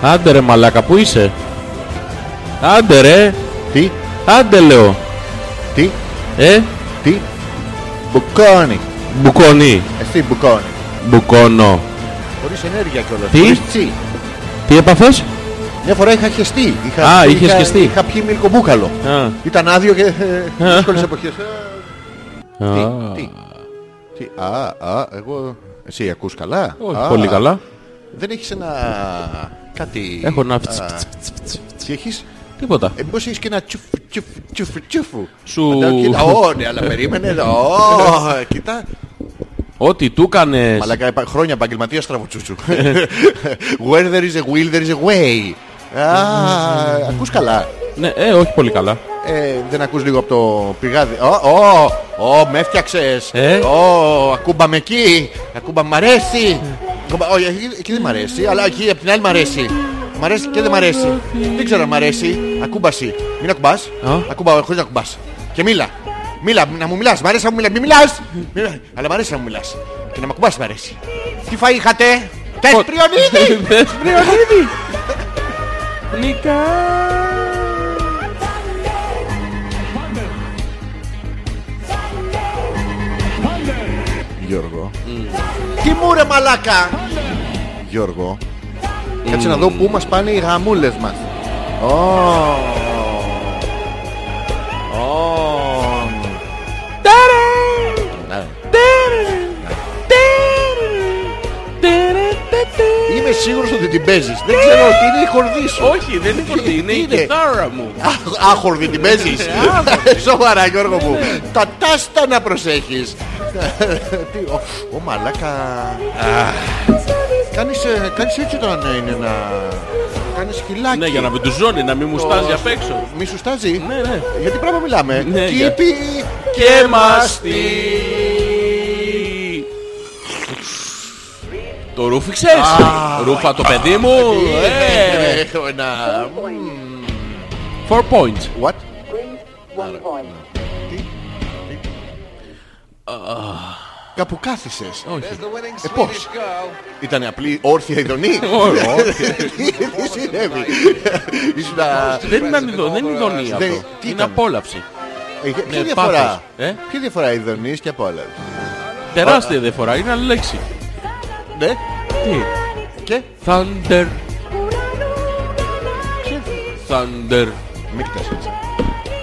Άντε ρε μαλάκα, πού είσαι. Άντε ρε. Τι, Άντε λέω. τι, Ε, τι. Μπουκώνει. μπουκονί. Εσύ μπουκώνει. Μπουκόνο. Χωρίς ενέργεια κιόλας. Τι? Χωρίς τσι. Τι επαφές. Μια φορά είχα χεστεί. Είχα, Α, είχες είχα- χεστεί. Είχα πιει μίλκο μπούκαλο. Α. Ήταν άδειο και ε, δύσκολες εποχές. Ε, Α, Τι, τι. Τι, α, α, εγώ... Εσύ ακούς καλά. Όχι Α, πολύ καλά. Δεν έχεις ένα... Κάτι... Έχω ένα φτς, α, φτς, φτς, φτς, φτς. Τι έχεις... Τίποτα. Ε, μήπως έχεις και ένα τσουφ, τσουφ, τσουφ, τσουφου. Σου- Μετά, κοίτα, Ω, ναι, αλλά περίμενε. Ω, κοίτα. Ό,τι του έκανε. Μαλάκα, είπα χρόνια επαγγελματίας τραβουτσούτσου. Where there is a will, there is a way. Α, ακούς καλά. Ναι, ε, όχι πολύ καλά. Ε, δεν ακούς λίγο από το πηγάδι. Ω, ω, ω, με έφτιαξες. Ε. Ω, ακούμπαμε εκεί. Ακούμπα, μ' αρέσει. Ακούμπα- Όχι, εκεί- εκεί δεν μ' αρέσει, αλλά εκεί απ' την άλλη μ' αρέσει. Μ' αρέσει και δεν μ' αρέσει. Δεν ξέρω αν μ' αρέσει. Ακούμπαση. Μην ακουμπάς. Α. Ακούμπα, χωρίς να ακουμπάς. Και μίλα. Μίλα, να μου μιλάς. Μ' αρέσει να μου μιλάς. Μην μιλάς. Μίλα. Αλλά μ' αρέσει να μου μιλάς. Και να μ' ακουμπάς μ' αρέσει. Τι φαΐ είχατε. Τεσπριονίδη. Τεσπριονίδη. Νικά. Γιώργο. Mm. Τι μου ρε μαλάκα. Γιώργο. Κάτσε να δω πού μας πάνε οι γαμούλες μας. Ω. Ω. Ναι. Είμαι σίγουρος ότι την παίζεις. Δεν ξέρω τι είναι η χορδή σου. Όχι, δεν είναι κορδί, είναι η Είναι. κιθάρα μου. Άχ- Άχορδη την παίζεις. Σοβαρά Γιώργο μου. Τα τάστα να προσέχεις. ναι. Τι, ω, Ω μαλάκα. Αχ. Κάνεις, ε, κάνεις έτσι όταν ε, είναι να... Κάνεις χιλάκι. Ναι, για να με του ζώνει, να μην μου στάζει απ' έξω. Μη σου στάζει. Ναι, ναι. Γιατί πράγμα μιλάμε. Ναι, για- Κήπη Και μαστί. μαστί. Το ρούφιξες. Ρούφα το παιδί μου. Ε, Ε, Έχω ένα... Four points. ναι. What? One point. Κάπου κάθισες. Όχι. Ε, πώς. Ήταν απλή όρθια ειδονή. Τι συνέβη. Ήσουν να... Δεν ήταν ειδο- δεν είναι ειδονία Δεν- αυτό. τι Είναι ήταν? απόλαυση. Ε, Ποια Ναι, πάθος. διαφορά. Ε? Ποια διαφορά ειδονής και από άλλα. Τεράστια διαφορά, είναι άλλη λέξη. Ναι. Τι. Και Thunder. Thunder. μην κοιτάς έτσι.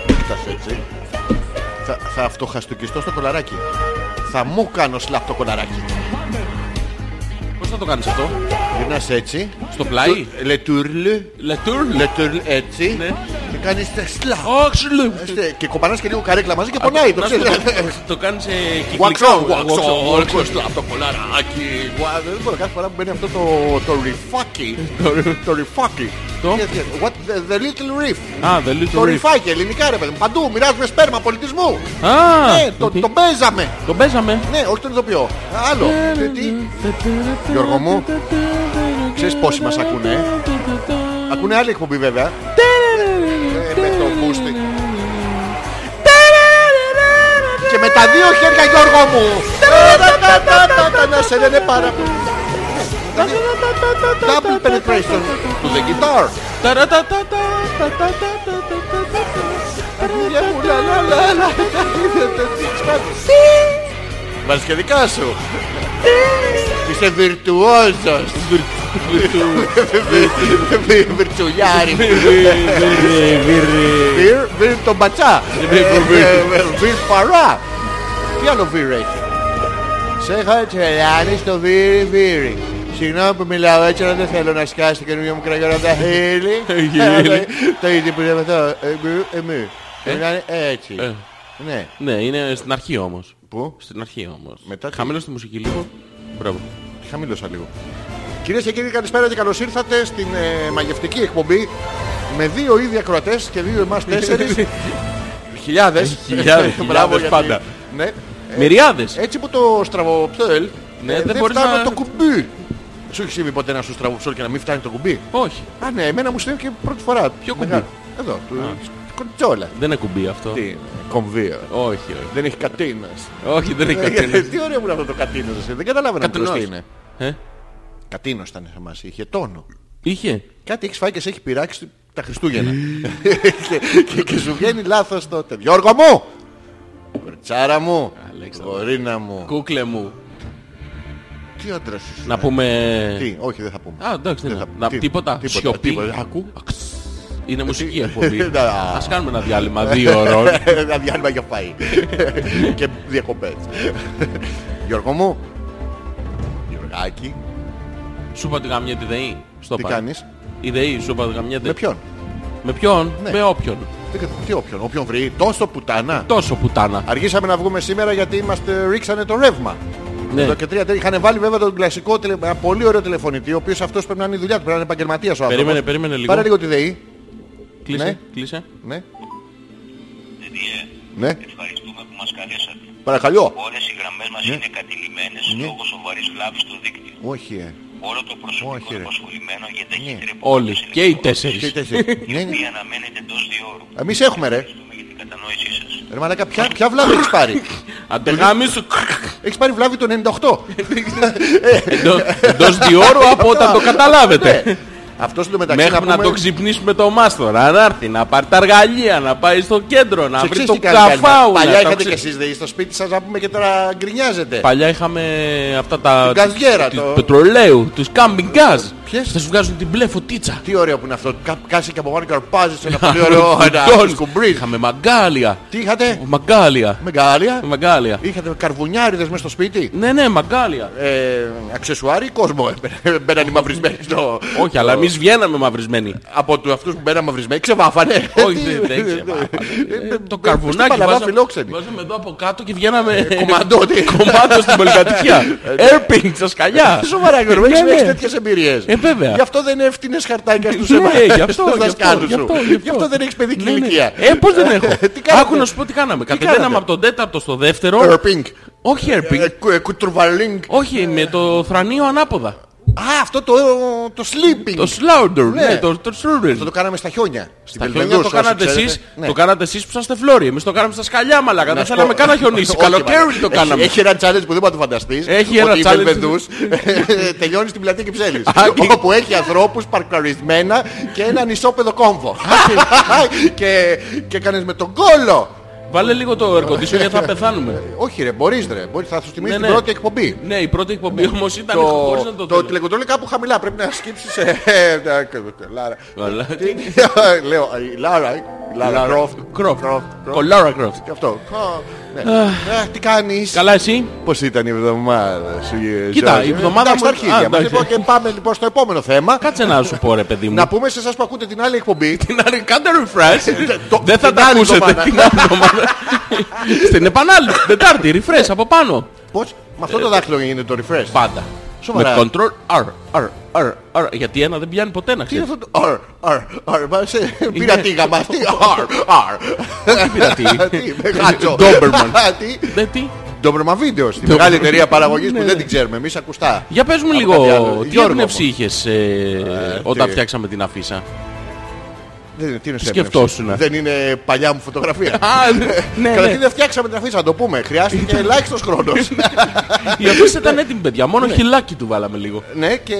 Μην κοιτάς έτσι. Θα, θα αυτοχαστοκιστώ στο κολαράκι. Θα μου κάνω σλαπ το κολαράκι. Πώς θα το κάνεις αυτό. Γυρνάς έτσι. Στο πλάι. Le tourle. Λετούρλ. Le tourle έτσι. Ναι. Και κάνεις τε- σλαπ. Όχι. λου. Έστε, Και κοπανάς και λίγο καρέκλα μαζί και πονάει. Το Να ξέρεις. το- Το κάνεις ε, Wax κυκλικά. on, wax on, Wax wax on. on, σλαπ το κολαράκι. Γουα, Δεν μπορώ κάθε φορά που μπαίνει αυτό το, το ριφάκι. Το ριφάκι. Το? Yes, yes. What the, the little riff. Α, the Το little reef. ριφάκι, ελληνικά ρε παιδί μου. Παντού μοιράζουμε σπέρμα πολιτισμού. Α, Ναι, το, τι- το παίζαμε. το παίζαμε. Ναι, όχι τον ηθοποιό. Άλλο. Ναι, Τι, Γιώργο μου, ξέρεις πόσοι μας ακούνε, ε? ακούνε άλλη εκπομπή βέβαια. Ε, με το μπούστι. Και με τα δύο χέρια Γιώργο μου. Να σε λένε πάρα πολύ. Double penetration to the guitar. Αγγλία μου, λα, λα, λα, λα. Βάζεις και δικά σου. Είσαι βιρτουόζος. Βιρτουλιάρι. Βίρ, βίρ τον μπατσά. Βίρ, βίρ. Ε, ε, Βίρ παρά. Τι άλλο βίρ έχει. Σε είχα τρελάνει στο βίρι βίρι. Συγγνώμη που μιλάω έτσι, αλλά δεν θέλω να σκάσει το καινούργιο μου κραγιόν από τα χείλη. Χείλη. Ε, Το ίδιο που λέμε εδώ. Εμεί, εμεί. Και μιλάνε έτσι. Ε. Ναι. Ναι, είναι στην αρχή όμως. Πού? Στην αρχή όμως. Μετά τι? Χαμηλώ στη μουσική λίγο. Μπράβο. Χαμήλωσα λίγο. Κυρίες και κύριοι, καλησπέρα και καλώς ήρθατε στην ε, μαγευτική εκπομπή με δύο ήδη ακροατές και δύο εμάς τέσσερις. Χιλιάδε. Χιλιάδες, χιλιάδες πάντα. Ναι. Μυριάδες. Έτσι που το στραβοψέλ. Ναι, ε, δεν δεν μπορείς φτάνω να- το κουμπί. Σου έχει συμβεί ποτέ να σου στραβοψέλ και να μην φτάνει το κουμπί. Όχι. Α, ναι, εμένα μου συνέβη και πρώτη φορά. Ποιο κουμπί? Μεγάλο. Εδώ, του κοντζόλα. Δεν είναι κουμπί αυτό. Τι, κομβία. Όχι, όχι. Δεν έχει κατίνας. Όχι, δεν είναι Ε, κατσίνες. Τι ωραίο που είναι αυτό το κατίνος. εσύ. Δεν καταλάβαινα ποιος Κατοινός. τι είναι. Ε, Κατίνος ήταν σε εμάς, είχε τόνο. είχε. Κάτι έχεις φάει και σε έχει πειράξει τα Χριστούγεννα. Ε. και, και, και σου βγαίνει λάθος τότε. Γιώργο μου! Κοριτσάρα μου! Αλέξανδρε. Γορίνα μου! Κούκλε μου. Τι άντρας σου. Να πούμε... Ε, Τι, όχι δεν θα πούμε. Ε. Α, εντάξει, τι Δεν να- θα- να τι- τίποτα. τίποτα, Σιωπή. τίποτα. Ε, Ακού. Αξ. Είναι μουσική η εκπομπή. Ναι. Ας κάνουμε ένα διάλειμμα δύο ώρων. Ένα διάλειμμα για φαΐ. και διακοπές. Γιώργο μου. Ναι. Γιωργάκη. Σου είπα ότι γαμιέται η ΔΕΗ. Στο Τι πάρε. κάνεις? Η ΔΕΗ σου είπα ότι γαμιέται. Με Ναι. ποιον. Με ποιον. Με όποιον. Δεν κατα- Τι όποιον. Όποιον βρει. Τόσο πουτάνα. Τόσο πουτάνα. Αργήσαμε να βγούμε σήμερα γιατί είμαστε, ρίξανε το ρεύμα. Ναι. Ε, Εδώ και τρία τρία. Είχαν βάλει βέβαια τον κλασικό, τηλε- ένα πολύ ωραίο τηλεφωνητή, ο οποίος αυτός πρέπει να είναι η δουλειά του, πρέπει να είναι επαγγελματίας ο άνθρωπος. Περίμενε, περίμενε λίγο. Πάρε λίγο τη ΔΕΗ. Κλείσε, ναι. κλείσε. Ναι. Διέ, ναι. ευχαριστούμε που μας καλέσατε. Παρακαλώ. Όλες οι γραμμές Ναι. μας είναι κατηλημμένες λόγω σοβαρής βλάβης στο δίκτυο. Όχι, ε. Όλο το προσωπικό Όχι, ρε. Ναι. είναι απασχολημένο για ταχύτερη επόμενη Όλοι. Και οι Και οι τέσσερις. τέσσερις. ναι, ναι. Η οποία αναμένεται εντός δύο ώρου. Εμείς έχουμε ρε. Ευχαριστούμε για την κατανόησή σας. Ρε μαλάκα, ποια, ποια βλάβη έχεις πάρει. Αντεγάμι σου. έχεις πάρει βλάβη το 98. Εντός- Εντός δύο ώρου Ε, από όταν το Ναι. καταλάβετε. Ε, Αυτό στο μεταξύ Μέχρι να πούμε, το ξυπνήσουμε το μάστορα, να έρθει, να πάρει τα αργαλεία, να πάει στο κέντρο, να ξέρεις βρει τι το κάνει κανένα. καφάου. να Παλιά τα είχατε ξε- κι εσείς ΔΕΗ στο σπίτι σας να πούμε και τώρα γκρινιάζετε. Παλιά είχαμε αυτά τα. Την καζιέρα, του το- πετρολαίου, του κάμπινγκ γκάζ. Ποιες? Θα σου βγάζουν την μπλε φωτίτσα. Τι ωραίο που είναι αυτό. Κα- Κάσει και από πάνω και αρπάζεις ένα πολύ ωραίο ένα Τον- σκουμπρί. Είχαμε μαγκάλια. Τι είχατε. Μαγκάλια. Μεγάλια. Μαγκάλια. Είχατε καρβουνιάριδες μέσα στο σπίτι. Ναι, ναι, μαγκάλια. Ε, αξεσουάρι ή κόσμο Ε, έπαιρνε. μπαίναν οι μαυρισμένοι στο... Όχι, αλλά εμείς βγαίναμε μαυρισμένοι. Από του αυτούς που μπαίναν μαυρισμένοι ξεβάφανε. Όχι, δεν- δεν ξεβάφανε. Το καρβουνάκι Παλαβά βάζα- φιλόξενη. Βάζαμε εδώ από κάτω και βγαίναμε κομμαντό, τι. κομμάτι στην πολυκατοικία. Airping, στα σκαλιά. Ε, ναι. Σοβαρά Γιώργο, έχεις Ναι, ναι. έχεις τέτοιες εμπειρίες. Ε, βέβαια. Γι' αυτό δεν ευθυνές χαρτάκια στους Ναι, εμάς, γι' αυτό, στους γι' αυτό, δασκάλους γι' σου. αυτό, γι' Γι' αυτό αυτό. δεν έχεις παιδική Ναι, ναι. ηλικία. Ε, πώς δεν έχω. Τι κάνατε? Άκου να σου πω τι κάναμε. κάνατε? Κατεβαίναμε από τον τέταρτο στο δεύτερο. Ερπίνγκ. Όχι airping. Ε, κου- ε, Κουτρουβαλίνγκ. Όχι, με το θρανίο ανάποδα. Α, αυτό το, το sleeping. Το slounder, Ναι. ναι, το, το slurder. Αυτό το κάναμε στα χιόνια. Στην Τα Πελπεδούσα, χιόνια το όσοι κάνατε ξέρετε. εσείς, Ναι. το κάνατε εσείς που είσαστε φλόροι. Εμείς το κάναμε στα σκαλιά, μαλάκα. Να Δεν σου θέλαμε πω- καν να χιονίσει. Όχι, Καλοκαίρι μάλλον. το κάναμε. Έχει, έχει ένα challenge που δεν μπορεί να το φανταστείς. Έχει ένα ότι οι challenge. Βελβεδούς, ε, τελειώνεις στην πλατεία Κυψέλης. Α, και- όπου έχει ανθρώπους παρκαρισμένα και έναν ισόπεδο κόμβο. και, και κάνεις με τον κόλο. Βάλε λίγο το ερκοντήσιο γιατί θα πεθάνουμε. Όχι ρε, μπορείς ρε. Μπορείς, θα σου θυμίσει Ναι, την ναι. πρώτη εκπομπή. Ναι, η πρώτη εκπομπή όμως ήταν χωρίς να Το, το το δούμε. τηλεκοντρόλ είναι κάπου χαμηλά. Πρέπει να σκύψεις. ε, ε, τα- Λάρα. Καλά. Τι- Λέω, ε, η Λάρα. η Λάρα Κρόφτ. Κρόφτ. Κρόφτ. Κολάρα Κρόφτ. Και αυτό. Α, ναι. Α, Τι κάνεις. Καλά εσύ. Πώς ήταν η εβδομάδα σου, ε, Κοίτα, Ζόρζη? η εβδομάδα Εντάξει, μου- στα αρχίδια Α, μας. εντάξει. Λοιπόν, και πάμε λοιπόν στο επόμενο θέμα. Κάτσε να σου πω ρε παιδί μου. Να πούμε σε εσάς που ακούτε την άλλη εκπομπή. Την άλλη- Κάντε refresh. το- Δεν θα την τα άλλη ακούσετε εβδομάδα. την άλλη εβδομάδα. Στην επανάληψη. Τετάρτη, refresh από πάνω. Πώς, με αυτό Ε, το δάχτυλο γίνεται το refresh. Πάντα. Σοβαρά. Με control R, R, R, R. Γιατί ένα δεν πιάνει ποτέ να Τι είναι ξέρει. αυτό το R, R, R, μα σε πειρατήγα μας, τι R, R. πειρατή. Τι, με γάτσο. Doberman. Τι, Δεν τι. Doberman Video, στη μεγάλη εταιρεία παραγωγής που δεν την ξέρουμε, εμείς ακουστά. Ναι, Για πες μου Από λίγο, κάτι άλλο. τι Γιώργο έμπνευση μου. είχες ε, όταν τι. φτιάξαμε την αφίσα. Δεν είναι- τι είναι σε Σκεφτόσουνα. έμπνευση. Δεν είναι παλιά μου φωτογραφία. Α, ναι, ναι. Καταρχήν δεν φτιάξαμε την αφήσα, να το πούμε. Χρειάστηκε ελάχιστος χρόνος. Η αφίσα ήταν έτοιμη, παιδιά. Μόνο χιλάκι του βάλαμε λίγο. Ναι, και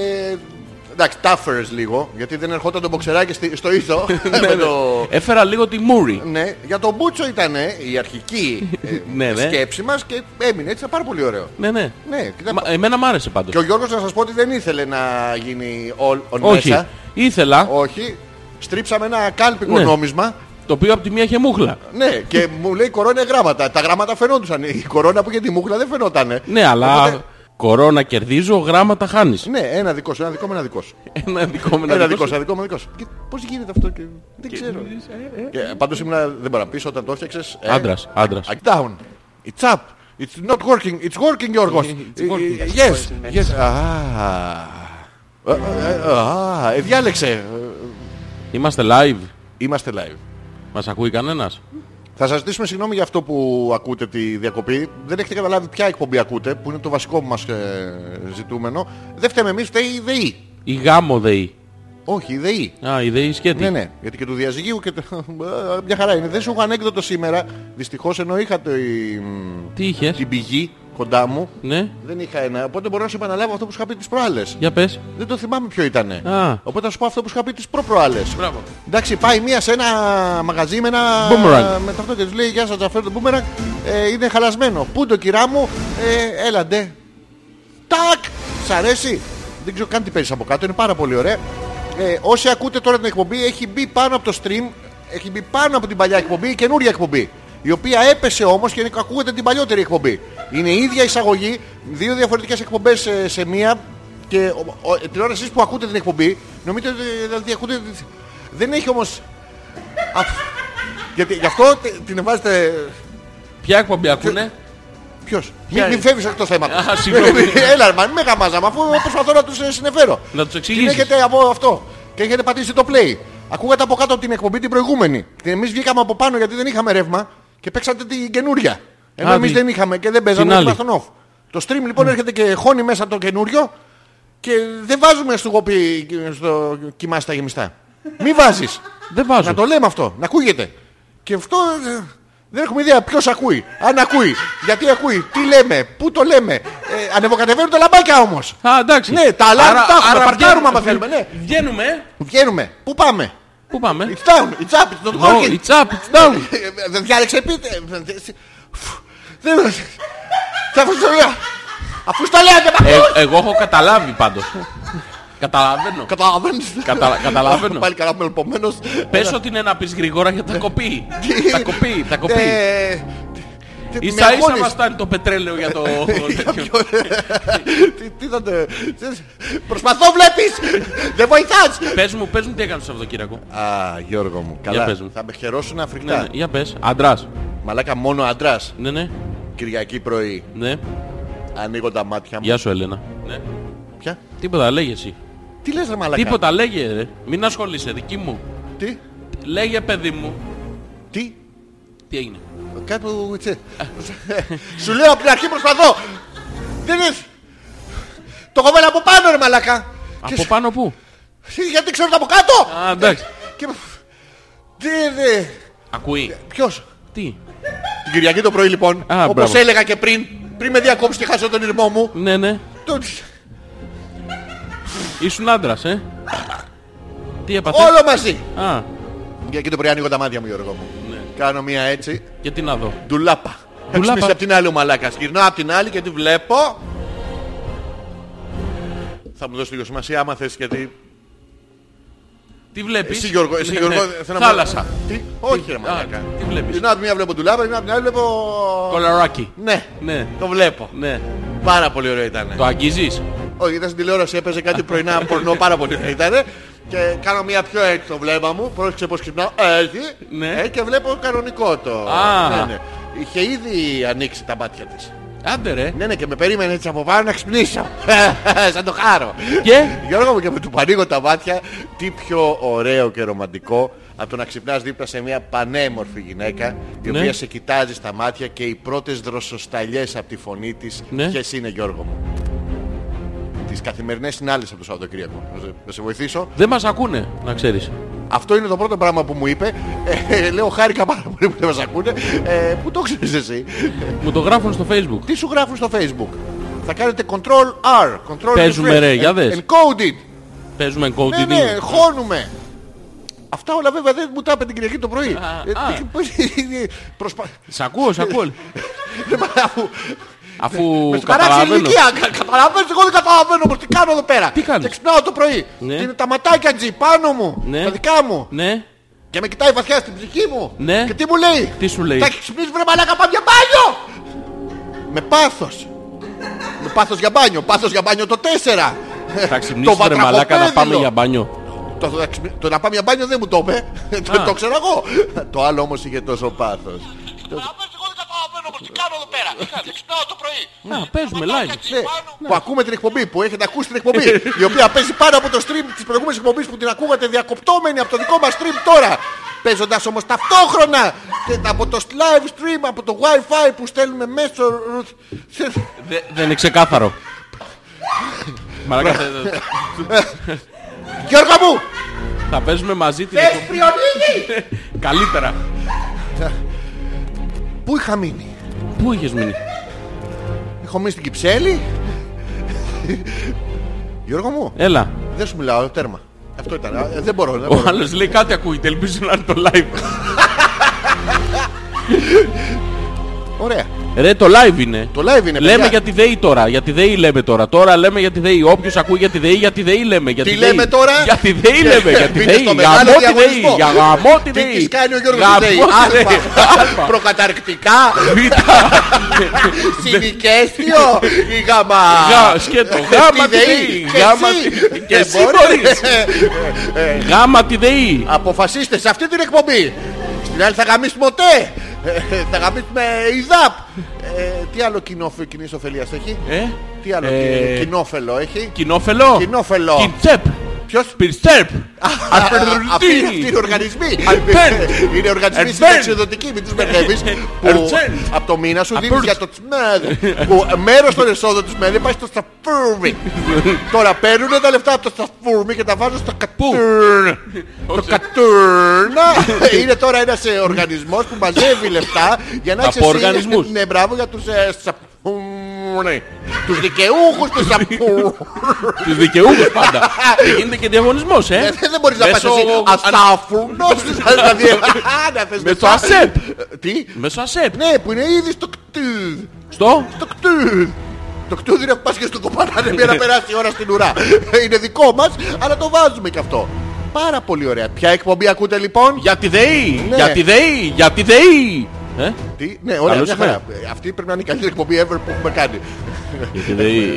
εντάξει, τάφερες λίγο, γιατί δεν ερχόταν το μποξεράκι στη- στο ήθο. Ναι, με το... Έφερα λίγο τη μούρη. Ναι, για τον Μπούτσο ήταν ε, η αρχική ε, Ναι, ναι. σκέψη μας και έμεινε έτσι πάρα πολύ ωραίο. Ναι, ναι. Ναι, κοίτα, Μα- Εμένα μ' άρεσε πάντως. Και ο Γιώργος να σας πω ότι δεν ήθελε να γίνει all on Όχι. μέσα. Ήθελα, Όχι. Στρίψαμε ένα κάλπικο Ναι. νόμισμα. το οποίο από τη μία είχε μούχλα. Ναι, και μου λέει κορώνα γράμματα. Τα γράμματα φαινόντουσαν. Η κορώνα που είχε τη μούχλα δεν φαινότανε. Ναι, αλλά Οπότε, κορώνα κερδίζω, γράμματα χάνεις. ναι, ένα δικός σου, ένα δικό μου, ένα δικός σου. Ένα δικό με Ένα ένα δικός δικός σου, ένα δικό μου, ένα δικός σου. Και πώς γίνεται αυτό, και... δεν ξέρω. Και, πάντως ήμουν, δεν μπορώ να πεις, όταν το έφτιαξες... ε, Ε, Άντρας, άντρας. I'm down. It's up. It's not working. It's working, Γιώργος. Ε, Yes. Yes. Α, ε, ε, α, ε, Διάλεξε. Ε, Είμαστε live. Είμαστε live. Μας ακούει κανένας. Θα σας ζητήσουμε συγγνώμη για αυτό που ακούτε τη διακοπή. Δεν έχετε καταλάβει ποια εκπομπή ακούτε, που είναι το βασικό μας ε, ζητούμενο. Δεν φταίμε εμείς, φταίει η ΔΕΗ. Η γάμο ΔΕΗ. Όχι, η ΔΕΗ. Α, η ΔΕΗ σκέτη. Ναι, ναι, γιατί και του διαζυγίου και. το- Ε, Α, Μια χαρά είναι. Δεν σου έχω ανέκδοτο σήμερα. Δυστυχώς ενώ είχα το, η- Τι είχες. την πηγή. κοντά μου. Ναι, Δεν είχα ένα. Οπότε μπορώ να σου επαναλάβω αυτό που σου είχα πει τις προάλλες. για πες. Δεν το θυμάμαι ποιο ήταν. Α. Οπότε θα σου πω αυτό που σου είχα πει τις προπροάλλες. Μπράβο. Εντάξει, πάει μία σε ένα μαγαζί με ένα. Boomerang. Ε, Με αυτό και τους λέει: Γεια σας, Τζαφέρ, το boomerang ε, είναι χαλασμένο. Πού το κυρά μου, ε, έλαντε. Τάκ! Σ' αρέσει. Δεν ξέρω καν τι παίζει από κάτω, είναι πάρα πολύ ωραία. Ε, όσοι ακούτε τώρα την εκπομπή, έχει μπει πάνω από το stream, έχει μπει πάνω από την παλιά εκπομπή η καινούρια εκπομπή. Η οποία έπεσε όμως και ακούγεται την παλιότερη εκπομπή. Είναι η ίδια εισαγωγή, δύο διαφορετικές εκπομπές σε, σε μία. Και ο, ο, την ώρα εσείς που ακούτε την εκπομπή, νομίζετε ότι δηλαδή, ακούτε. τη- Δεν έχει όμως. Γιατί γι' αυτό τε- την βάζετε. Ποια εκπομπή ακούνε. Ποιος. Ποια Μην, μην είναι? φεύγεις από το θέμα. Α, συγγνώμη. Έλα, μα μην με γαμάζαμε, αφού προσπαθώ να τους συνεφέρω. Να τους Την εξηγήσεις. έχετε από αυτό. Και έχετε πατήσει το play. Ακούγατε από κάτω από την εκπομπή την προηγούμενη. Εμείς βγήκαμε από πάνω γιατί δεν είχαμε ρεύμα και παίξατε την καινούρια. Ενώ Α, εμεί δι- δεν είχαμε και δεν παίζαμε. Την άλλη. Είμαστε στον off. Το stream λοιπόν έρχεται και χώνει μέσα από το καινούριο και δεν βάζουμε στο κοπί στο κοιμάσαι τα γεμιστά. Μη βάζεις. Δεν βάζω. Να το λέμε αυτό, να ακούγεται. Και αυτό ε, δεν έχουμε ιδέα ποιος ακούει. Αν ακούει, γιατί ακούει, τι λέμε, πού το λέμε. Ε, ανεβοκατεβαίνουν τα λαμπάκια όμως. Α, εντάξει. Ναι, τα alarm τα έχουμε, παρκάρουμε άμα βγαίνουμε- θέλουμε, ναι. Βγαίνουμε. ε. Βγαίνουμε, πού πάμε. Πού πάμε. It's down, it's up, it's not No, working. it's up, it's down. Ε, Δεν διάλεξε πείτε. Φου, Δεν. Θα αφού στο λέω. Αφού στο λέω δεν μ' Ε, ακούς. εγώ έχω καταλάβει πάντως. Καταλαβαίνω. Καταλαβαίνεις. Κατα- καταλαβαίνω. Πάλι καλά μελπομένος. Πες ότι είναι να πεις γρήγορα για τα κοπεί. Τα κοπεί, τα κοπεί. Ε, τι- τι- Ίσα με ίσα αγχώνεις. μας φτάνει το πετρέλαιο για το... τέτοιο. Τι- Τι θα το... Προσπαθώ βλέπεις! Δεν βοηθάς! Πες μου, πες μου τι έκανες το Σαββατοκύριακο. Α, Γιώργο μου, Για καλά. πες μου. Θα με χαιρόσουν Ναι, αφρικτά. ναι, για πες. Αντράς. Μαλάκα μόνο αντράς. Ναι, ναι, Κυριακή πρωί. ναι. Ανοίγω τα μάτια μου. Γεια σου Ελένα. Ναι. Ποια? Τίποτα λέγε εσύ. Τι λες ρε μαλάκα. Τίποτα λέγε ρε. Μην ασχολείσαι δική μου. Τι. Λέγε παιδί μου. Τι. Τι έγινε. Κάπου έτσι. Σου λέω από την αρχή προσπαθώ. Δεν είναι. Το κοβέλα από πάνω ρε μαλάκα. Και Από πάνω πού. σ- Γιατί ξέρω τα από κάτω. Α, εντάξει. Και... Τι, τι, Ακούει. ποιος. Τι. Την Κυριακή το πρωί λοιπόν, Α, όπως μπράβο. έλεγα και πριν, πριν με διακόψει και χάσω τον ήρμό μου, Ναι, ναι. το... Ήσουν άντρας, ε. Τι έπαθες. όλο μαζί. Α, Κυριακή το πρωί ανοίγω τα μάτια μου Γιώργο μου. Ναι. Κάνω μία έτσι, και τι να δω. ντουλάπα. Έχω Ντουλάπα. ξυπνήσει από την άλλη ο μαλάκας. Γυρνάω από την άλλη και τη βλέπω. Θα μου δώσει λίγο σημασία άμα θες γιατί... Τι βλέπεις. Εσύ Γιώργο, εσύ Ναι, Γιώργο, ναι. θέλω να πω- Θάλασσα. Τι, όχι ρε Α, μαλάκα. τι βλέπεις. Γυρνάω από τη μία βλέπω ντουλάπα, γυρνάω από την άλλη βλέπω... Κολαράκι. Ναι, Ναι. το βλέπω. Ναι. Πάρα πολύ ωραίο ήταν. Το αγγίζεις. Όχι, ήταν στην τηλεόραση, έπαιζε κάτι πρωινά πορνό πάρα πολύ ήταν. Και κάνω μια πιο έτσι το βλέμμα μου, πρόσεξε πως ξυπνάω, έτσι, Ναι. ε, και βλέπω κανονικό το. Α. Ναι, ναι. Είχε ήδη ανοίξει τα μάτια της. Άντε ρε. Ναι, ναι, και με περίμενε έτσι από πάνω να ξυπνήσω. Σαν το χάρο. Και? Γιώργο μου και με του ανοίγω τα μάτια, τι πιο ωραίο και ρομαντικό από το να ξυπνάς δίπλα σε μια πανέμορφη γυναίκα, η Ναι. οποία σε κοιτάζει στα μάτια και οι πρώτες δροσοσταλιές από τη φωνή της, Ναι. ποιες είναι Γιώργο μου. Τις καθημερινές συνάλλες από το Σαββατοκύριακο. Να σε- Να σε βοηθήσω. Δεν μας ακούνε, να ξέρεις. Αυτό είναι το πρώτο πράγμα που μου είπε. Ε, λέω χάρηκα πάρα πολύ που δεν μας ακούνε. Ε, πού το ξέρεις εσύ. Μου το γράφουν στο facebook. Τι σου γράφουν στο facebook Θα κάνετε control R control Παίζουμε, refresh, ρε, για en- δες. Encoded Παίζουμε Ναι encoding. ναι χώνουμε Αυτά όλα βέβαια δεν μου τα είπε την Κυριακή το πρωί Α, Ε, α. πώς είναι, προσπα- Σ' ακούω, σ' ακούω. Ρε, μα, αφού- Αφού Με σου παράξει η καταλαβαίνω. ηλικία κα- Καταλαβαίνεις εγώ δεν καταλαβαίνω όμως τι κάνω εδώ πέρα Τι κάνεις? Και ξυπνάω το πρωί Ναι. Και Είναι τα ματάκια τζι πάνω μου Ναι. Τα δικά μου Ναι. Και με κοιτάει βαθιά στην ψυχή μου Ναι. Και τι μου λέει Τι σου λέει? Τα έχεις ξυπνήσει βρε μαλάκα πάμε για μπάνιο Με πάθος Με πάθος για μπάνιο Πάθος για μπάνιο το 4 Θα ξυπνήσεις ρε μαλάκα να πάμε για μπάνιο. το, θα ξυπνη- το να πάμε για μπάνιο δεν μου το είπε το, το ξέρω εγώ Το άλλο όμως είχε τόσο πάθος εγώ δεν καταλαβαίνω όμως τι κάνω εδώ πέρα. Ξυπνάω το πρωί. Να, παίζουμε live. Ναι, που ακούμε την εκπομπή, που έχετε ακούσει την εκπομπή, η οποία παίζει πάνω από το stream της προηγούμενης εκπομπής που την ακούγατε διακοπτόμενη από το δικό μας stream τώρα. Παίζοντας όμως ταυτόχρονα και από το live stream, από το wifi που στέλνουμε μέσω... Δε- Δεν είναι ξεκάθαρο. Μαλάκα, θα- Γιώργο μου, θα παίζουμε μαζί την θες πριονίδι! εκπομπή. Καλύτερα. Πού είχα μείνει. Πού είχες μείνει. Έχω μείνει στην Κυψέλη. Γιώργο μου, Έλα. δεν σου μιλάω, τέρμα. Αυτό ήταν. Α, ε, Δεν μπορώ. δεν Ο μπορώ. άλλος λέει κάτι ακούγεται. Ελπίζω να είναι το live. Ωραία. Ρε, το live είναι. Το live είναι. Λέμε Ναι, παιδιά. για τη ΔΕΗ τώρα. Για τη ΔΕΗ λέμε τώρα. Τώρα λέμε για τη ΔΕΗ. Όποιος ακούει για τη ΔΕΗ, για τη ΔΕΗ λέμε. Για Τι τη λέμε ΔΕΗ. τώρα? Για τη ΔΕΗ λέμε. Για τη Μπείτε ΔΕΗ. στο Για μεγάλο γαμό τη διαγωνισμό. ΔΕΗ. Για γαμό τη Τι ΔΕΗ. της κάνει ο Γιώργος Γαμό Βιτζέη. τη ΔΕΗ. Αλφα. Προκαταρκτικά. Συνοικέστιο. Ή γάμα. Γα- Σκέτο. Γάμα τη ΔΕΗ. Γάμα τη- Και εσύ μπορείς. Γάμα τη ΔΕΗ. Αποφασίστε σε αυτή την εκπομπή. Στην άλλη θα γαμίσουμε οτέ. Ε, Θα γαμίσουμε ΙΔΑΠ. Ε, Τι άλλο κοινόφελο κοινή ωφελία έχει. Ε, Τι άλλο ε, κοι- κοινόφελο έχει. Κοινόφελο. Κοινόφελο. Κιντσέπ. Ποιος? Πυρσέπ. Αυτοί αυτοί Απερδουρτίνη. είναι οργανισμοί. Advent. Είναι οργανισμοί Advent. συνταξιδοτικοί, μην τους μπερδεύεις. Που Advent. από το μήνα σου δίνεις Advent. για το τσμέδ. Που μέρος των εσόδων τους τσμέδ πάει στο σταφούρμι. Τώρα παίρνουν τα λεφτά από το σταφούρμι και τα βάζουν στο κατούρν. Το κατούρνα είναι τώρα ένας ε, οργανισμός που μαζεύει λεφτά για να Από έχεις εσύ- οργανισμούς. Ναι, μπράβο για τους ε, σαπούρνι. Τους δικαιούχους τους σαπούρνι. Τους δικαιούχους πάντα. Και γίνεται και διαγωνισμός, ε. Ε, Δεν μπορείς να πας Μέσω- εσύ αστάφουρνος Δηλαδή α, να θες Μέσω μετά. ασέπ. Τι Μέσω ΑΣΕΠ. Ναι που είναι ήδη στο κτούδ Στο. Στο κτούδ Το κτούδ είναι που πας και στο κοπανάνε Μια να περάσει η ώρα στην ουρά Είναι δικό μας αλλά το βάζουμε και αυτό Πάρα πολύ ωραία Ποια εκπομπή ακούτε λοιπόν Για τη ΔΕΗ. Ναι. Για τη ΔΕΗ. Για τη ΔΕΗ. Ε, Τι? Ναι ωραία Καλώς μια χαρά Ε, Αυτή πρέπει να είναι η καλύτερη εκπομπή ever που έχουμε κάνει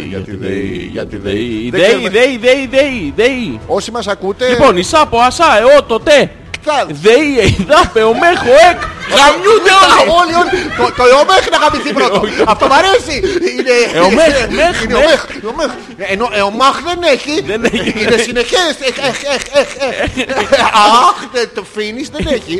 Για τη ΔΕΗ. για Για τη τη ΔΕΗ, ΔΕΗ. για Για τη ΔΕΗ. τη ΔΕΗ. Δεν ΔΕΗ, Ε. ξέρουμε. ΔΕΗ, ΔΕΗ, ΔΕΗ, ΔΕΗ. Όσοι μας ακούτε Λοιπόν, η ΣΑΠΟ, ΑΣΑ, ΕΟ, το ΤΕ. κτάδ. ΔΕΗ, ΕΙΔΑΠΕ, ΟΜΕΧΟ, ΕΚ. Ναι. Γαμιούνται Α, όλοι. Όλοι, όλοι. Το- Το ΕΟΜΕΧ να γαμηθεί πρώτο. Αυτό μ' αρέσει. Είναι ΕΟΜΕΧ, μεχ, μεχ. είναι ΕΟΜΕΧ, ΕΟΜΕΧ. Ενώ ΕΟΜΑΧ δεν έχει. Δεν έχει. Είναι συνεχές. Ε, Εχ, εχ, εχ, εχ, εχ. ε, Αχ, δε- το finish δεν έχει.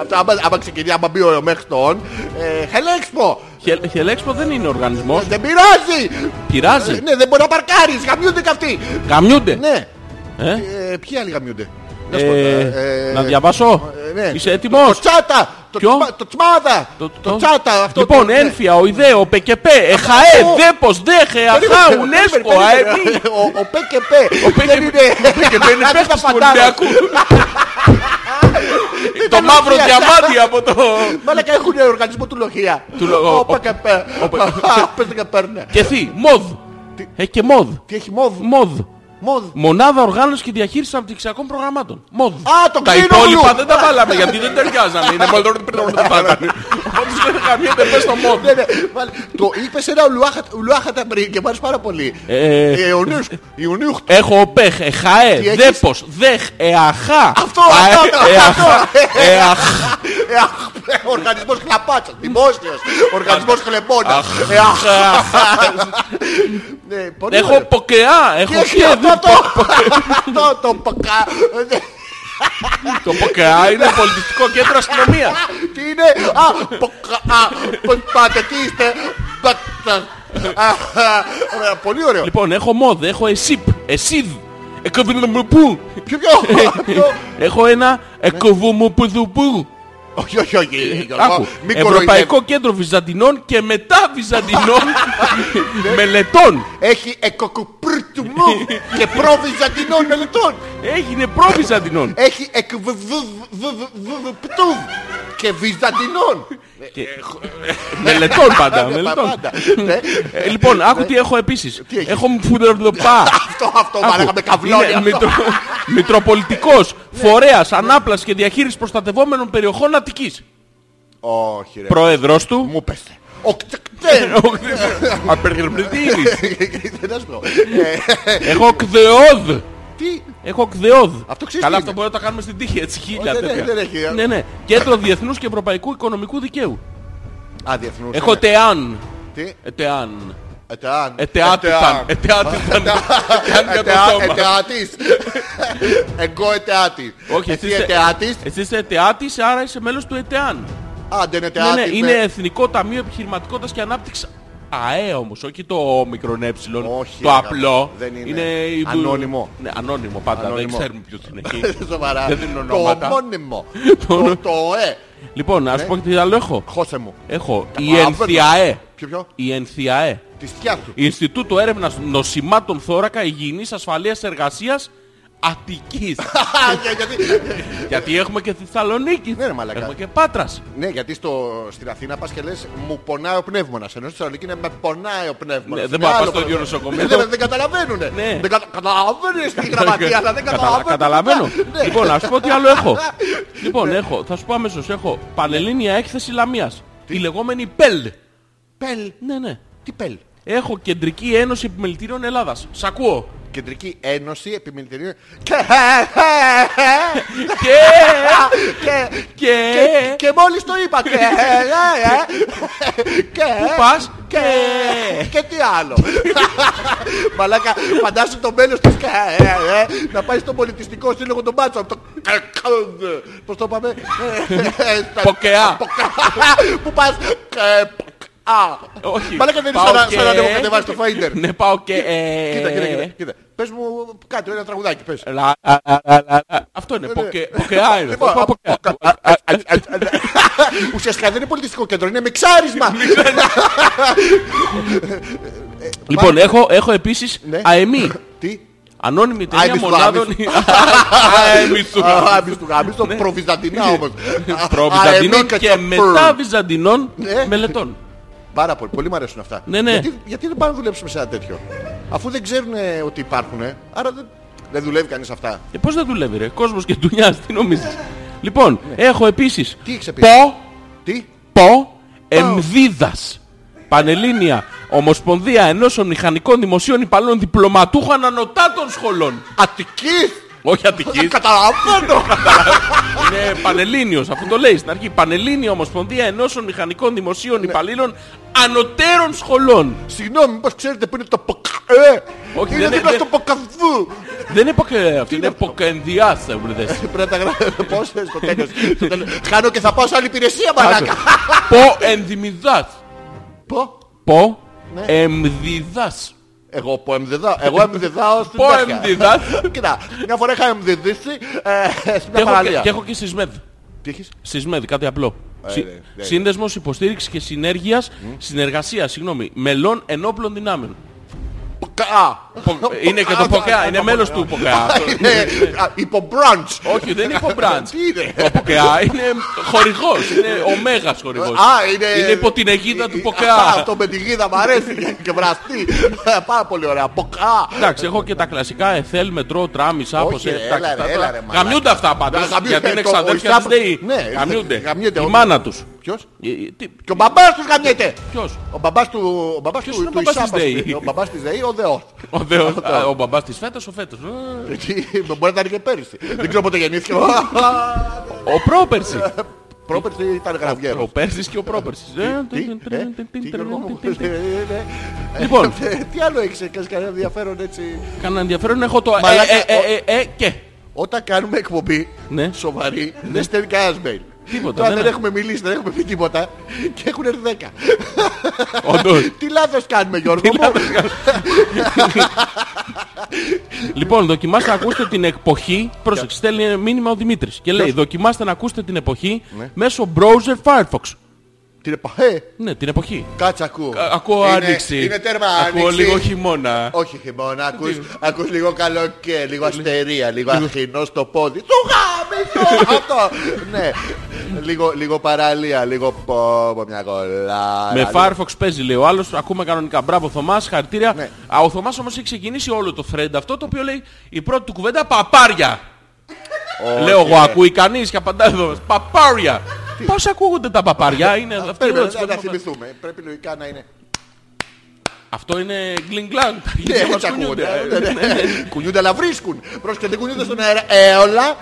Αυτό άμα- Άμα ξεκινήσει, άμα μπει ο ΕΟΜΕΧ στο on. ε, Χελέξπο. Χε- Χελέξπο δεν είναι οργανισμός. Δεν πειράζει. Ε, Πειράζει. Ναι, δεν μπορεί να παρκάρεις. Γαμιούνται και αυτοί. Γαμιούνται. Ναι. Ε. Ε, Ποιοι άλλοι γαμιούνται. Να σου πω, Ε, ε, Να διαβάσω. ε, ναι. Είσαι Το έτοιμος. τσάτα! Το, Ποιο? τσμα- το τσμάδα! Το, τσάτα αυτό. Λοιπόν, το- ναι. ένφια, οιδέ, ο ΠΚΠ, εχαέ, Ο- δέπος, δέχε, Περίμενε, αχά, Ναι. περίμενε, ουνέσκο, περίμενε. αεμή. Ο- Ο ΠΚΠ ΠΚΠ. δεν είναι... Και μπαίνει Δεν παίχτης τα του φαντάζομαι. Ολυμπιακού. Το μαύρο Λοχεία. διαμάντι από το... Μαλάκα έχουν οργανισμό του Λοχεία. Του Λο- Ο ο- ΠΚΠ. Πες δεν παίρνε. Και θύ, μοδ. Έχει και μοδ. Τι έχει μόδ. Μοδ. Μόδ. Μονάδα οργάνωση και διαχείριση αναπτυξιακών προγραμμάτων. Μοδ. Α, το τα ξύνο υπόλοιπα γλου. δεν τα βάλαμε γιατί δεν ταιριάζανε. Είναι πολύ πριν να τα βάλαμε. Όποιος δεν γαμιέται πες το μοδ. Ναι, ναι, βάλε. Το είπες ένα ουλουάχα- ουλουάχατα πριν και πάρεις πάρα πολύ. Ε, Ε, ο Νιούσκ- η Ιουνίουχτ. Έχω ε, ΟΠΕΧ, ΕΧΑΕ, έχεις? ΔΕΠΟΣ, ΔΕΧ, ΕΑΧΑ. Αυτό, αυτό, ε, αυτό, ΕΑΧΑ, ΕΑΧ. Ε, αχ, Οργανισμός κλαπάτσας, δημόσιος, οργανισμός χλεμπώνας. Αχ. Ε, αχ. Ναι, πολύ Έχω ωραία. ΠΟΚΕΑ, Τι έχω έχει ΚΕΔ. αυτό το... Αυτό το πακά... Ε, Το ΠΟΚΕΑ είναι πολιτιστικό κέντρο αστυνομίας. Τι είναι... Α, πακά... α, Πώς πάτε, τι είστε... Μπακτα. Αχ, ωραία, Πολύ ωραίο. Λοιπόν, έχω ΜΟΔ, έχω ΕΣΥΠ, ΕΣΥΔ, ΕΚΟΒΙΛΟΜΟΠΟΥ. Ποιο ποιο... ποιο- Έχω ένα ΕΚΟΒΟΜΟΠΟΥΔΟΠΟΥ. Όχι, όχι, όχι. Γιώργο, Ε, Άκου, μην κοροϊδεύεις. Ευρωπαϊκό Κέντρο Βυζαντινών και μετά Βυζαντινών μελετών. Έχει εκοκουπρτουμού και προβυζαντινών μελετών. Έγινε προ-Βυζαντινών. Έχει εκβββββπτούβ και βυζαντινών. Μελετών πάντα, Ναι, μελετών. πάντα, ναι. Ε, λοιπόν, άκου τι έχω επίσης. Τι έχεις? Έχω μφουδερδοπά. Αυτό, αυτό, Άκου, μαλάκα με Ναι. καβλώνει είναι αυτό. μητρο- Μητροπολιτικός, φορέας, ανάπλαση και διαχείρισης προστατευόμενων περιοχών Αττικής. Όχι ρε, Πρόεδρος του. Ε, Ε, μου πέστε. Ο κτκτέν. Απεργεμπλητήρης. Δεν θα σου πω. Ε, Έχω κδεόδ. Τι, Έχω κδεόδ. Αυτό ξέρεις Καλά, τι αυτό είναι. μπορεί να το κάνουμε στην τύχη έτσι χίλια Όχι, δεν- τέτοια. δεν έχει. Ναι, ναι. Κέντρο Διεθνούς και Ευρωπαϊκού Οικονομικού Δικαίου. α, διεθνούς. Έχω είναι. τεάν. Τι, Ε, Τεάν. ετεάν. Ετεάτιταν. Ετεάν. Ετεάτιταν. Ετεάν για το Ετεά- σώμα. Ετεάτης. Εγώ ετεάτη. Όχι, Εσύ εσύ είστε- ετεάτης. Εσύ είσαι ετεάτης, άρα είσαι μέλος του ΕΤΕΑΝ. Α, δεν Ναι, ναι, ετεάτη. είναι Εθνικό Ταμείο Επιχειρηματικότητας και Ανάπτυξης ΑΕ όμως, όχι το όμικρον ε, Όχι, το αγάπη, απλό. δεν είναι. η δου- Ανώνυμο. Ναι, ανώνυμο πάντα, Ανώνυμο. δεν ξέρουμε ποιος είναι εκεί. Σοβαρά. Δεν δίνουν Το ονόματα. ομώνυμο. Το- Το- Το ε. λοιπόν, ας πω και τι άλλο έχω. Χώσε μου. Έχω η μαύρα. ΕΝΘΙΑΕ. Ποιο ποιο. Η ΕΝΘΙΑΕ. Τη θεία του. Ινστιτούτο Έρευνας Νοσημάτων Θώρακα Υγιεινής Ασφαλείας Εργασίας Αττικής. Α, για- γιατί- Γιατί έχουμε και Θεσσαλονίκη. Ναι, ρε μαλάκα. Έχουμε και Πάτρας. Ναι, γιατί στο, στην Αθήνα πας και λες μου πονάει ο πνεύμονας. Ενώ στη Θεσσαλονίκη είναι με πονάει ο πνεύμονας. Ναι, δεν Είναι πάω άλλο στο ίδιο πνεύμονας. νοσοκομείο. Ναι, Δεν, δεν καταλαβαίνουνε. Ναι. Δεν κατα, καταλαβαίνεις τη γραμματεία, αλλά δεν Κατα- καταλαβαίνουν. Καταλαβαίνω. Ναι. Λοιπόν, να σου πω τι άλλο έχω. Λοιπόν, έχω, θα σου πω αμέσως, έχω Πανελλήνια Έκθεση Λαμίας. Η λεγόμενη ΠΕΛ. Πελ. Ναι, ναι. Τι πελ. Έχω Κεντρική Ένωση Επιμελητήριων Ελλάδας. Σ' ακούω. Κεντρική Ένωση ε, Επιμελητηρίων. Και... ε, Και, Και... και μόλις το ε, είπα. Και, ε, και, ε, Πού πας? και, Και... Ε, και τι άλλο. Μαλάκα, φαντάσου το μέλος της ΚΑΕ ε, να πάει στον πολιτιστικό σύλλογο των μπάτσων. Το... Πώς το είπαμε. Ε, τα- Ποκεά. Πού πας. Ε, Α, Όχι. Μαλάκα δεν είναι Πάω σαν να- και- σαν να ανεβοκατεβάζει το Finder. Ναι, πάω και... ε, Κοίτα, κοίτα, κοίτα, κοίτα. Πες μου κάτι, ένα τραγουδάκι, πες. λα- α- α- α- α- α- Αυτό είναι, Ναι, ναι. ποκε- ποκεά είναι. Λοιπόν, Θα πω ποκεά. Ουσιαστικά δεν είναι πολιτιστικό κέντρο, είναι μιξάρισμα. Λοιπόν, έχω, έχω επίσης Ναι. ΑΕΜΗ. Τι. Ανώνυμη εταιρεία Άμυστο, μονάδων. άμυστο. ΑΕΜΗ του. Γάμις του γάμις, το προβυζαντινά όμως. Προβυζαντινών Α, Ναι. και εμίκα μετά βυζαντινών Ναι. μελετών. Πάρα πολύ, πολύ μου αρέσουν αυτά. Ναι, ναι. Γιατί, γιατί δεν πάνε να δουλέψουμε σε ένα τέτοιο. Αφού δεν ξέρουν ε, ότι υπάρχουν, άρα δεν, δεν δουλεύει κανείς αυτά. Ε, πώς δεν δουλεύει ρε, κόσμος και δουλειάς, τι νομίζεις. Λοιπόν, έχω επίσης Ναι. Τι έχεις επίσης? ΠΟ, Τι, ΠΟ Εμδίδας. Πανελλήνια Ομοσπονδία Ενώσεων Μηχανικών Δημοσίων Υπαλλήλων Διπλωματούχων Ανωτάτων Σχολών. Αττικής! Όχι Αττικής. Καταλαβαίνω! Είναι πανελλήνιος, αφού το λέει στην αρχή. Πανελλήνια Ομοσπονδία Ενώσεων Μηχανικών Ναι. Δημοσίων Υπαλλήλων Ανωτέρων Σχολών. Συγγνώμη, μήπως ξέρετε που είναι το ποκαέ. Όχι, είναι δεν- δίπλα δεν- στο ποκαβού. Δεν είναι ποκε... αυτή, είναι είναι αυτό? ποκενδιάς, θα μου λες. Πρέπει να τα γράψω. Πώς στο τέλος. Στο τέλος. Χάνω και θα πάω σε άλλη υπηρεσία, μαλάκα. Πο ενδυμιδάς. Πω. Πο Ναι. εμδιδάς. Εγώ που εμδεδάω. Εγώ εμδεδάω στην Πω τέτοια. εμδιδάς. Κοίτα, μια φορά είχα εμδεδίσει ε, Και έχω, στην και, παραλία. και έχω και σεισμέδ. Τι έχεις? Σεισμέδ, κάτι απλό. Συ... ναι, ναι. Σύνδεσμος υποστήριξης και συνέργειας, συνεργασίας, συγγνώμη, μελών ενόπλων δυνάμεων. Ποκαά. Είναι και το ΠΟΚΑ, είναι μέλος του ΠΟΚΑ. ναι, Είναι α, υπομπραντς. Όχι, δεν είναι υπομπραντς. Τι είναι. Ο ΠΟΚΑ είναι χορηγός, είναι ο μέγας χορηγός. Α, ε- είναι... Είναι υπό την αιγίδα του Α, ΠΟΚΑ. Αυτό με την γίδα μου αρέσει και βραστή. Ε, Πάρα πολύ ωραία. Ποκά. Εντάξει, έχω και τα κλασικά εθέλ, μετρό, ε, τράμι, σάπος. Όχι, ρε, έλα ρε, έλα ρε, μαλάκα. Γαμιούνται αυτά πάντως. Να γαμιούνται, Γιατί είναι το- ξαδέρφια ο της ΔΕΗ. Ισάπος- ναι, Γαμιούνται. γαμιέται, Η όντως. μάνα τους. Ποιος? Ε, ε, τι- Και ο μπαμπάς τους γαμιέται. Ποιος? Ο μπαμπάς του, ο μπαμπάς Ποιος του, είναι ο του μπαμπάς της Ισάπας, ΔΕΗ? Ο μπαμπάς της ΔΕΗ, ο Δεός. Ο, Θεός, α, ο μπαμπάς της φέτος, ο φέτος. Ε, Γιατί Μπορεί να ήταν και πέρυσι. Δεν ξέρω πότε γεννήθηκε. Ο πρόπερση. Πρόπερση ήταν Ο γραβιέρο. Πέρσης και ο πρόπερσης. Ε, Τι, ε, τι, Γιώργο μου, ε, ε, ε. Λοιπόν. Ε, τι άλλο έχεις, έχεις κανένα ενδιαφέρον έτσι. Κανένα ενδιαφέρον έχω το ε, Μαλάκα, ε, ε, ε, ε, και. Όταν κάνουμε εκπομπή Ναι. σοβαρή, δεν στέλνει κανένας mail. Τίποτα, ναι, Τώρα δεν δεν είναι. έχουμε μιλήσει, δεν έχουμε πει τίποτα και έχουν έρθει 10. Όντως. Τι λάθος κάνουμε Γιώργο μου. Λοιπόν, δοκιμάστε να ακούσετε την εποχή. Πρόσεξε, στέλνει ένα μήνυμα ο Δημήτρης και λέει: Δοκιμάστε να ακούσετε την εποχή Ναι. μέσω browser Firefox. Την επα- ε, Ναι, την εποχή. Κάτσε ακούω. Α, Ακούω Είναι- άνοιξη. Είναι τέρμα Ακούω άνοιξη. λίγο χειμώνα. Όχι χειμώνα, ακούς, ακούς λίγο καλοκαίρι, λίγο αστερία, λίγο αχινό στο πόδι. Του γάμισο αυτό. ναι. Λίγο, λίγο παραλία, λίγο πόπο, μια κολλάρα. Με λίγο- Firefox παίζει λέει ο άλλος, ακούμε κανονικά. Μπράβο Θωμάς, χαρτίρια. Ναι. Α, Ο Θωμάς όμως έχει ξεκινήσει όλο το thread αυτό το οποίο λέει η πρώτη του κουβέντα παπάρια. Όχι, Λέω εγώ, ε. ακούει κανείς και απαντάει εδώ. Παπάρια. Πώς ακούγονται τα παπάρια, είναι αυτή η Περίμενε, ερώτηση. να- να θυμηθούμε. Πρέπει λογικά να είναι. Αυτό είναι γκλινγκλάν. τα Ναι, αρχίδια μας έτσι ακούγονται. κουνιούνται. Ναι, ναι. Κουνιούνται αλλά βρίσκουν. Πρόσεχε, δεν κουνιούνται στον αέρα. Ε, όλα.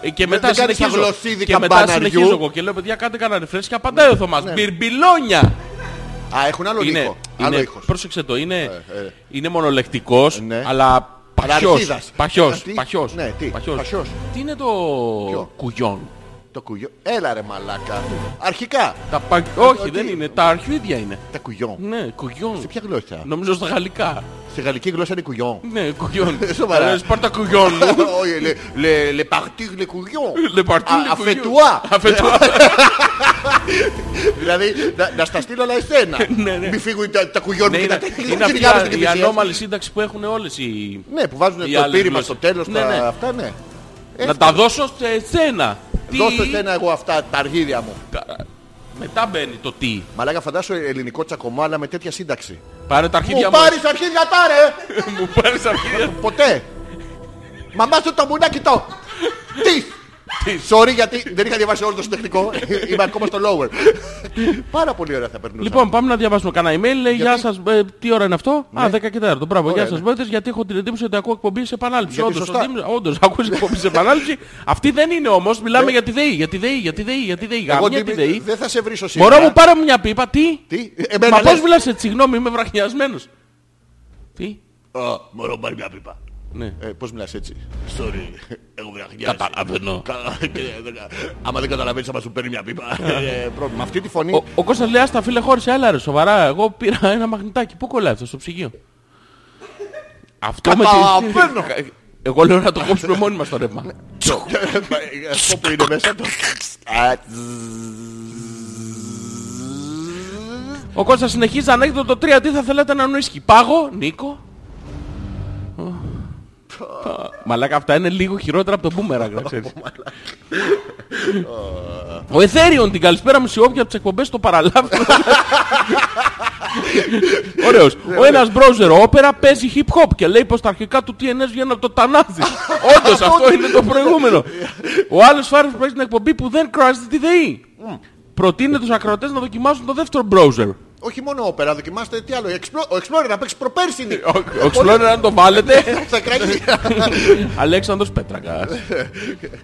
Ε, Και δεν μετά κάνεις τα συνεχίζω. γλωσσίδι Και μετά καμπαναριού. συνεχίζω εγώ και λέω παιδιά κάντε κανένα refresh και Ναι. απαντάει ο Θωμάς. Μπιρμπιλόνια. Α, έχουν άλλο είναι, ήχο. Άλλο είναι- ήχος. Πρόσεξε το, είναι, είναι μονολεκτικός, Ναι. αλλά παχιός. Παραρχίδας. Παχιός, Α, τι? παχιός, Ναι, τι, παχιός. παχιός. Τι είναι το Ποιο? κουγιόν. Το Το κουγιό. Έλα ρε μαλάκα. Αρχικά. Τα πα... Όχι, ότι- δεν είναι. Τα αρχίδια είναι. Τα κουγιό. Ναι, κουγιόν. Σε ποια γλώσσα. Νομίζω στα γαλλικά. Στη γαλλική γλώσσα είναι κουγιό. Ναι, κουγιόν. Σοβαρά. Λες, Πάρ' τα κουγιόν μου. Όχι, le- le- le partir le couillon. Le parti, Α, le couillon. αφετουά. Αφετουά. Δηλαδή να- να στα στείλω όλα εσένα. Ναι, ναι. Μην φύγουν τα, τα κουγιόν Ναι, μου και τα είναι, τέτοια. είναι Γάμισε αυτή την η πλησία. ανώμαλη σύνταξη που έχουν όλες οι... Ναι, που βάζουν Οι το άλλες πύριμα γλώσσες. στο τέλος. Ναι, τα- ναι. Αυτά ναι. Να τα δώσω σε σένα. Δώστε στένα εγώ αυτά τα αργίδια μου. Μετά μπαίνει το τι. Μαλάκα φαντάσου ελληνικό τσακωμό αλλά με τέτοια σύνταξη. Πάρε τα Μου αρχίδια μου. πάρεις αρχίδια τάρε! Μου πάρεις αρχίδια. Ποτέ! Μαμάς σου το μουνάκι το! Τι! Sorry γιατί δεν είχα διαβάσει όλο το συντεχνικό. Είμαι ακόμα στο lower. Πάρα πολύ ωραία θα περνούσα. Λοιπόν, πάμε να διαβάσουμε κανένα email. Λέει, Γεια σας, ε, τι ώρα είναι αυτό. Α, 10 και 4. Μπράβο, Ναι. Ωραία, γεια σας, ναι. Μπέτες, γιατί έχω την εντύπωση ότι ακούω εκπομπή σε επανάληψη. Γιατί Όντως, σωστά. ο Δήμος- όντως, ακούω εκπομπή σε επανάληψη. Αυτή δεν είναι όμως, μιλάμε για τη ΔΕΗ, για τη ΔΕΗ, για τη ΔΕΗ, για τη ΔΕΗ. Ναι. εγώ Γαμιά τη Ντίμη, ΔΕΗ. δεν θα σε βρίσω σήμερα. Μπορώ μου πάρω μια πίπα, τι. Τι, Μα εμένα πώς λες. μιλάς έτσι, συγγνώμη, είμαι βραχνιασμένος. Τι. Α, Μπορώ να πάρει μια πίπα. Ναι. Ε, πώς μιλάς έτσι. Sorry, έχω βραχνιάσει. Καταλαβαίνω. Κα- και δεν κα- Άμα δεν καταλαβαίνεις, άμα σου παίρνει μια πίπα. Ε, πρόβλημα. Αυτή τη φωνή. Ο, ο Κώστας λέει, άστα φίλε χώρισε, έλα ρε, σοβαρά, εγώ πήρα ένα μαγνητάκι. Πού κολλάει αυτό στο ψυγείο. Αυτό με Καταλαβαίνω. τη... Εγώ λέω να το κόψουμε μόνοι μας το ρεύμα. Ε, Αυτό που είναι μέσα το. Α, τζ. Ο Κώστας συνεχίζει ανέκδοτο 3. Τι θα θέλατε να νοίσκει. Πάγο, Νίκο. Μαλάκα αυτά είναι λίγο χειρότερα από το μπούμερα, ξέρεις. Ο Εθέριον την καλησπέρα μου σε όποια από τις εκπομπές το παραλάβει. Ωραίος. Ο ένας browser όπερα παίζει hip hop και λέει πως τα αρχικά του TNS βγαίνουν από το Τανάζι. Όντως αυτό είναι το προηγούμενο. Ο άλλος φάρος που παίζει την εκπομπή που δεν κράζει τη ΔΕΗ. Προτείνει τους ακροατές να δοκιμάσουν το δεύτερο browser. Όχι μόνο όπερα, δοκιμάστε τι άλλο. Explo- Ο Explorer να παίξει προπέρσινη. Ο- Ο Explorer αν το βάλετε. Θα κραγεί. Αλέξανδρος Πέτρακας.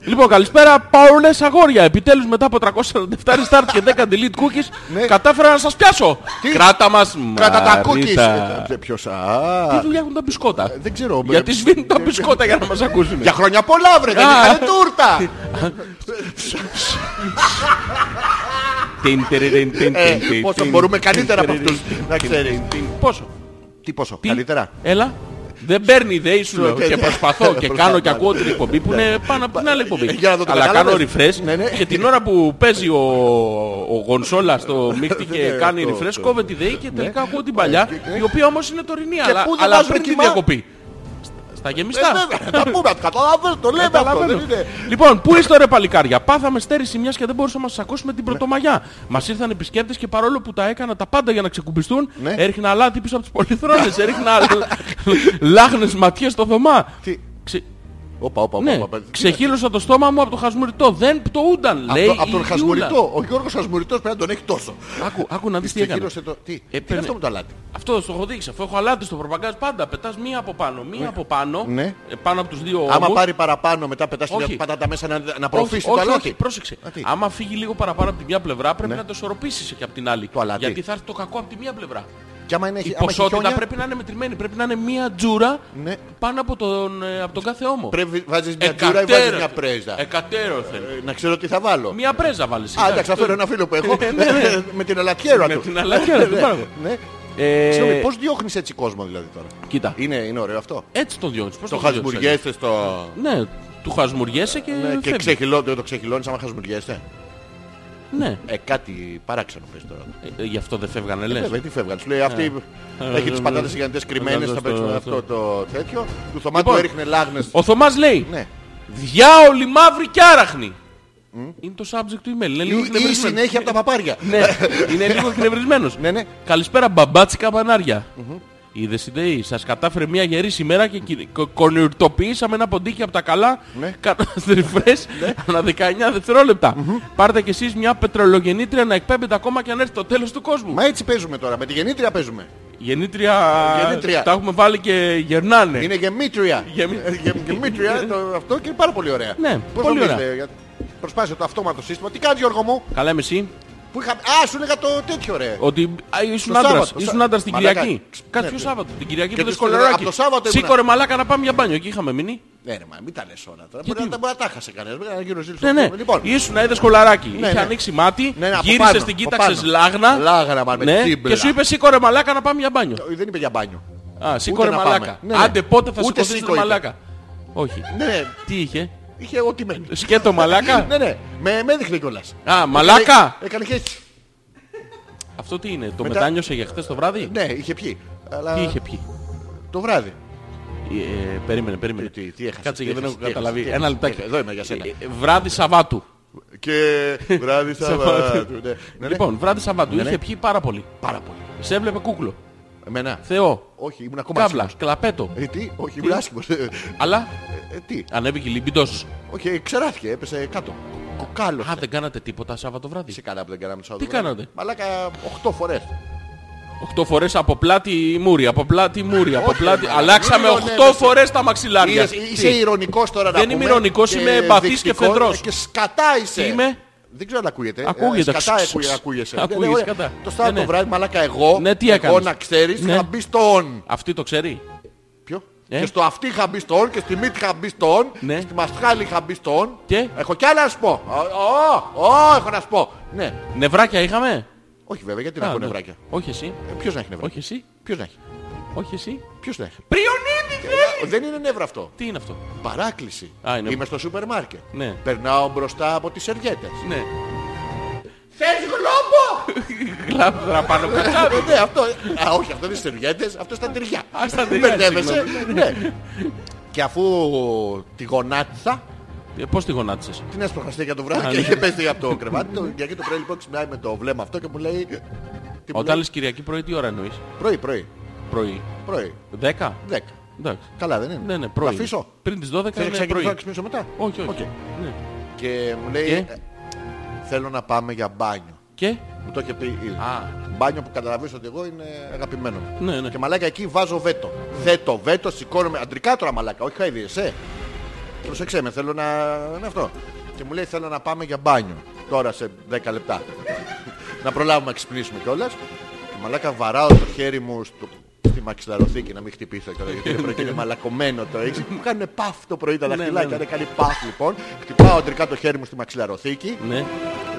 λοιπόν, καλησπέρα. Powerless αγόρια. Επιτέλους μετά από 347 restart και 10 delete cookies, κατάφερα να σας πιάσω. Κράτα μας, Κατά Ναι. τα κούκκι. Μαρίτα. Ποιος. Τι δουλειά έχουν τα μπισκότα. Δεν ξέρω. μπε- Γιατί σβήνουν τα μπισκότα για να μας ακούσουν. Για χρόνια πολλά βρε, δεν Α. είχανε τούρτα. Τιν, τιρι, τιν, τιν, Ε, τιν, τιν, Πόσο τιν, μπορούμε τιν, καλύτερα από τιν, αυτούς. τιν, Να τιν, ξέρεις. τιν. Πόσο. Τι πόσο, Τι? καλύτερα. Έλα. Δεν παίρνει η ιδέα σου λέω, τέτοια. και προσπαθώ και κάνω και ακούω την εκπομπή που είναι πάνω από την άλλη εκπομπή. Ναι. Για να το Αλλά κάνω καταλάβεις. refresh Ναι, ναι. και την ώρα που παίζει ο, ο Γονσόλα στο Ναι, μίχτη και κάνει αυτό, refresh κόβεται η ιδέα και τελικά ακούω την παλιά η οποία όμως είναι τωρινή αλλά, ναι. πού δεν αλλά βάζουμε πριν την κοιμά? διακοπή. Στα- Στα Ε, γεμιστά. Ε, Τα πούμε, καταλάβες, το λέμε αυτό, δεν Καταλαβαίνω. είναι. Λοιπόν, πού είστε ρε παλικάρια. Πάθαμε στέρηση μιας και δεν μπορούσαμε να σας ακούσουμε Ναι. την πρωτομαγιά. Μας ήρθαν επισκέπτες και παρόλο που τα έκανα τα πάντα για να ξεκουμπιστούν, Ναι. έριχνα αλάτι πίσω από τις πολυθρόνες, έριχνα λ- λάχνες ματιές στο δωμά. Τι? Ξε... Όπα, όπα, όπα, Ναι, όπα. Τι ξεχύλωσα το στόμα μου από το χασμουριτό. Δεν πτωούνταν, Από λέει. το- από η τον Ιούλα. Χασμουριτό. Ο Γιώργος Χασμουριτός πρέπει να τον έχει τόσο. Άκου, άκου να δεις τι έκανε. Ξεχύλωσε το. Τι, τι είναι Έπαιρνε- αυτό με το αλάτι. Αυτό το έχω δείξει. Αφού έχω αλάτι στο προπαγκάζ πάντα, πετάς μία από πάνω, μία από πάνω, Ναι. ε, πάνω από τους δύο Άμα ώμους. πάρει παραπάνω μετά πετάς την Όχι. πατάτα μέσα να, να Όχι, προφήσει το όχι, αλάτι. όχι, πρόσεξε. Α, τι. Ναι. Άμα φύγει λίγο παραπάνω από τη μια πλευρά, πρέπει να το ισορροπήσεις και από την άλλη. Το αλάτι. Γιατί θα έρθει το κακό από τη μια πλευρά. Και άμα είναι, Η άμα έχει ποσότητα χιόνια, πρέπει να είναι μετρημένη. Πρέπει να είναι μία τζούρα Ναι. πάνω από τον, ε, από τον κάθε όμο. πρέπει βάζεις μια τζούρα ή βάζεις μια πρέζα. Εκατέρωθεν. Ε, Να ξέρω τι θα βάλω. Μία πρέζα βάλεις. Α, εντάξει, αυτό είναι ένα φίλο που έχω. Με την αλατιέρα Ε, ναι, Με του. την αλατιέρα του, μπράβο. Ναι. Συγγνώμη, Ε, πώς διώχνεις έτσι κόσμο δηλαδή τώρα. Κοίτα. Είναι, είναι ωραίο αυτό. Έτσι το διώνεις. Πώς Το διώνεις, έτσι. χασμουριέστε στο... Ναι, του χασμουριέσαι και. Ναι, και φεύγεις. ξεχυλώ, δεν το ξεχυλώνεις άμα χασμουριέστε. Ναι, Ε, κάτι παράξενο πες τώρα. Ε, ε, γι' αυτό δεν φεύγανε, λες. Βέβαια, τι φεύγαν. Σου λέει αυτή Ε, έχει ε, τις ε, πατάτες ε, γιγαντές ε, κρυμμένες, ε, θα ε, παίξουμε ε, αυτό ε, το τέτοιο. Του Θωμάτου Λοιπόν. έριχνε λάγνες. Ο Θωμάς λέει. Ναι. Διάολοι μαύροι και άραχνοι. Είναι το subject του email. Είναι Ε, λίγο Ή- Ή εκνευρισμένος. συνέχεια από τα παπάρια. Ναι, είναι λίγο εκνευρισμένος. Ναι, ναι. Καλησπέρα, μπαμπάτσικα πανάρια. Είδε η ΔΕΗ, σας κατάφερε μια γερή σήμερα και κοι- κο- κονιουρτοποιήσαμε ένα ποντίκι από τα καλά, Ναι. κάνοντας ρηφρές ανά 19 δευτερόλεπτα. Πάρτε κι εσείς μια πετρελογεννήτρια να εκπέμπετε ακόμα και αν έρθει το τέλος του κόσμου. Μα έτσι παίζουμε τώρα, με τη γεννήτρια παίζουμε. Γεννήτρια, Γεννήτρια. τα έχουμε βάλει και γερνάνε. Είναι γεμήτρια. Ε. Γεμί- Ε, γε- Γεμήτρια το- αυτό και είναι πάρα πολύ ωραία. Ναι, Πώς πολύ νομίζετε, ωραία. για- Προσπάθησε το αυτόματο σύστημα. Τι κάνεις Γιώργο μου, Καλά είμαι εσύ. που είχα... Α, σου έλεγα το τέτοιο ρε. Ότι α, ήσουν Το άντρας, Σάββατο, ήσουν Σα- άντρας την Μαλάκα, Κυριακή. ξ- Κάτι ναι, πιο ναι. Σάββατο. Την Κυριακή Και που δεν το Σκολεράκι. σκολεράκι. Από το Σάββατο ήμουνα. Σήκω ρε μαλάκα να πάμε για μπάνιο. Εκεί είχαμε μείνει. Ναι, ρε, μα μην τα λες όλα τώρα. Μπορεί να, τα- μπορεί να τα χάσε κανένας. Μπορεί να γίνει ο Ζήλος. Ναι, ναι. Λοιπόν, Ήσουν, είδες κολαράκι. Ναι, Είχε ναι. ανοίξει μάτι, Ναι, ναι, από πάνω, γύρισε την από κοίταξες πάνω. λάγνα. Ναι, Λάγνα, μα, με τύμπλα. Ε, Και σου είπε σήκωρε μαλάκα να πάμε για μπάνιο. δεν είπε για μπάνιο. Α, σήκωρε να πάμε. μαλάκα. Ναι, ναι. Άντε πότε θα Ούτε σηκωθείς ρε σήκω είπε. μαλάκα. Όχι. Ναι, ναι, Τι είχε. είχε ό,τι μένει. Σκέτο μαλάκα. Ναι, ναι, με, με έδειχνε κιόλας. Α, μαλάκα. Έκανε και έτσι. Αυτό τι είναι, το Μετά- μετάνιωσε για χθες το βράδυ. Ναι, είχε πιει. Αλλά Τι είχε πιει. το βράδυ. Ε, ε, περίμενε, περίμενε. Τι- τι- τι έχασες, Κάτσε τι γιατί δεν έχω έχασε, τι καταλάβει. έχασες, τι Ένα έχασε. λεπτάκι. Ε, εδώ είμαι για σένα. Ε, ε, Βράδυ Σαββάτου. Και βράδυ Σαββάτου. ναι. Ναι, ναι. Λοιπόν, βράδυ Σαββάτου είχε πιει πάρα πολύ. πάρα πολύ. Σε έβλεπε κούκλο. Εμένα. Θεό. Όχι, ήμουν ακόμα Κάβλα. άσχημος. Κλαπέτο. Ε, τι, όχι, ήμουν άσχημος. Ε, Αλλά ε, Τι, ανέβηκε η λιμπιντό σου. όχι, ξεράθηκε, έπεσε κάτω. Α, Κοκάλωσε. δεν κάνατε τίποτα Σάββατο βράδυ. Σε κάνα που δεν κάναμε το Τι κάνατε? Μαλάκα 8 φορές. Οκτώ φορές από πλάτη μούρι, από πλάτη μούρι, από Όχι, πλάτη. ρε, Αλλάξαμε μην οκτώ ηρωνεύεσαι. φορές τα μαξιλάρια. Είδες, Τι, ναι, Ε, Είσαι ηρωνικός τώρα να Δεν είμαι πούμε, ηρωνικός, και είμαι εμπαθής και δεικτικός Ε, φεδρός. Και σκατά είσαι. Τι είμαι? Δεν ξέρω αν ακούγεται. Ακούγεται. Ε, Σκατά Ξ, ακούγε- ξ, ακούγεσαι. ακούγεσαι, Ναι, ναι, ωραία. σκατά. Το Ναι, Σάββατο ναι. βράδυ, μαλάκα, εγώ. Ναι, τι Εγώ έκανες? να ξέρεις, Ναι. θα μπει στο on. Αυτή το ξέρει. Ποιο? Ε? Και στο αυτή είχα μπει στον και στη μύτη είχα μπει στον Ναι. και στη μασχάλη είχα μπει στον. Και? Έχω κι άλλα να σου πω. Ω, ω, ω, έχω να σου πω. Ναι. Νευράκια είχαμε. Όχι βέβαια, γιατί να Α, έχω ναι. νευράκια. Όχι εσύ. Ε, Ποιος να έχει νευράκια. Όχι εσύ. Ποιος να έχει. Όχι εσύ. Ποιος να έχει. Πριονίδη! Ε, Δεν είναι νεύρα αυτό. Τι είναι αυτό. Παράκληση. Α, είναι- Είμαι στο σούπερ μάρκετ. Ναι. Περνάω μπροστά από τις σερβιέτες. Ναι. Θες γλόμπο! Γλάβρα πάνω κάτω. Ε, ναι, αυτό. Α, όχι, αυτό είναι σερβιέτες, αυτό στα τυριά. Α, στα τυριά, Μπερδεύεσαι. Ναι. Και αφού τη γονάτισα, Πώ Ε, τη γονάτισες. την έσπρωχα για το βράδυ ναι. και είχε πέσει από το κρεβάτι. Το Κυριακή το πρωί λοιπόν ξυπνάει με το βλέμμα αυτό και μου λέει. τι μου Όταν λέει, λες Κυριακή πρωί, τι ώρα εννοείς. Πρωί, πρωί. Πρωί. Πρωί. 10. 10. Εντάξει. Καλά δεν είναι. Ναι, ναι, πρωί. Να αφήσω. Πριν τις 12 Θέλω να είναι ξεκινήσω να πρωί. ξυπνήσω μετά. Όχι, όχι. Οκ. Ναι. Και μου λέει. Και? «Ε, Θέλω να πάμε για μπάνιο. Και. Μου το είχε πει ήδη. Α. Μπάνιο που καταλαβαίνεις ότι εγώ είναι αγαπημένο μου. Ναι, ναι. Και μαλάκα εκεί βάζω βέτο. Θέτω, βέτο, σηκώνομαι. Αντρικά τώρα μαλάκα, όχι χαϊδίε, ε. Προσεξέ με, θέλω να. Είναι αυτό. Και μου λέει θέλω να πάμε για μπάνιο. Τώρα σε 10 λεπτά. να προλάβουμε να ξυπνήσουμε κιόλας. Και μαλάκα βαράω το χέρι μου στο... στη μαξιλαροθήκη να μην χτυπήσω τώρα. Γιατί είναι, πρωί και είναι μαλακωμένο το έξι. Μου κάνουν παφ το πρωί τα Ναι, ναι, δαχτυλάκια. ναι. Δεν κάνει παφ λοιπόν. Χτυπάω αντρικά το χέρι μου στη μαξιλαροθήκη. Ναι.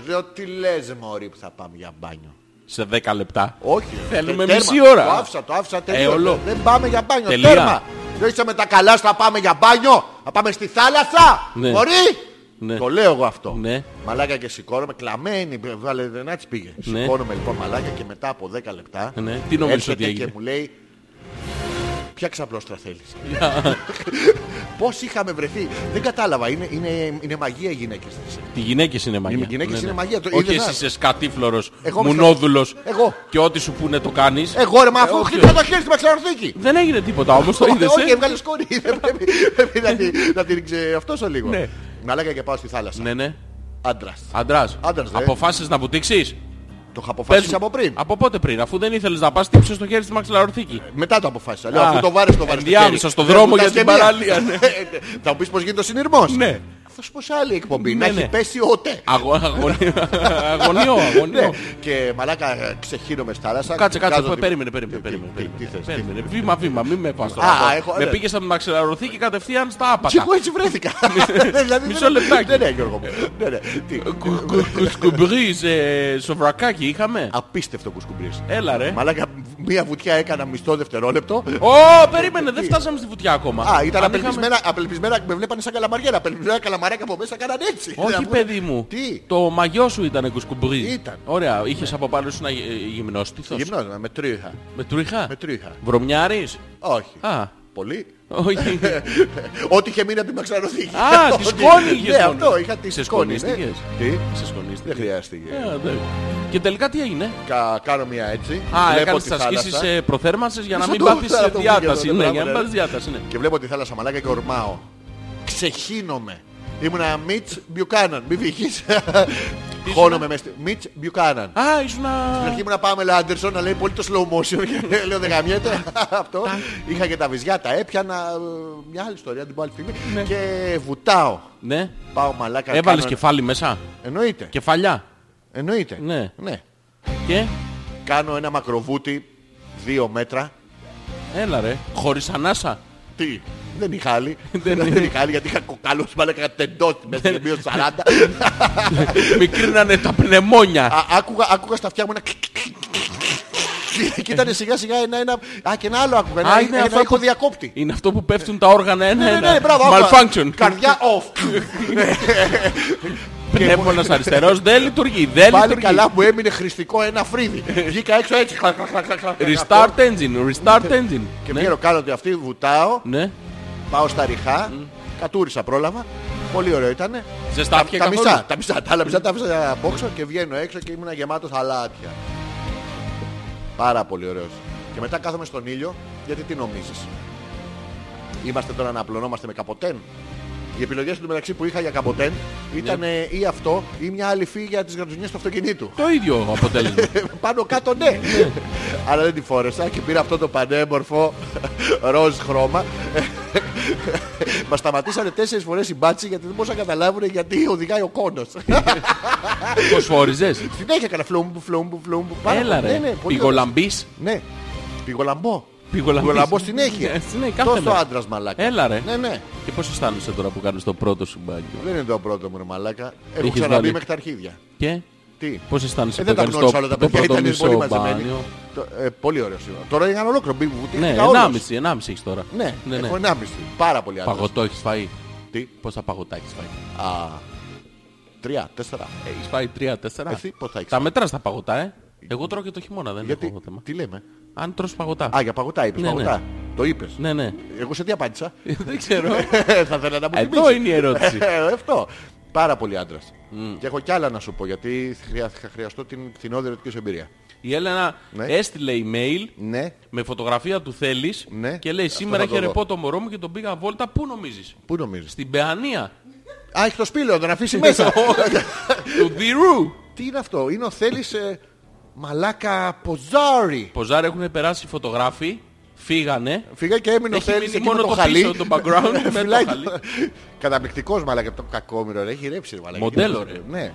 Λέω τι λες μωρή που θα πάμε για μπάνιο. Σε 10 λεπτά. Όχι. Θέλουμε τε- μισή τέρμα. ώρα. Το άφησα, το άφησα. Ε, όλο. Τελείω. Δεν πάμε για μπάνιο. Τελεία. Τέρμα. Δεν είσαι με τα καλά σου, θα πάμε για μπάνιο. Θα πάμε στη θάλασσα. Ναι. Μπορεί. Ναι. Το λέω εγώ αυτό. Ναι. Μαλάκα και σηκώνομαι, κλαμμένη, μπ, βάλε δεν έτσι πήγε. Ναι. Σηκώνομαι λοιπόν μαλάκα και μετά από 10 λεπτά Ναι. Τι νομίζεις έρχεται ότι έγινε? και μου λέει Ποια ξαπλώστρα θέλεις. Πώς είχαμε βρεθεί. Δεν κατάλαβα. Είναι, είναι, είναι μαγεία οι γυναίκες. Τι γυναίκες είναι μαγεία. Οι γυναίκες είναι μαγεία, το Όχι είδες, εσύ να. είσαι σκατήφλωρος, Εγώ είμαι μουνόδουλος. σκατ- Εγώ. Και ό,τι σου πούνε το κάνεις. Εγώ ρε, μα αφού Ε, όχι. χτύπησα το χέρι στη μαξιλαροθήκη. Δεν έγινε τίποτα όμως, το ε. Όχι, είδες. Όχι, έβγαλε σκόρη. Δεν πρέπει- Πρέπει να τη- να την ξεαυτώσω λίγο. Ναι. Μαλάκα και πάω στη θάλασσα. Ναι, ναι. Άντρας. Άντρας. Άντρας, ρε. Αποφάσισες να βουτήξει. Το είχα αποφασίσει από πριν. Από πότε πριν, αφού δεν ήθελες να πας, τύψες το χέρι στη μαξιλαροθήκη. Μετά το αποφάσισα. Λέω, Α, αφού το βάρες το βάρες το ενδιάμεσα χέρι. Ναι, στο Δεν δρόμο βουτάς για και την μία. παραλία, ναι. Θα μου πεις πώς γίνεται ο συνειρμός. Ναι. Θα σου πω σε άλλη εκπομπή. Ναι, Να ναι. έχει πέσει ότε. Ναι. Αγω- αγωνίο- Αγωνίο, αγωνίο. Και μαλάκα ε, ξεχύνομαι στη θάλασσα. Ναι. Κάτσε, κάτσε, Βγάζω πέ- την- περίμενε, Τι- περίμενε. περίμενε, τι- Τι περίμενε. θες. τι- Περίμενε, βήμα, βήμα, μην με πας Α, τώρα. έχω- Με ναι. πήγες από τη μαξιλαροθήκη κατευθείαν στα Και εγώ άπατα. έτσι βρέθηκα. Δηλαδή, Μισό δεν- λεπτάκι. Ναι, ναι, Γιώργο μου. Ναι, ναι. Τι- Κου- κου- κου- Σκουμπρίζ, ε, σοβρακάκι είχαμε. Απίστευτο κουσκουμπρίς. Έλα ρε. Μαλάκα, μία βουτιά έκανα μισθό δευτερόλεπτο. Ω, περίμενε, δεν φτάσαμε στη βουτιά ακόμα. Α, ήταν Αν είχαμε- απελπισμένα, απελπισμένα, με βλέπανε σαν καλαμαριέρα. Απελπισμένα καλαμαράκια από μέσα κάναν έτσι. Όχι, Ήταν- παιδί μου. δηλαδή, Τι? Το μαγιό σου ήταν κουσκουμπρί. Ήταν. Ναι. Ωραία, είχες από πάνω σου ένα γυ- ε, γυμνό στήθος. Γυμνός, με τρίχα. Με τρίχα. Με τρίχα. Βρωμιάρης. Όχι. Α, Πολύ. όχι. Ε, Ό,τι είχε μείνει από τη μαξαροθήκη. Α, Ό,τι- τη σκόνη είχε Ναι, μόνο. αυτό είχα τη Σε σκόνη. ναι. σκονίστηκες. Τι. Σε σκονίστηκε. Δεν χρειάστηκε. Ε, δεν- Και τελικά τι έγινε. Κα- Κάνω μια έτσι. Α, βλέπω έκανες τη τις θάλασσα ασκήσει προθέρμανση για να Σαν μην το- πάθεις σαν αυτό που διάταση. γίνεται, Ναι, μπράβο, για να μην ναι. πάθει διάταση. ναι. Και βλέπω τη θάλασσα μαλάκα και ορμάω. Ξεχύνομαι. Ήμουνα Μιτς Μπιουκάναν. Μη βγήκες. Χώνομαι μέσα. στη- Μιτς Μπιουκάναν. Α, ήσουν. Στην αρχή ήμουν πάμε Άντερσον να λέει πολύ το slow motion και λέω δεν γαμιέται αυτό. Είχα και τα βυζιά, τα έπιανα, ε, μια άλλη ιστορία την πάλι στιγμή και βουτάω. Ναι. Πάω μαλάκα. Έβαλες κάνω- κεφάλι μέσα. Εννοείται. Κεφαλιά. Εννοείται. Ναι. Και Κάνω ένα μακροβούτι δύο μέτρα. έλα ρε. Χωρίς ανάσα. Τι. Δεν είχα άλλη. Δεν είχα άλλη γιατί είχα κοκάλο μαλάκα τεντώσει μέσα στο μείον 40. Μικρίνανε τα πνευμόνια. Α, άκουγα, άκουγα στα αυτιά μου ένα κλικ, κλικ, κλικ, κλικ. και ήταν σιγά σιγά ένα, ένα... Α, και ένα άλλο άκουγα. Ένα, Α, είναι ένα αυτά που- ήχο διακόπτη. Είναι αυτό που πέφτουν τα όργανα Ναι, ναι, ναι, ένα-ένα. μπράβο, άκουγα. Malfunction. Καρδιά off. Πνεύμονας αριστερός δεν λειτουργεί. Δεν Πάλι λειτουργεί. καλά μου έμεινε χρηστικό ένα φρύδι. Βγήκα έξω έτσι. χλακ, χλακ, χλακ, χλακ, Restart Ναι. αυτό. engine, restart engine. Και βγαίνω κάτω από τη αυτή, βουτάω, Ναι. πάω στα ριχά, κατούρισα πρόλαβα. Πολύ ωραίο ήταν. Ζεστάθηκε τα καθόλου. μισά, τα μισά, τα άλλα μισά τα άφησα από έξω και βγαίνω έξω και ήμουν γεμάτος αλάτια. Πάρα πολύ ωραίος. Και μετά κάθομαι στον ήλιο, γιατί τι νομίζεις. Είμαστε τώρα να απλωνόμαστε με καποτέν. Οι επιλογές του μεταξύ που είχα για καποτέν ήταν ή αυτό ή μια άλλη φύγη για τις γρατζουνιές του αυτοκινήτου. Το ίδιο αποτέλεσμα. Πάνω κάτω ναι. Αλλά δεν τη φόρεσα και πήρα αυτό το πανέμορφο ροζ χρώμα. Μας σταματήσανε τέσσερις φορές οι μπάτσι γιατί δεν μπορούσαν να καταλάβουν γιατί οδηγάει ο κόνος. Φωσφοριζές. Συνέχεια έκανα φλόμπου, φλόμπου, φλόμπου. Πάρα Έλα πολύ- ρε. Ναι, ναι, πολύ Πηγολαμπής. ωραία. Ναι, πηγολαμπό. Πηγολαμπής. Πηγολαμπό συνέχεια. Ναι, συνέχεια, κάθε Τόσο μέρα. άντρας μαλάκα. Έλα, ρε. Ναι, ναι. Και πώς αισθάνεσαι τώρα που κάνεις το πρώτο σου μπάνιο. Δεν είναι το πρώτο μου ρε μαλάκα. Έχω Είχες ξαναμπεί βάλει. μέχρι τα αρχίδια. Και Τι. πώς αισθάνεσαι Ε, που δεν τα κάνεις γνώρισα όλα το, τα το παιδιά, πρώτο ήταν πολύ μισό μαζεμένοι. μπάνιο. Το- ε, Πολύ ωραίο σήμερα. Τώρα είχαν ολόκληρο μπιμπου. Ναι, ενάμιση, ενάμιση έχεις τώρα. Ναι, ναι, ναι. έχω ενάμιση. Πάρα πολύ άντρας. Παγωτό έχεις φάει. Τι, Πόσα παγωτά έχεις φάει. α, τρία, τέσσερα. Ε, Έχεις φάει τρία, τέσσερα. Εσύ πώς θα Ε, έχεις Τα φάει. μετράς τα παγωτά, ε. Εγώ τρώω και το χειμώνα, δεν Γιατί, έχω θέμα. τι λέμε. Αν τρως παγωτά. Α, για παγωτά είπες, Ναι, παγωτά. Το είπες. Ναι, ναι. Εγώ σε τι απάντησα. Δεν ξέρω. θα ήθελα να μου Εδώ θυμίσεις. είναι η ερώτηση. Ε, Αυτό. Πάρα πολύ άντρας. Και έχω κι άλλα να σου πω, γιατί χρεια- θα χρειαστώ την φθηνότερη ερωτική σου εμπειρία. Η Έλενα Ναι. έστειλε email Ναι, με φωτογραφία του θέλει Ναι. και λέει Αυτό σήμερα θα το είχε δω. ρεπό το μωρό μου και τον πήγα βόλτα. Πού νομίζεις πού νομίζεις. Στην Παιανία Α, έχει το σπήλαιο, να τον αφήσει μέσα. του Διρού. Τι είναι αυτό, είναι ο Θέλης ε, Μαλάκα Ποζάρι. Ποζάρ έχουν περάσει φωτογράφοι, φύγανε. Φύγα και έμεινε ο Έχει Θέλης μείνει εκεί με μόνο το το χαλί. πίσω, το background με το Φυλάει χαλί. Καταπληκτικός μαλάκα το κακόμοιρο ρε, έχει ρέψει ρε, μαλάκα. Μοντέλο, ρε. Ναι. Και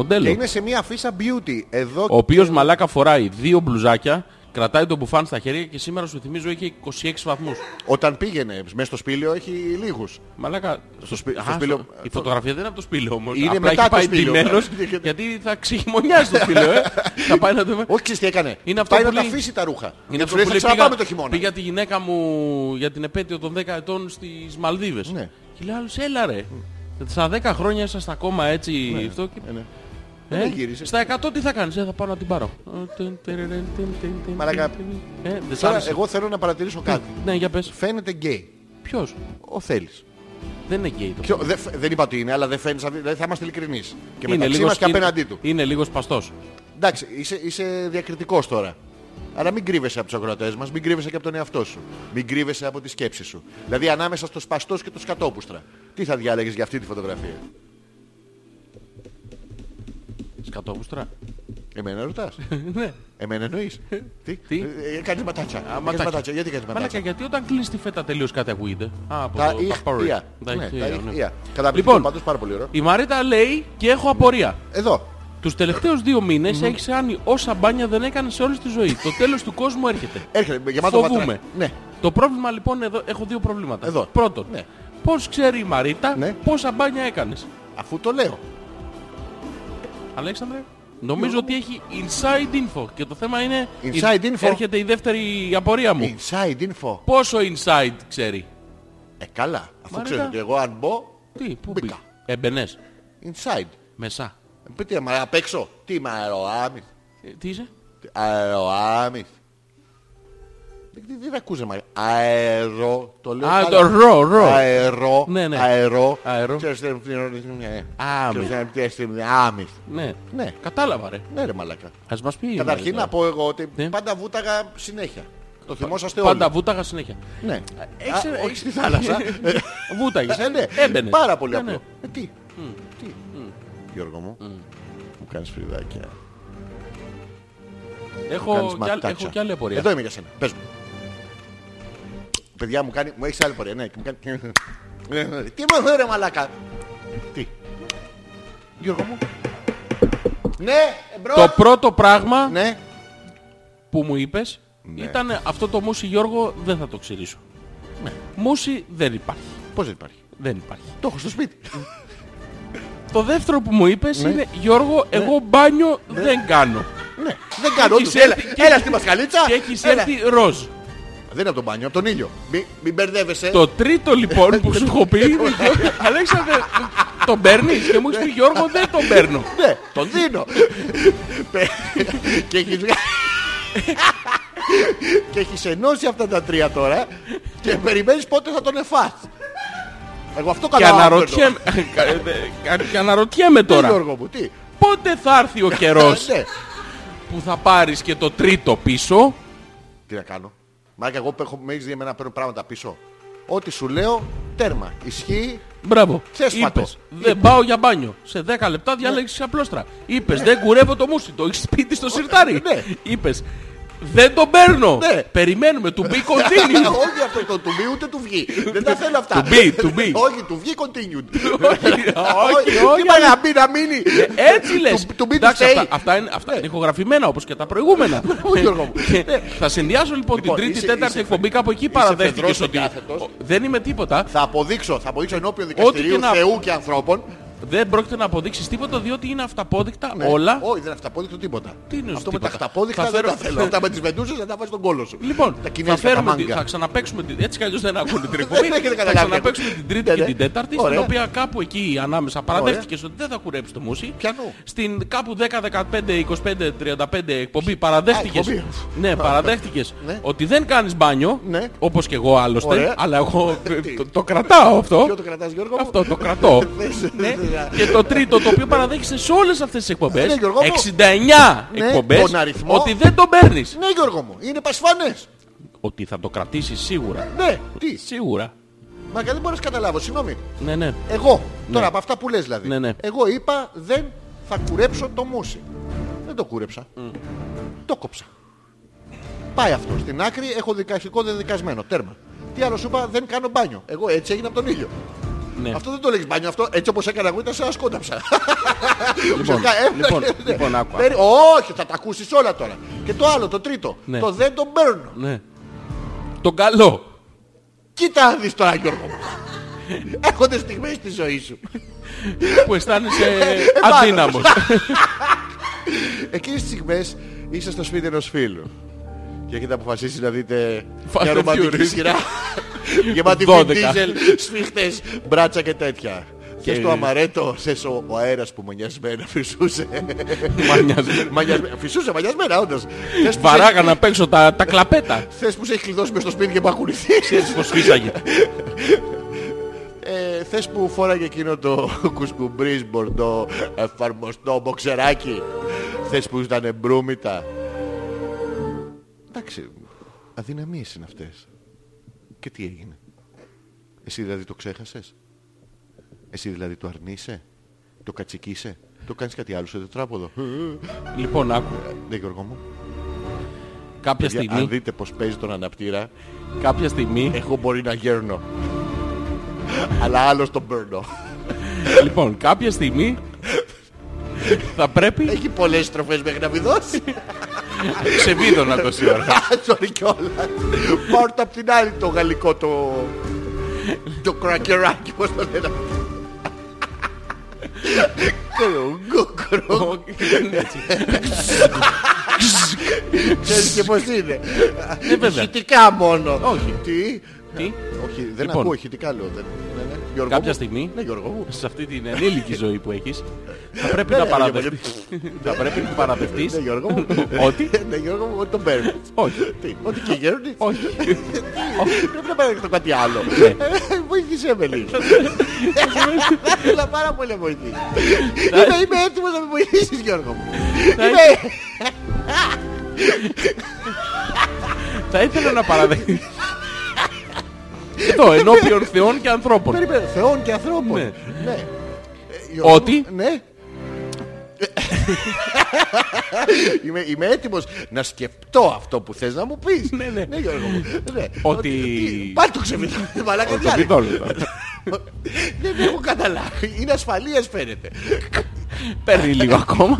Μοντέλο. είναι σε μια αφίσα beauty. Εδώ Ο οποίος μαλάκα φοράει δύο μπλουζάκια, κρατάει τον μπουφάν στα χέρια και σήμερα σου θυμίζω έχει 26 βαθμούς. όταν πήγαινε μέσα στο σπήλαιο έχει λίγους. Μαλάκα. Στο, σπί- σπί... στο σπήλαιο- Η φωτογραφία δεν είναι από το σπήλαιο όμως. Είναι Απλά μετά έχει το πάει σπήλαιο. ντυμένος, γιατί θα ξεχυμονιάσει το σπήλαιο, ε. θα πάει να το. Όχι, ξέρεις τι έκανε. Είναι αυτό Πάει που να τα λέει- αφήσει τα ρούχα. Είναι Και αυτό τους λέει, που «Θα λέει, ξαναπάμε το χειμώνα. πήγα τη γυναίκα μου για την επέτειο των 10 ετών στις Μαλδίβες. Ναι. Και λέει άλλος, έλα ρε. Στα 10 χρόνια ήσασταν ακόμα έτσι. αυτό και- ναι. Ε, Δεν γύρισες. Στα 100 τι θα κάνεις, ε, θα πάω να την πάρω. Μαλάκα. Ε, δεν σ' Τώρα, άρεσε. εγώ θέλω να παρατηρήσω κάτι. Ναι, για πες. Φαίνεται γκέι. Ποιος. Ο Θέλης. Δεν είναι γκέι το Ποιο- δεν φ- δεν είπα ότι είναι, αλλά δεν φαίνεται. Δηλαδή θα είμαστε ειλικρινείς. Και είναι μεταξύ μας και σκύλ- απέναντί του. Είναι λίγος σπαστός. Εντάξει, είσαι, είσαι διακριτικός τώρα. Άρα μην κρύβεσαι από τους ακροατές μας, μην κρύβεσαι και από τον εαυτό σου. Μην κρύβεσαι από τη σκέψη σου. Δηλαδή ανάμεσα στο σπαστό και το σκατόπουστρα. Τι θα διάλεγες για αυτή τη φωτογραφία. Σκατόπουστρα. Εμένα ρωτάς. Ναι. Εμένα εννοείς. Τι. Τι? Ε, κάνεις ματάτσα. Έκανες ματάκια. ματάτια. Γιατί κάνεις Μαλάκα, ματάτσα. γιατί όταν κλείνεις τη φέτα τελείως κάτι ακούγεται. Α, από Τα το- Power Rangers. ηχεία. Τα Ναι, ηχεία, Τα ναι. ηχεία. Καταπληκτικό Λοιπόν. πάντως πάρα πολύ ωραίο. Η Μαρίτα λέει και έχω απορία. Εδώ. Τους τελευταίους δύο μήνες έχεις κάνει όσα μπάνια δεν έκανες σε όλη τη ζωή. Το τέλος του κόσμου έρχεται. Έρχεται γεμάτο Φοβούμε. βατράκι. Ναι. Το πρόβλημα λοιπόν εδώ, έχω δύο προβλήματα. Εδώ. Πρώτον, Ναι. πώς ξέρει η Μαρίτα Ναι. πόσα μπάνια έκανες. Αφού το λέω. Αλέξανδρε, νομίζω ότι έχει inside info και το θέμα είναι... Inside η- info. Έρχεται η δεύτερη απορία μου. Inside info. Πόσο inside ξέρει. Ε, καλά. Αφού Μαρίτα. ξέρω ότι εγώ αν μπω. Τι, πού Μπήκα. μπήκα. Έμπαινες. Inside. Μεσά. Πείτε, μα απ' έξω. Τι είμαι αεροάμυ. Ε, Τι είσαι. Αεροάμυθ. Δεν, δεν, δεν ακούσε μάλλον. Αερό. Το λέω. Α, καλά. το ρο, ρο. Αερό. Ναι, ναι. Αερό. Αερό. Ξέρεις τι είναι. Άμυθ. Άμυθ. Ναι. Ναι. Κατάλαβα ρε. Ναι, ρε μαλακά. Ας μας πει η Καταρχήν Μαρίτα. να πω εγώ ότι Ναι. πάντα βούταγα συνέχεια. Το θυμόσαστε όλοι. Πάντα βούταγα συνέχεια. Ναι. Έχεις- Α, έχεις- Όχι στη θάλασσα. Βούταγες. Ε, ναι. Έμπαινες. Πάρα πολύ Ναι, απλό. ναι. Ε, Τι. Τι. Γιώργο μου. Μου κάνεις φρυδάκια. Κάνεις Έχω, κι άλλη- ματάτσα. έχω κι άλλη απορία. Εδώ είμαι για σένα. Πες μου. Παιδιά μου κάνει... Μου έχεις άλλη πορεία. Ναι. και Μου κάνει... Τι μου εδώ ρε μαλάκα. Τι. Γιώργο μου. Ναι. Εμπρός. Το πρώτο πράγμα Ναι. που μου είπες ήταν αυτό το μουσι Γιώργο δεν θα το ξυρίσω. Ναι. Μούση δεν υπάρχει. Πώς δεν υπάρχει. Δεν υπάρχει. Το έχω στο σπίτι. Το δεύτερο που μου είπες είναι Γιώργο, εγώ μπάνιο δεν κάνω. ναι. Δεν κάνω. Έχεις όντως. Έλα, έρθει και- έλα στη μασκαλίτσα. Και έχεις Έλα. έρθει ροζ. Δεν είναι από τον μπάνιο, από τον ήλιο. Μην, μην μπερδεύεσαι. Το τρίτο λοιπόν που σου έχω πει είναι Γιώργο, Αλέξανδρε, τον παίρνεις και μου έχεις πει Γιώργο δεν τον παίρνω. Ναι, τον δίνω. Πε- και έχεις βγα- και έχεις ενώσει αυτά τα τρία τώρα και περιμένεις πότε θα τον εφάς. Εγώ αυτό Και καταλαβαίνω. αναρωτιέμαι, και αναρωτιέμαι Τι τώρα, Γιώργο μου, τι. πότε θα έρθει ο καιρός Ναι. που θα πάρεις και το τρίτο πίσω. Τι να κάνω. Μάρικα, εγώ που έχω με έχεις δει εμένα να παίρνω πράγματα πίσω. Ό,τι σου λέω, τέρμα. Ισχύει. Μπράβο. Θες Είπες, Ναι. φάτος. δεν πάω για μπάνιο. Σε 10 λεπτά διάλεξες απλόστρα. Είπες, δεν κουρεύω το μουσι, το έχεις σπίτι στο σιρτάρι. Ναι. Είπες, δεν τον παίρνω. Ναι. Περιμένουμε, του μπει κοντίνι. Όχι αυτό το to be ούτε του βγει. Δεν τα θέλω αυτά. To be, to be. Όχι, του βγει continued. όχι, όχι, Ε, Τι μαγαμπή να μείνει. Έτσι λες. To- to be, to Εντάξει, stay. αυτά, αυτά είναι, αυτά είναι ηχογραφημένα όπως και τα προηγούμενα. Πού, Γιώργο μου. Και θα συνδυάσω λοιπόν, Λοιπόν, την τρίτη, είσαι- τέταρτη είσαι- εκπομπή κάπου εκεί φεδρός παραδέχτηκες ο ότι κάθετος. ο- δεν είμαι τίποτα. Θα αποδείξω, θα αποδείξω ενώπιον δικαστηρίου και να- Θεού και ανθρώπων. Δεν πρόκειται να αποδείξεις τίποτα διότι είναι αυταπόδεικτα Ναι. όλα. Ε, Όχι, δεν αυταπόδεικτο τίποτα. Τι είναι Αυτό ως με τα τίποτα. χταπόδικτα Θα δεν φέρω- τα θέλω. Αυτά με τις μεντούσες θα τα βάζεις στον κόλο σου. Λοιπόν, τα θα, κινέζικα, τα φέρουμε, τη- μάγκα. Ναι, θα ξαναπαίξουμε την. Έτσι κι αλλιώς δεν ακούνε την εκπομπή. Δεν έχετε θα καταλάβει. ξαναπαίξουμε την Τρίτη Ναι, και ναι. την Τέταρτη. Στην Ωραία. οποία κάπου εκεί ανάμεσα παραδέχτηκες ότι δεν θα κουρέψει το μουσι. Πιανού. Στην κάπου 10, 15, 25, 35 εκπομπή παραδέχτηκες. εκπομπή. Ναι, παραδέχτηκες Ναι. ότι δεν κάνεις μπάνιο. Ναι. Όπως και εγώ άλλωστε. Ωραία. Αλλά εγώ ε, το, το κρατάω αυτό. Ποιο το κρατάς Γιώργο μου? Αυτό το κρατώ. Θες- Ναι. θες να- Και το τρίτο το οποίο παραδέχεσαι σε όλες αυτές τις εκπομπές Ναι, Γιώργο μου. 69 Ναι, εκπομπές τον αριθμό. Ότι δεν τον παίρνεις Ναι Γιώργο μου, είναι πασφανές. Ότι θα το κρατήσεις σίγουρα Ναι, τι. Σίγουρα. Μα δεν μπορείς να καταλάβω, συγγνώμη. Ναι, ναι. Εγώ, τώρα από αυτά που λες δηλαδή. Ναι, ναι. Εγώ είπα δεν θα κουρέψω το μουσι. Δεν το κούρεψα. Το κόψα. Πάει αυτό. Στην άκρη έχω δικαστικό δεν δικασμένο. Τέρμα. Τι άλλο σου είπα, δεν κάνω μπάνιο. Εγώ έτσι έγινα από τον ήλιο. ναι. Αυτό δεν το λέγεις μπάνιο αυτό. Έτσι όπως έκανα εγώ ήταν σαν να σκόνταψα. Λοιπόν, Ξεκα- ε, λοιπόν, ναι, ναι. λοιπόν, άκου, Περι- Όχι, θα τα ακούσεις όλα τώρα. Και το άλλο, το τρίτο. Ναι. Το δεν τον παίρνω. ναι. Τον καλό. Κοίτα να δεις τώρα Γιώργο μου. Έρχονται στιγμές στη ζωή σου. Που αισθάνεσαι βάλω. αδύναμος. Εκείνες τις στιγμές είσαι στο σπίτι ενός φίλου και έχετε αποφασίσει να δείτε Fast μια and ρομαντική Furious. σειρά γεμάτη Vin 12. Diesel, σφίχτες, μπράτσα και τέτοια. Και στο αμαρέτο θες ο, ο αέρας που μανιασμένα φυσούσε. Μανιασμένα. Μανιασμένα- φυσούσε μανιασμένα όντως. Θες που σε- Βαράγα να παίξω τα, τα κλαπέτα. Θες που σε έχει κλειδώσει μες στο σπίτι και που ακολουθήσεις. Πώς φύσαγε. Ε, θες που φόραγε εκείνο το κουσκουμπρίς μπορντό εφαρμοστό μποξεράκι. θες που ήταν μπρούμητα. Εντάξει, αδυναμίες είναι αυτές. Και τι έγινε. Εσύ δηλαδή το ξέχασες. Εσύ δηλαδή το αρνείσαι. Το κατσικίσαι. Το κάνεις κάτι άλλο σε τετράποδο. Ε, Λοιπόν, άκου. Ναι Γιώργο μου. Κάποια Για- Αν στιγμή, δείτε πως παίζει τον αναπτήρα, κάποια στιγμή, εγώ μπορεί να γέρνω. Αλλά άλλος τον παίρνω. λοιπόν, κάποια στιγμή θα πρέπει Έχει πολλές στροφές μέχρι να μην δώσει. σε βίδωνα τόση ώρα. Sorry κιόλα. Πάρτε απ' την άλλη το γαλλικό το... Το κρακεράκι, πώς το λένε. Κρουγκου, κρουγκου. Δεν είναι έτσι. Ξέρεις και πώς είναι. Ε, βέβαια. Χητικά μόνο. Όχι. Τι. Τι, Όχι, δεν Λοιπόν. ακούω χητικά λέω. δεν- ναι, ναι. Γιώργο Κάποια μου. στιγμή. Ναι, Γιώργο μου. σε αυτή την ενήλικη ζωή που έχεις, θα πρέπει Ναι, να ναι, παραδεχτείς. Θα πρέπει να παραδεχτείς Ναι, Γιώργο μου. ότι... Ναι, Γιώργο μου, ότι τον παίρνεις. Όχι. Τι, Ότι και γέρνεις. Όχι. Πρέπει να παραδεχτώ κάτι άλλο. Ναι. Ε, Βοήθησέ με λίγο. Ε, Θα ήθελα πάρα πολύ να βοηθήσεις. Είμαι- Είμαι έτοιμος να με βοηθήσεις Γιώργο μου. Θα Είμαι- Θα ήθελα να παραδεχτείς. Εδώ, ενώπιον θεών και ανθρώπων. Περίμενε, θεών και ανθρώπων. Ναι. Ναι. Ε, Γιώργο μου, Ότι. Ναι. Ε, είμαι, είμαι έτοιμος να σκεφτώ αυτό που θες να μου πεις. Ναι, ναι. Γιώργο μου. Ναι. Ότι- τι- Πάλι το ξεβιδώνω. Μαλάκα τι άλλο. Ναι, Βιδόλου. Δεν έχω καταλάβει. Είναι ασφαλείας φαίνεται. Παίρνει λίγο ακόμα.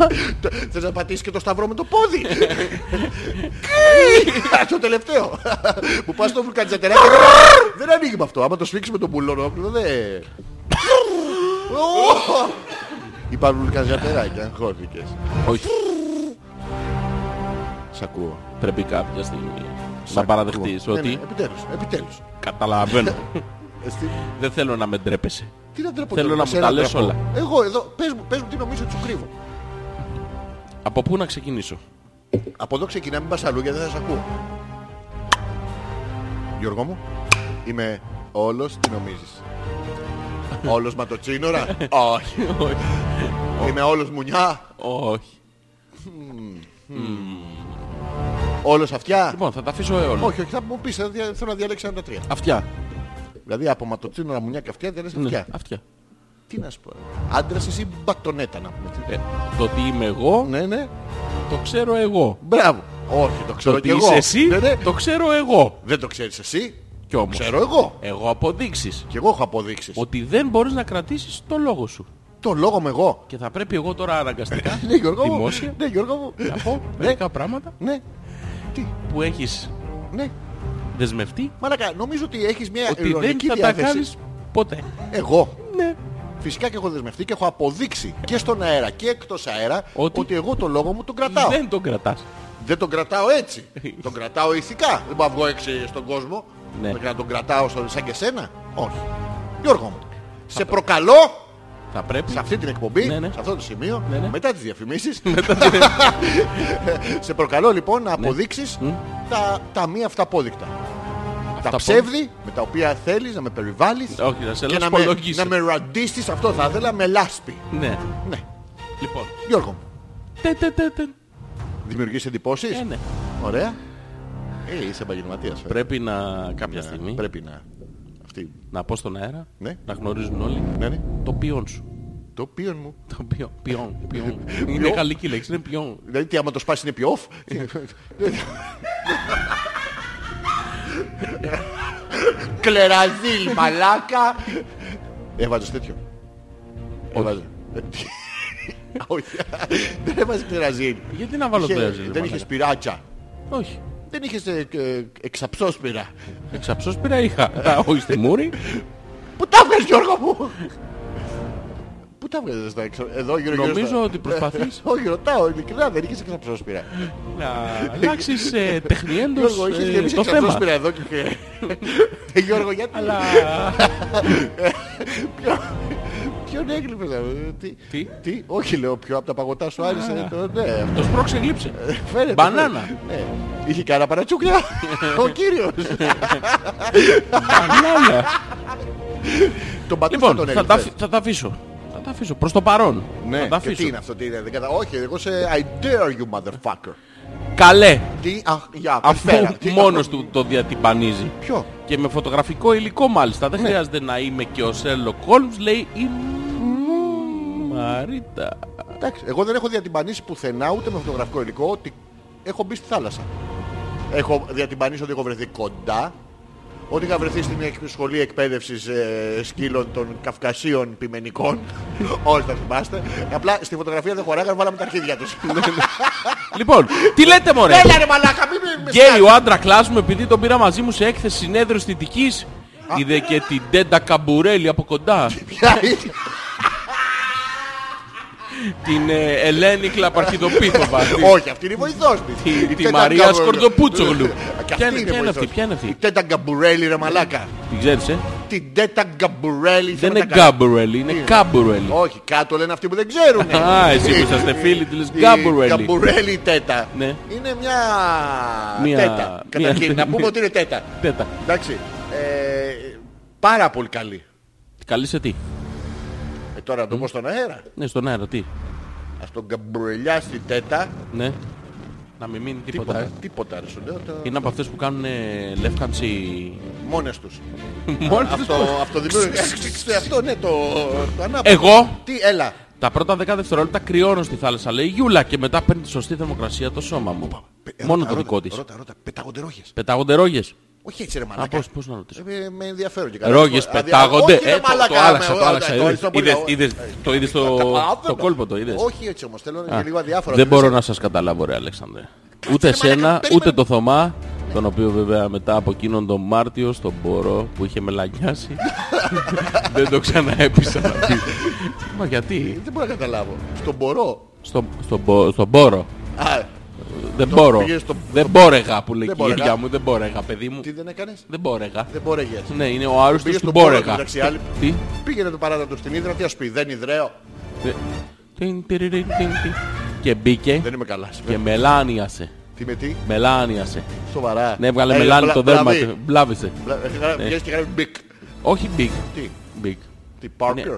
Θες να πατήσεις και το σταυρό με το πόδι. το τελευταίο. Που πας στο βουλκαντζατερά και δεν ανοίγει με αυτό. Άμα το σφίξεις με τον πουλό δεν... Ω! Είπα βουλκαντζατεράκια, αγχώθηκες. Όχι. Σ' ακούω. Πρέπει κάποια στιγμή Σ' να ακούω. παραδεχτείς Ναι, ναι, ότι Επιτέλους, επιτέλους. καταλαβαίνω. Εσύ, Δεν θέλω να με ντρέπεσαι. Τι να ντρέπω Θέλω τώρα, να μου σένα τα λες ντρέπω. όλα. Εγώ εδώ, πες μου, πες μου τι νομίζω ότι σου κρύβω. Από πού να ξεκινήσω. Από εδώ ξεκινάμε, μην πας αλλού γιατί δεν θα σε ακούω. Γιώργο μου, είμαι όλος τι νομίζεις. όλος ματοτσίνορα, Όχι, όχι. είμαι όλος μουνιά, όχι. όλος αυτιά. Λοιπόν, θα τα αφήσω αιώνα. όχι, όχι, θα μου πεις, θα δια- θέλω να διαλέξω ένα από τα τρία. Αυτιά. Δηλαδή από ματοτσίνορα, μουνιά και αυτιά διαλέξεις Ναι, αυτιά. αυτιά. Τι να σου πω. Άντρας εσύ μπατονέτα να πούμε. Τι- Ε, Το ότι είμαι εγώ, Ναι, ναι. το ξέρω εγώ. Μπράβο. Όχι, το Το ξέρω ότι κι εγώ. είσαι εσύ, Ναι, ναι. το ξέρω εγώ. Δεν το ξέρεις εσύ, Κι όμως, ξέρω εγώ. εγώ αποδείξεις Κι εγώ έχω αποδείξεις. ότι δεν μπορείς να κρατήσεις το λόγο σου. Το λόγο με εγώ. Και θα πρέπει εγώ τώρα αναγκαστικά, Ναι, Γιώργο μου. δημόσια, Ναι, Γιώργο μου. να πω Ναι, μερικά πράγματα ναι. Τι, που έχεις ναι. δεσμευτεί Μαλάκα, νομίζω ότι έχεις μια ότι δεν ειρωνική θα τα Ε, διάθεση. κάνεις ποτέ. Εγώ. Ναι. Φυσικά και έχω δεσμευτεί και έχω αποδείξει και στον αέρα και εκτός αέρα Ότι- ότι, εγώ το λόγο μου τον κρατάω. Δεν, Δεν Ε. τον κρατάς. τον κρατάω έτσι. τον κρατάω ηθικά. Δεν πάω να βγω έξι στον κόσμο. Ναι. Πρέπει να τον κρατάω στο- σαν και σένα. Όχι. Γιώργο μου, σε προκαλώ Θα πρέπει. σε αυτή την εκπομπή, Ναι, ναι. σε αυτό το σημείο, Ναι, ναι. μετά τις διαφημίσεις. σε προκαλώ λοιπόν να Ναι. αποδείξεις τα, τα μη αυταπόδεικτα. Τα Αυταπόδεικτα. ψεύδη με τα οποία θέλεις να με περιβάλλεις Όχι, να σε και να λέω με, υπολογίσω. να με ραντίσεις αυτό θα ήθελα με λάσπη. Ναι. Ναι. Λοιπόν. Γιώργο, μου, Τε, τε, τε, τε. δημιουργείς εντυπώσεις. Ε, ναι. Ωραία. Ε, είσαι επαγγελματίας. ε. Πρέπει να κάποια να, στιγμή Ε, πρέπει να... Αυτή. να πω στον αέρα Ναι. να γνωρίζουν όλοι Ναι, ναι. το ποιόν σου. Το ποιον μου. Το ποιόν. Ποιόν. ποιόν. είναι γαλλική λέξη. Είναι ποιόν. Δηλαδή τι άμα το σπάσει είναι πιο off. Ε, Κλεραδίλ, μαλάκα. Έβαζες τέτοιο. Έβαζε. Όχι. Δεν έβαζε κλεραζίλ. Γιατί να βάλω Είχε- το έζηλ, Δεν μαλάκα. είχες πειράτσα. Όχι. Δεν είχες ε, ε, εξαψόσπυρα. Εξαψώς πήρα είχα. Ε. Τα- Όχι στη μούρη. Πού τα βγες Γιώργο μου. Πού τα βγες τα εξα... Εδώ γύρω γύρω Νομίζω στα- ότι προσπαθείς. Όχι ρωτάω ειλικρινά δεν είχες εξαψόσπυρα. Να αλλάξεις ε, τεχνιέντος Γιώργο, ε, έχεις γεμίσει το θέμα. εξαψόσπυρα εδώ και... Ε, Γιώργο, γιατί... Αλλά... Ποιο- Ποιον έγκλειπες, ε, τι, Τι? τι, όχι λέω πιο από τα παγωτά σου άρεσε, το, ναι, Το σπρώξε γλύψε. φαίνεται. Μπανάνα. Ναι. Είχε κάνα παρατσούκλια, ο κύριος. Μπανάνα. τον πατούστα Λοιπόν, τον θα τα, αφ- έγκλειπες. θα τα αφήσω. Θα τα αφήσω. Προς το παρόν. Ναι, θα τα και τι αφήσω. είναι αυτό, τι είναι, δεν κατα... Όχι, εγώ σε I dare you motherfucker. Καλέ. Τι, αχ, για, πέρα, Αφού τι- μόνος του το διατυμπανίζει. Ποιο, Και με φωτογραφικό υλικό μάλιστα. Ναι. Δεν χρειάζεται να είμαι και ο Σέρλοκ Holmes λέει η Μαρίτα. εντάξει, εγώ δεν έχω διατυμπανίσει πουθενά ούτε με φωτογραφικό υλικό, ότι έχω μπει στη θάλασσα. Έχω διατυμπανίσει ότι έχω βρεθεί κοντά, ότι είχα βρεθεί στην εκ- σχολή εκπαίδευσης ε, σκύλων των Καυκασίων πιμενικών. Όλοι θα θυμάστε. Απλά στη φωτογραφία δεν χωράγαν, βάλαμε τα αρχίδια τους. Ναι, λοιπόν, τι λέτε μωρέ. Έλα ρε μαλάκα, μην με- με Γκέι ο άντρα κλάσ μου επειδή τον πήρα μαζί μου σε έκθεση συνέδριο θητικής. Είδε και την Τέντα Καμπουρέλη από κοντά. σκάει. την ε, Ελένη Κλαπαρχιδοπίθοβα. Την- Όχι, αυτή είναι η βοηθός της. Τη- Η τη Τέτα Μαρία Γκαμπουρέλη. Σκορδοπούτσογλου. Και Ποια είναι- η ποια είναι βοηθός. αυτή, ποια είναι αυτή? Η Τέτα Γκαμπουρέλη ρε μαλάκα. Την ξέρεις ε. Την Τέτα Γκαμπουρέλη. Δεν θα είναι τα κάνω. Γκάμπουρελ, είναι Κάμπουρελ. Όχι, κάτω λένε αυτοί που δεν ξέρουν. Α, εσύ που είσαστε φίλοι, της λες Η Γκάμπουρελ. Γκαμπουρέλη τέτα. Ναι. Είναι μια, Μια- τέτα. Καταρχήν, μια- να πούμε ότι είναι τέτα. Τέτα. Εντάξει. Ε, πάρα πολύ καλή. Καλή σε τι. Ε, τώρα να το πω στον αέρα. Ναι, στον αέρα, τι. Ας τον γκαμπουρελιά στη τέτα. Ναι. Να μην μείνει τίποτα. Τίποτα, ε. τίποτα ρε, σου λέω. Το... Είναι από αυτές που κάνουν ε, λεύκανση Μόνες τους. μόνοι τους. Αυτό, αυτό δημιουργεί. Αυτό ναι, το, το ανάποδο. Εγώ Τι, έλα. τα πρώτα δέκα δευτερόλεπτα κρυώνω στη θάλασσα, λέει η Γιούλα, και μετά παίρνει τη σωστή θερμοκρασία το σώμα μου. Ε, Μόνο ρώτα, το ρώτα, δικό της. Ρώτα, ρώτα, πετάγονται ρόγες. Πετάγονται ρόγες. Όχι έτσι ρε Α, μαλάκα. πώς, πώς να ρωτήσω. Ε, με ενδιαφέρον και καλά. Ρόγες Α, δια- πετάγονται. Όχι, ρε Ε, το- μαλάκα, το άλλαξα, με- το άλλαξα. ε, είδες. το- το- Είδες- το- είδες- Το είδες το- καταλάβαινα. το κόλπο, το είδες. Όχι έτσι όμως, θέλω να είναι λίγο αδιάφορο. Δεν μπορώ να σας καταλάβω ρε Αλέξανδρε. Ούτε ρε, μαλάκα, σένα, περίμενε. ούτε το Θωμά, τον οποίο βέβαια μετά από εκείνον τον Μάρτιο στον Μπορώ που είχε μελαγιάσει δεν το ξαναέπισα να πει. Μα γιατί, Δεν μπορώ να καταλάβω. Στον μπορώ. στον στο, μπο- στον Μπόρο. Α, Δεν μπορώ. πήγες στο- Δεν μπόρεγα που λέει Δεν και η γιαγιά μπόρεγα. μου. Δεν μπόρεγα, παιδί μου. τι δεν έκανες. Δεν μπόρεγα. Δεν μπόρεγες. Ναι, είναι ο άρρωστος Πήγες του στον Μπόρο, μπόρεγα. μεταξύ άλλων. Τι. Πήγαινε το παράδοτο στην Ήδρα, τι ας πει, δεν ιδραίω. Τε- τιν, τιριριν, τιν, τιν. Και μπήκε Δεν είμαι καλά. και μελάνιασε. Τι με τι, Μελάνιασε. σοβαρά. Ναι, έβγαλε Ε, μελάνι μπλα- το δέρμα μπλαβή. του. Ναι. Μπλάβησε. Μπλα- ε, γρα- Βγες και γράφει μπικ. Όχι big. Τι, Big. τι, Πάρκερ.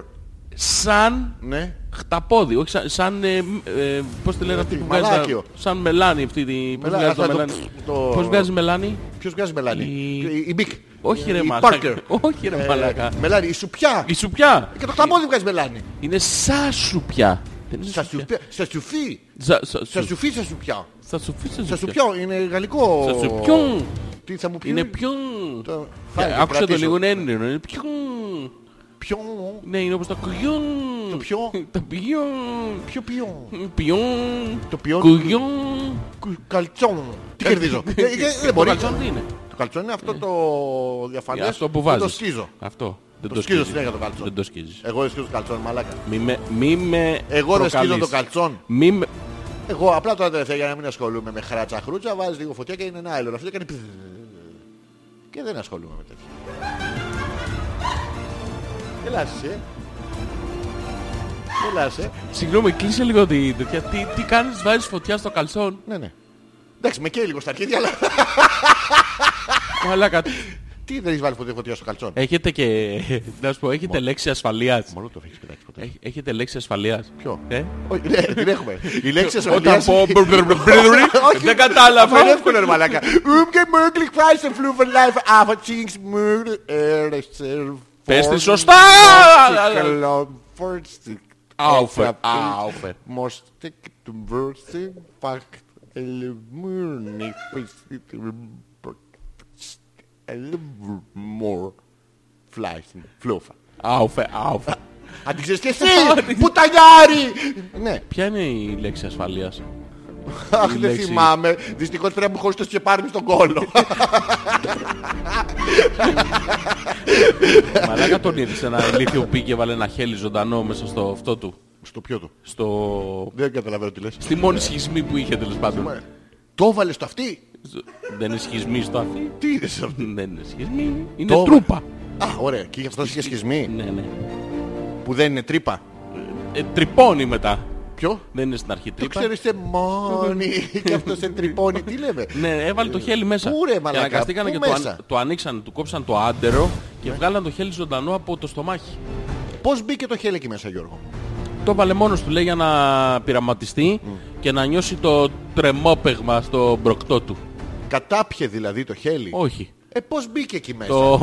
Σαν Ναι. χταπόδι, όχι σαν, σαν ε, ε, πώς τη λένε αυτή τι, που βγάζει τα- μαλάκιο. σαν μελάνι αυτή τη, πώς Μελά- βγάζει το αυτά το- μελάνι το- πώς βγάζει μελάνι Ποιος βγάζει μελάνι. Η- Η- Η μπικ. όχι ρε Η μαλάκα Parker. όχι ρε Ε, μαλάκα Μελάνι, η σουπιά. η σουπιά Και το χταμόδι βγάζει μελάνι. είναι σαν σουπιά δεν είναι Σα σουπιά. σουπιά- Σα σουφί. Σα- σα- Σα σου- σουφί, σα σουπιά. Σα σουφί, Σα σα σουπιά. σουπιό, είναι γαλλικό. Σα σουπιό. Τι θα μου πει. Είναι πιο... Το- Φάει, το Άκουσα το κρατήσω. λίγο, είναι έντονο. Είναι πιο... Ποιο. Ναι, είναι όπως τα κουγιόν. Το ποιο? Τα πιόν. Ποιο ποιο. Πιόν. Το ποιο. Κουγιόν. κου- Καλτσόν. Τι κερδίζω. Ε, ε, ε, Δεν Το μπορεί. καλτσόν τι είναι. Το καλτσόν είναι αυτό το διαφανές. Ε, Αυτό που βάζεις. Το σκίζω. Αυτό. Δεν Το σκίζω συνέχεια το καλτσόν. Δεν το σκίζεις. Εγώ δεν σκίζω το καλτσόν, μαλάκα. Μη με, μη με Εγώ δεν σκίζω προκαλείς. το καλτσόν. Μη με... Εγώ απλά τώρα τελευταία για να μην ασχολούμαι με χράτσα χρούτσα βάζεις λίγο φωτιά και είναι ένα άλλο. Αυτό κάνει. πιθ. Και δεν ασχολούμαι με τέτοια. Ελάσε. Ελάσε. Συγγνώμη, κλείσε λίγο τη τέτοια. Τι, τι κάνεις, βάζεις φωτιά στο καλσόν. Ναι, ναι. Εντάξει, με καίει λίγο στα αρχίδια, αλλά Μαλάκα. τι δεν έχεις βάλει ποτέ φωτιά στο καλτσόν. Έχετε και... Να σου πω, έχετε λέξη ασφαλείας. Μόνο το έχεις πετάξει ποτέ. Έχ- Έχετε λέξη ασφαλείας. Ποιο? Ε? Όχι, ναι, την έχουμε. Η λέξη Όταν ασφαλείας... πω μπρ, μπρ, μπρ, μπρ, Όχι. δεν Αυτό είναι κατάλαβα. εύκολο, ρε μαλάκα. Ουμ και μόγκλικ φάις σε φλούβερ λάιφ αφα τσίνξ μουρ ε, Πες τη σωστά! Άουφε, άουφε. Μοστικ του βέρσι παχτ ελεμούρνι πίστη του ελεμούρ φλάισιν φλούφα. Άουφε, άουφε. Αν την ξέρεις και εσύ, πουτανιάρη! Ναι, Ποια είναι η λέξη ασφαλείας. αχ, δεν λέξη. θυμάμαι. Δυστυχώς πρέπει να μου χωρίς το σκεπάρι στον κόλο. Μαλάκα τον είδες ένα ηλίθιο που πήγε βάλε ένα χέλι ζωντανό μέσα στο αυτό του. Στο ποιο του. Στο... Δεν καταλαβαίνω τι λες. Στη μόνη σχισμή που είχε τέλος Ναι. πάντων. Το έβαλες στο αυτή. Δεν είναι σχισμή στο αυτή. Τι είδες αυτό. Δεν είναι σχισμή. Το- Είναι τρούπα. Α, ωραία. Και γι' αυτό είχε σχισμή Ναι, ναι. που δεν είναι τρύπα. Ε, Τρυπώνει μετά. Ποιο? Δεν είναι στην αρχή Το τρύπα. ξέρεις σε μόνη και αυτό σε τρυπώνει. Τι λέμε. Ναι, έβαλε το χέλι μέσα. Πού ρε, Και μαλάκα, αναγκαστήκανε πού και το, μέσα? Ναι. αν- το ανοίξανε, του κόψαν το άντερο και βγάλαν το χέλι ζωντανό από το στομάχι. Πώς μπήκε το χέλι εκεί μέσα Γιώργο. Το έβαλε μόνος του λέει για να πειραματιστεί και να νιώσει το τρεμόπαιγμα στο μπροκτό του. Κατάπιε δηλαδή το χέλι. Όχι. Ε, πώς μπήκε εκεί μέσα. Το...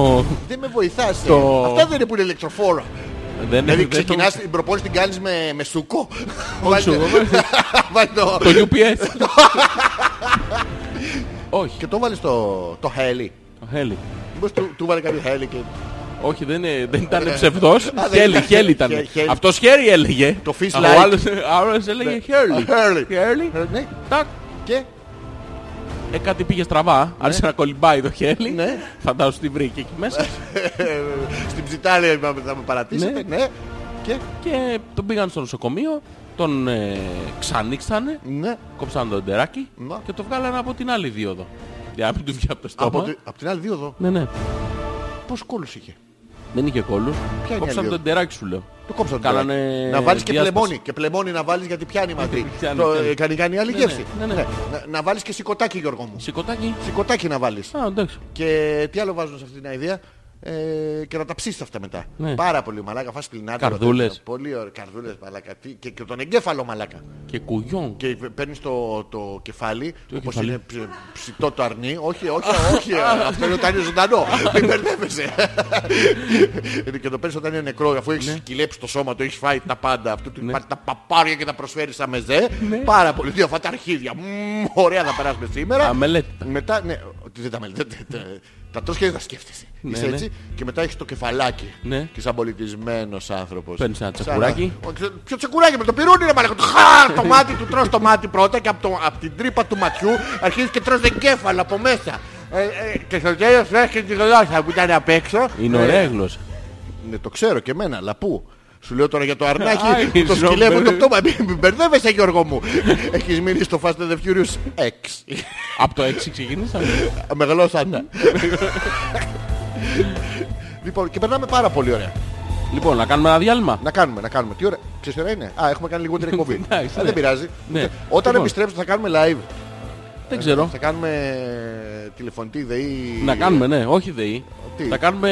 Δεν με βοηθάς. ε. Το- Αυτά δεν είναι που είναι ηλεκτροφόρα. δεν Δηλαδή δεν το- ξεκινάς την προπόνηση την κάνεις με, με σούκο. σούκο, Βάλει το... Το UPS. Όχι. Και το βάλεις το, το χέλι. Το χέλι. Μήπως του, του βάλε κάποιο χέλι και... Όχι, δεν, είναι- δεν ήταν ψευδός. Ε, δεν χέλι, ήταν. χέλι ήταν. Χέ- χέλι. Αυτός χέρι έλεγε. Το fish Α, like. Ναι. Ο άλλος, άλλος έλεγε χέρι. Χέλι. Χέρι. Ε, Ναι. Τάκ. Και Ε, κάτι πήγε στραβά. Άρχισε να κολυμπάει το χέλι. Ναι. Φαντάζομαι τι βρήκε εκεί μέσα. Στην ψητάλη είπαμε, θα με παρατήσετε. Ναι. Ναι. Και. και τον πήγαν στο νοσοκομείο. Τον ε, ξανήξανε. Ναι. Κόψαν το εντεράκι. Να. Και το βγάλανε από την άλλη δίωδο. Για να μην του βγει από το Από, στόμα. τη, απ' την άλλη δύο εδώ. Ναι, ναι. Πώς κόλλους είχε. Δεν είχε κόλλους. άλλη Κόψαν δίωδο? το εντεράκι σου λέω. Το κόψαν το Κάνανε τυράκι. Να βάλεις και διάσταση. πλεμόνι. Και πλεμόνι να βάλεις γιατί πιάνει μαζί. Πιάνει, το, πιάνει. ε, κάνει, κάνει άλλη Ναι, γεύση. ναι, ναι, ναι. Να, να βάλεις και σηκωτάκι Γιώργο μου. Σηκωτάκι. Σηκωτάκι να βάλεις. Α, εντάξει. Και τι άλλο βάζουν σε αυτή την ιδέα. Ε, και να τα ψήσεις αυτά μετά. Ναι. Πάρα πολύ μαλάκα. Φας πιλινάτη. Καρδούλες. Πολύ ωραία. Καρδούλες μαλάκα. Τι- Και, και τον εγκέφαλο μαλάκα. Και κουγιόν. Και παίρνεις το, το κεφάλι, Το όπως κεφάλι. είναι ψ- ψητό το αρνί. Όχι, όχι, όχι. αυτό είναι όταν είναι ζωντανό. Μην μπερδεύεσαι. Ε, και το παίρνεις όταν είναι νεκρό, αφού έχεις Ναι. κυλέψει το σώμα, το έχεις φάει τα πάντα. Αυτό του πάρει τα παπάρια και τα προσφέρεις σαν Ναι. μεζέ. Πάρα πολύ. Δύο αυτά τα αρχίδια. Μμμ, Ωραία θα περάσουμε σήμερα. Αμελέτητα. Μετά, ναι, ότι δεν τα μελετάτε. τα- Τα τρως και δεν τα σκέφτεσαι. Είσαι ναι. έτσι και μετά έχεις το κεφαλάκι. Ναι. Και σαν πολιτισμένος άνθρωπος. Παίρνεις ένα Σαν- τσακουράκι. Ο- ξέρω- Ποιο τσακουράκι με το πυρούνι ρε μαλακό. Χα, το μάτι του τρως το μάτι πρώτα και από, το, απ' την τρύπα του ματιού αρχίζεις και τρως την κέφαλα από μέσα. Ε, ε, και στο τέλος έρχεται τη γλώσσα που ήταν απ' έξω. Είναι Ε, ωραία η γλώσσα. ναι, το ξέρω και εμένα, αλλά πού. Σου λέω τώρα για το αρνάκι Α, που το ζόμπερ. σκυλεύω το πτώμα. Μην- Μην μπερδεύεσαι Γιώργο μου. Έχεις μείνει στο Fast and the Furious 6. Από το 6 ξεκινήσαμε. Μεγαλώσαμε. λοιπόν, και περνάμε πάρα πολύ ωραία. λοιπόν, να κάνουμε ένα διάλειμμα. Να κάνουμε, να κάνουμε. Τι ώρα, ξέρεις τι ώρα είναι. Α, έχουμε κάνει λιγότερη εκπομπή. Α, Εντάξει, ναι. Δεν πειράζει. Ναι. Όταν Λοιπόν. επιστρέψουμε θα κάνουμε live. Δεν ξέρω. Θα κάνουμε τηλεφωνητή ΔΕΗ. Να κάνουμε, ναι, όχι ΔΕΗ. Τι? Θα κάνουμε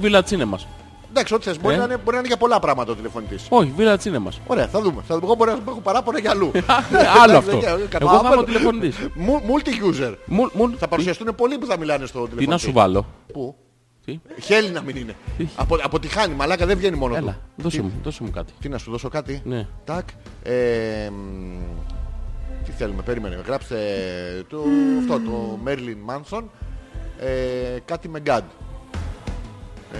βίλα τσίνε μας. Εντάξει, ό,τι θες. Μπορεί, Ε. να είναι, μπορεί να είναι για πολλά πράγματα ο τηλεφωνητής. Όχι, βίλα τσίνε μας. Ωραία, θα δούμε. Θα δούμε. Εγώ μπορεί να έχω παράπονα για αλλού. Άλλο αυτό. Δεν ξέρω, Εγώ θα είμαι άλλο. ο τηλεφωνητής. Μου- Multi-user. Μου- μου- Θα παρουσιαστούν πολλοί που θα μιλάνε στο τηλεφωνητή. Τι να σου βάλω. Πού. Τι? Χέλη να μην είναι. Τι? Απο, αποτυχάνει, μαλάκα δεν βγαίνει μόνο Έλα, του. δώσε Τι- μου, δώσε μου κάτι. Τι να σου δώσω κάτι. Ναι. Τάκ. Ε, μ, τι θέλουμε, περίμενε. Γράψτε το, αυτό το Μέρλιν Μάνσον. Ε, κάτι με Γκάντ. Ε,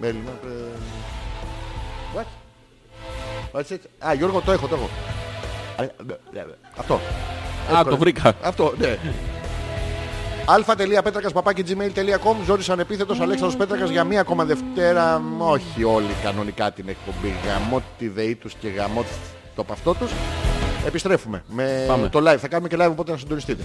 Μέρλιν Manson, ε, What? What's it? Α, Γιώργο, το έχω, το έχω. Α, ναι, ναι, ναι. Αυτό. Α, το βρήκα. Αυτό, ναι. α.πέτρακας.gmail.com Ζόρις ανεπίθετος Αλέξανδρος Πέτρακας για μία ακόμα Δευτέρα μ, όχι όλοι κανονικά την εκπομπή γαμώ τη ΔΕΗ τους και γαμώ το παυτό τους επιστρέφουμε με Πάμε. το live θα κάνουμε και live οπότε να συντονιστείτε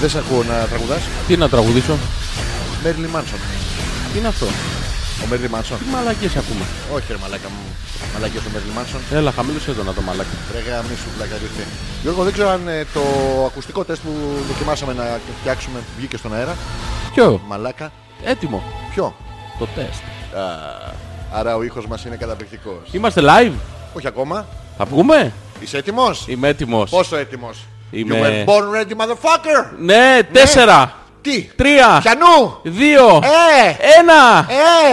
Δεν σε ακούω να τραγουδάς. Τι να τραγουδήσω. Μέρλι Μάνσον. Τι είναι αυτό. Ο Μέρλι Μάνσον. Μαλακίες ακούμε. Όχι ρε μαλάκα μου. Μαλάκια ο Μέρλι Μάνσον. Έλα χαμήλωσε εδώ να το μαλάκι. Ρε γάμι σου πλάκα αλήθεια. Γιώργο δεν ξέρω αν ε, το ακουστικό τεστ που δοκιμάσαμε να φτιάξουμε βγήκε στον αέρα. Ποιο. Μαλάκα. Έτοιμο. Ποιο. Το τεστ. Α, άρα ο ήχος μας είναι καταπληκτικός. Είμαστε live. Όχι ακόμα. Θα βγούμε. Είσαι έτοιμος. Είμαι έτοιμος. Πόσο έτοιμος. Είμαι- You were born ready motherfucker. Ναι, τέσσερα. Τι. Τρία. Πιανού. Δύο. Ε. Ένα.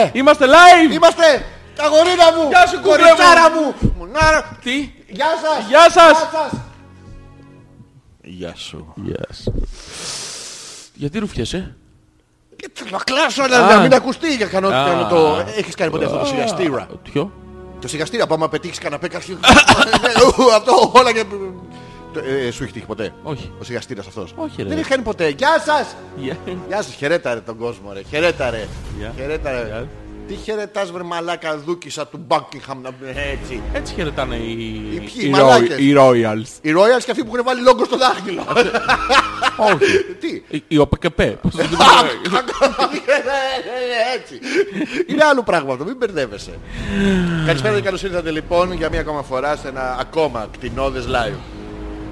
Ε. Είμαστε live. Είμαστε. Αγορίνα μου. Γεια σου, κουκλέ μου. κοριτσάρα μου. Μουνάρα. Τι. Γεια σας. Γεια σας. Γεια σου. Yes. Γιατί ρουφιέσαι. ε? Και Θα κλάσω αλλά Α. να μην ακουστεί για κάνω Α. κάνω το... Έχεις κάνει ποτέ αυτό το σιγαστήρα. Ποιο. Το σιγαστήρα πάμε να πετύχεις καναπέ κάποιο. Αυτό όλα και... Το- ε, Σου έχει τύχει ποτέ. Όχι. Ο σιγαστήρας αυτός. Όχι, ρε. Δεν έχει κάνει ποτέ. Γεια σας. Yeah. Γεια σας. Χαιρέταρε τον κόσμο ρε. Χαιρέταρε. Γεια. Χαιρέταρε. Γεια. Τι χαιρετάς βρε μαλάκα δούκησα του Buckingham να ε, έτσι. Έτσι χαιρετάνε οι, Οι ποιοι, οι, μαλάκες. Roy- οι Royals. Οι Royals και αυτοί που έχουν βάλει λόγκο στο δάχτυλο. Όχι. Τι. Οι- Οι ΟΠΚΠ. Πώς το λέτε. Έτσι. Είναι άλλο πράγμα αυτό, μην μπερδεύεσαι. Καλησπέρα και καλώς ήρθατε λοιπόν για μία ακόμα φορά σε ένα ακόμα κτηνόδες live.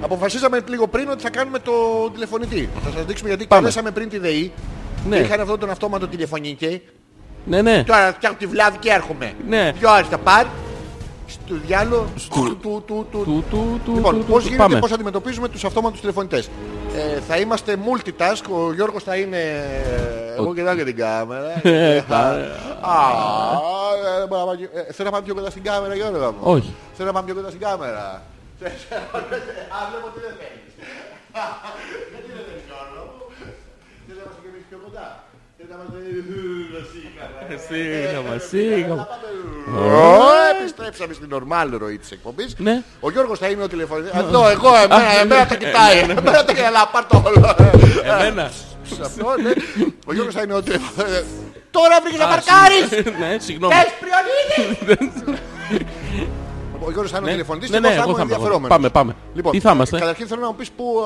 Αποφασίσαμε λίγο πριν ότι θα κάνουμε το τηλεφωνητή. Θα σας δείξουμε γιατί καλέσαμε πριν τη ΔΕΗ. Ναι. και Είχαν αυτόν τον αυτόματο τηλεφωνική. Ναι, ναι. Τώρα φτιάχνω τη βλάβη και έρχομαι. Ναι. Δυο ώρες θα πάρει. Στο διάλογο. του, του, του, Του, του. του, του, του, Λοιπόν, του, πώς του. γίνεται, Πάμε. πώς αντιμετωπίζουμε τους αυτόματους τηλεφωνητές. Ε, θα είμαστε multitask. Ο Γιώργος θα είναι. ε, Εγώ κοιτάω και την κάμερα. Ε, Α, ε, μπορώ να πάω και- ε, Θέλω να πάμε πιο κοντά στην κάμερα, Γιώργο. μου. Όχι. Θέλω να πάμε πιο κοντά στην κάμερα. Α, βλέπω ότι δεν θέλεις. Γιατί δεν θέλεις, Γιώργο. μου. Θέλω να είμαστε και εμεί πιο κοντά. Θέλω να είμαστε. Ε, Σίγαμα, σίγαμα. Ω, Επιστρέψαμε στην normal ροή της εκπομπής. Ναι. Ο Γιώργος θα είναι ο τηλεφωνητής. Εδώ, εγώ, εμένα, εμένα τα κοιτάει. Εμένα τα κοιτάει, αλλά πάρ' το όλο. Ναι, Εμένα. Σε αυτό, ναι. Ο Γιώργος θα είναι ο ε, τηλεφωνητής. Τώρα βρήκες να παρκάρεις. Ναι, συγγνώμη. Πες πριονίδη. Ο Γιώργος θα είναι ο τηλεφωνητής και Ναι, εγώ ναι, θα εγώ είμαι θα είμαι. ενδιαφερόμενος. Πάμε, πάμε. Λοιπόν, Τι θα είμαστε? Καταρχήν θέλω να μου πεις που...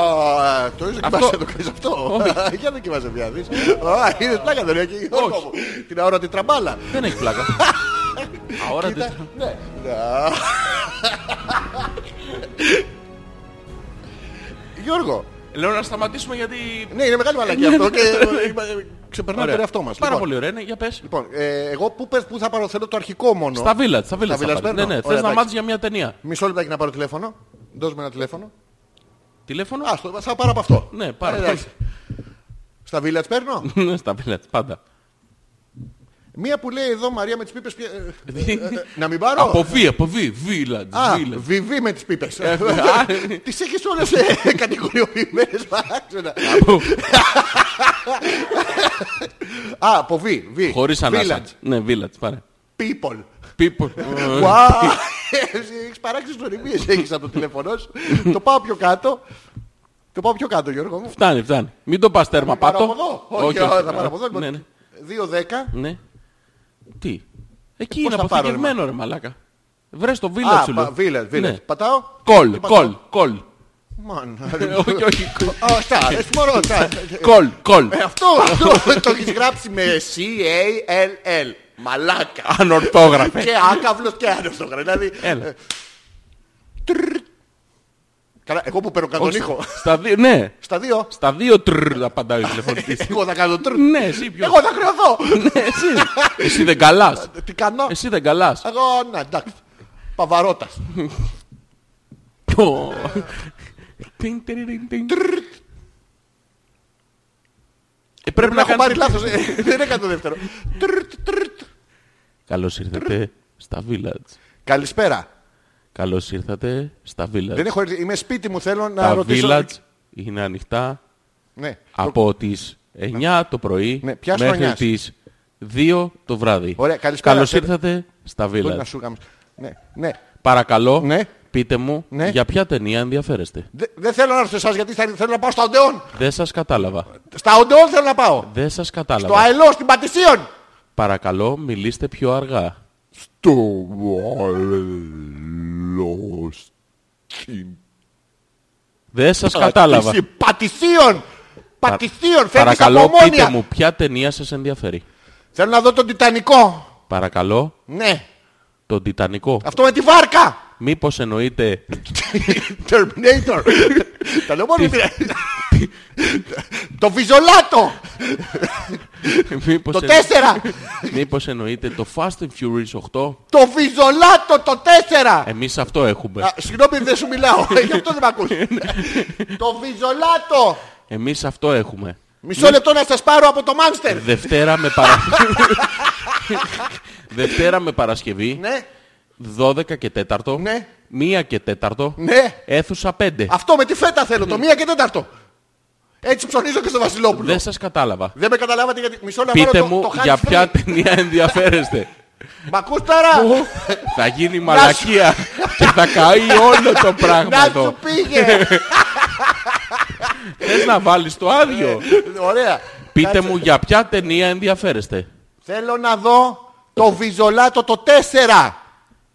α, Το ίδιο κοιμάσαι, Αυτό- το κάνεις αυτό. Για δεν κοιμάσαι πια, δεις. Α, Είναι πλάκα, δεν είναι εκεί. Γιώργο μου. Την αόρατη τραμπάλα. Δεν έχει πλάκα. Αόρατη. Κοίτα, ναι. Γιώργο, Λέω να σταματήσουμε γιατί. ναι, είναι μεγάλη μαλακή αυτό και ε, ξεπερνάει ναι, Ωραία. τον εαυτό μας. Πάρα Λοιπόν, πολύ ωραία, ναι, για πες. Λοιπόν, ε, εγώ που, πες- που θα πάρω, θέλω το αρχικό μόνο. Στα village, στα Στα village. village θα πάρεις. παίρνω. Ναι, ναι, Ωραία, θες να εντάξει. μάθεις για μια ταινία. Μισό λεπτάκι να πάρω τηλέφωνο. Δώσ' μου ένα τηλέφωνο. Τηλέφωνο. Α, στο- θα πάρω από αυτό. Ναι, πάρε. Εντάξει. Στα village παίρνω. Ναι, Στα village, πάντα. Μία που λέει εδώ Μαρία με τις πίπες... πια- ε, Τι? ε, ε, Να μην πάρω. Από βι, από βι, village, Α, village. Ε, βιβί με τις πίπες. α. Τις έχεις όλες ε, κατηγοριοποιημένες παράξενα. Α, από βι, βι. Χωρίς ανάσα. Village, Ναι, village, πάρε. people. People. Wow. Έχεις παράξεις γνωριμίες έχεις από το τηλέφωνο σου. Το πάω πιο κάτω. Το πάω πιο κάτω, Γιώργο μου. Φτάνει, φτάνει. Μην το πας τέρμα Πάρω πάτο. από εδώ. Όχι, θα πάρω από εδώ. Ναι, ναι. Λοιπόν, 2-10. Ναι. Τι. Εκεί πώς είναι θα πάρω, αποθηκευμένο ρε μαλάκα. Βρες το Α, village σου πα- λέω. village, Ναι. village. Πατάω. Ε, Κολ, Και πατάω. κολ, κολ. Μαν. Όχι, Ε, όχι. Α, στα, ρε, μωρό, στα. Κολ, κολ. Ε, Αυτό, αυτό το έχεις γράψει με C-A-L-L. Μαλάκα. Ανορθόγραφε. και άκαυλος και άνευστο. Δηλαδή, Έλα. καλά, εγώ που παίρνω κάτω τον ήχο. Στα δύο, ναι. Στα δύο. Στα δύο τρρρ απαντάει ο τηλεφωνητής. Εγώ θα κάνω τρ. Ναι, εσύ ποιος. Ε, Εγώ θα χρεωθώ. Ναι, εσύ. Εσύ δεν καλάς. Τι Ναι. κάνω. Εσύ δεν καλάς. Εγώ, να, εντάξει. Παβαρότας. Ω. Τιν, τιριριν, τιν. Ε, Πρέπει Πρέπει να να έχω κάνεις- πάρει λάθος. Ε, Δεν έκανα το δεύτερο. Τρ, τρ, τρ. Καλώς ήρθατε στα Village. Καλησπέρα. Καλώς ήρθατε στα Village. Δεν έχω έρθει. Είμαι σπίτι μου, θέλω να Τα ρωτήσω. Village είναι ανοιχτά Ναι. από τις 9 το πρωί Ναι, πιάσου μέχρι χρονιάς. τις 2 το βράδυ. Ωραία, καλησπέρα. Καλώς ήρθατε στα Μπορεί να Village. σου κάνω. Ναι, ναι. Παρακαλώ, Ναι. πείτε μου Ναι. για ποια ταινία ενδιαφέρεστε. Δε- Δεν θέλω να έρθω σε εσάς γιατί θα- θέλω να πάω στα Οντεόν. Δεν σας κατάλαβα. Στα Οντεόν θέλω να πάω. Δεν σας Το κατάλαβα. αελό στην Πατησίων. Παρακαλώ, μιλήστε πιο αργά. Το αελό στην Δεν σας κατάλαβα. Πατησίων. Πατησίων. Φεύγεις από Παρακαλώ, πείτε ομόνια. μου ποια ταινία σας ενδιαφέρει. Θέλω να δω τον Τιτανικό. Παρακαλώ, Ναι. τον Τιτανικό. Αυτό με τη βάρκα. Μήπως εννοείται Terminator. Τα λέω μόνο επειδή- Το Βιζολάτο. μήπως Το εν- 4. μήπως εννοείται το Fast and Furious 8. Το Βιζολάτο το 4. Εμείς αυτό έχουμε. Α, Συγγνώμη δεν σου μιλάω. Γι' αυτό δεν με ακούς. Το Βιζολάτο. Εμείς αυτό έχουμε. Μισό λεπτό να σας πάρω από το Μάνστερ. Ε, Δευτέρα με Παρασκευή. Δευτέρα με Παρασκευή, Ναι. 12 και 4. Ναι. 1 και 4. Ναι. Αίθουσα 5. Αυτό με τη φέτα θέλω. Το μία και τέταρτο. Έτσι ψωνίζω και στο Βασιλόπουλο. Δεν σας κατάλαβα. Δεν με καταλάβατε γιατί μισό να Πείτε πάρω το, μου το hands για free. ποια ταινία ενδιαφέρεστε. Μ' ακούς τώρα. θα γίνει μαλακία και θα καεί όλο το πράγμα Να σου εδώ. πήγε. Θες να βάλεις το Ε, άδειο. Ωραία. Πείτε μου για ποια ταινία ενδιαφέρεστε. Θέλω να δω το Βιζολάτο το 4.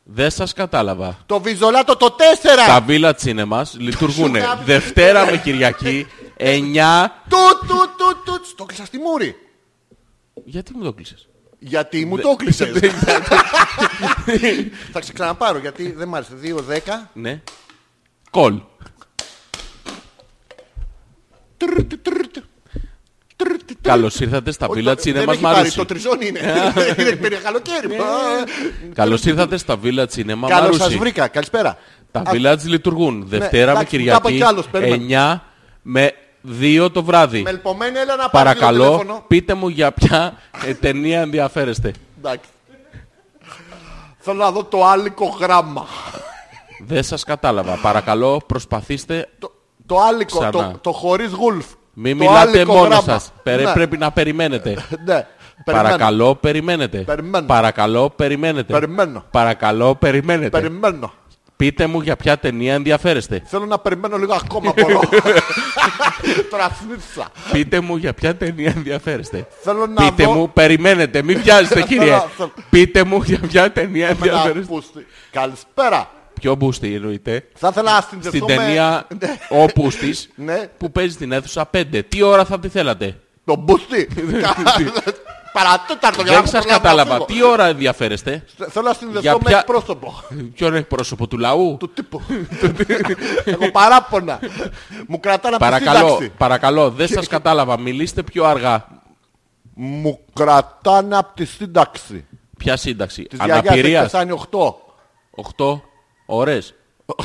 Δεν σας κατάλαβα. Το Βιζολάτο το 4. Τα βίλα σινεμάς λειτουργούν Ε. Σου Δευτέρα με Κυριακή 9. Του, του, του, του. Το κλείσα στη μούρη. Γιατί μου το κλείσες. Γιατί μου το κλείσες. Θα ξαναπάρω γιατί δεν μ' άρεσε. 2, 10. Ναι. Κολ. Καλώς ήρθατε στα βίλα σινεμάς Μαρούσι. Το τριζόν είναι. Είναι περί Ναι. καλοκαίρι. Α, Καλώς ήρθατε στα βίλα σινεμά Καλώς σας Μαρούσι. βρήκα. Καλησπέρα. Τα village λειτουργούν Δευτέρα με εντάξει, κάπου Κυριακή κι άλλος, περίμενε. 9 με 2 το βράδυ. Μελπομένη έλα να πάρεις λίγο Παρακαλώ, τηλέφωνο. πείτε μου για ποια ε, ταινία ενδιαφέρεστε. Εντάξει. Θέλω να δω το άλικο γράμμα. Δεν σας κατάλαβα. Παρακαλώ, προσπαθήστε. Το- Το άλικο, Ξανά. το, το χωρίς γουλφ. Μην Το μιλάτε άλικο μόνο γράμμα. σας. Περε- Ναι, Πρέπει να περιμένετε. Ναι. Περιμένω. Παρακαλώ, περιμένετε. Περιμένω. Παρακαλώ, περιμένετε. Περιμένω. Παρακαλώ, περιμένετε. Περιμένω. Πείτε μου για ποια ταινία ενδιαφέρεστε. Θέλω να περιμένω λίγο ακόμα μπορώ. Τώρα φνίτσα. Πείτε μου για ποια ταινία ενδιαφέρεστε. Θέλω να Πείτε δω... μου, περιμένετε, μην βιάζεστε κύριε. Θέλω- θέλω- Πείτε μου για ποια ταινία με ένα ενδιαφέρεστε. πούστη. Καλησπέρα. Ποιο μπούστη εννοείται. Θα ήθελα να συνδεθούμε... Στην ταινία ο Πούστης Ναι. που παίζει στην αίθουσα 5. Τι ώρα θα τη θέλατε. Το μπούστη. Παρατέταρτο για να Ναι, Δεν μην σας προλάβω να κατάλαβα. φύγω. Τι ώρα ενδιαφέρεστε. Θέλω να Για συνδεθώ ποια- με πρόσωπο. Ποιον έχει πρόσωπο του λαού. Του τύπου. Έχω παράπονα. Μου κρατάνε από τη Παρακαλώ, σύνταξη. παρακαλώ, δεν σας κατάλαβα. Μιλήστε πιο αργά. Μου κρατάνε από τη σύνταξη. Ποια σύνταξη. Της γιαγιάς έχει Αναπηρία. πεθάνει 8. 8 ώρες.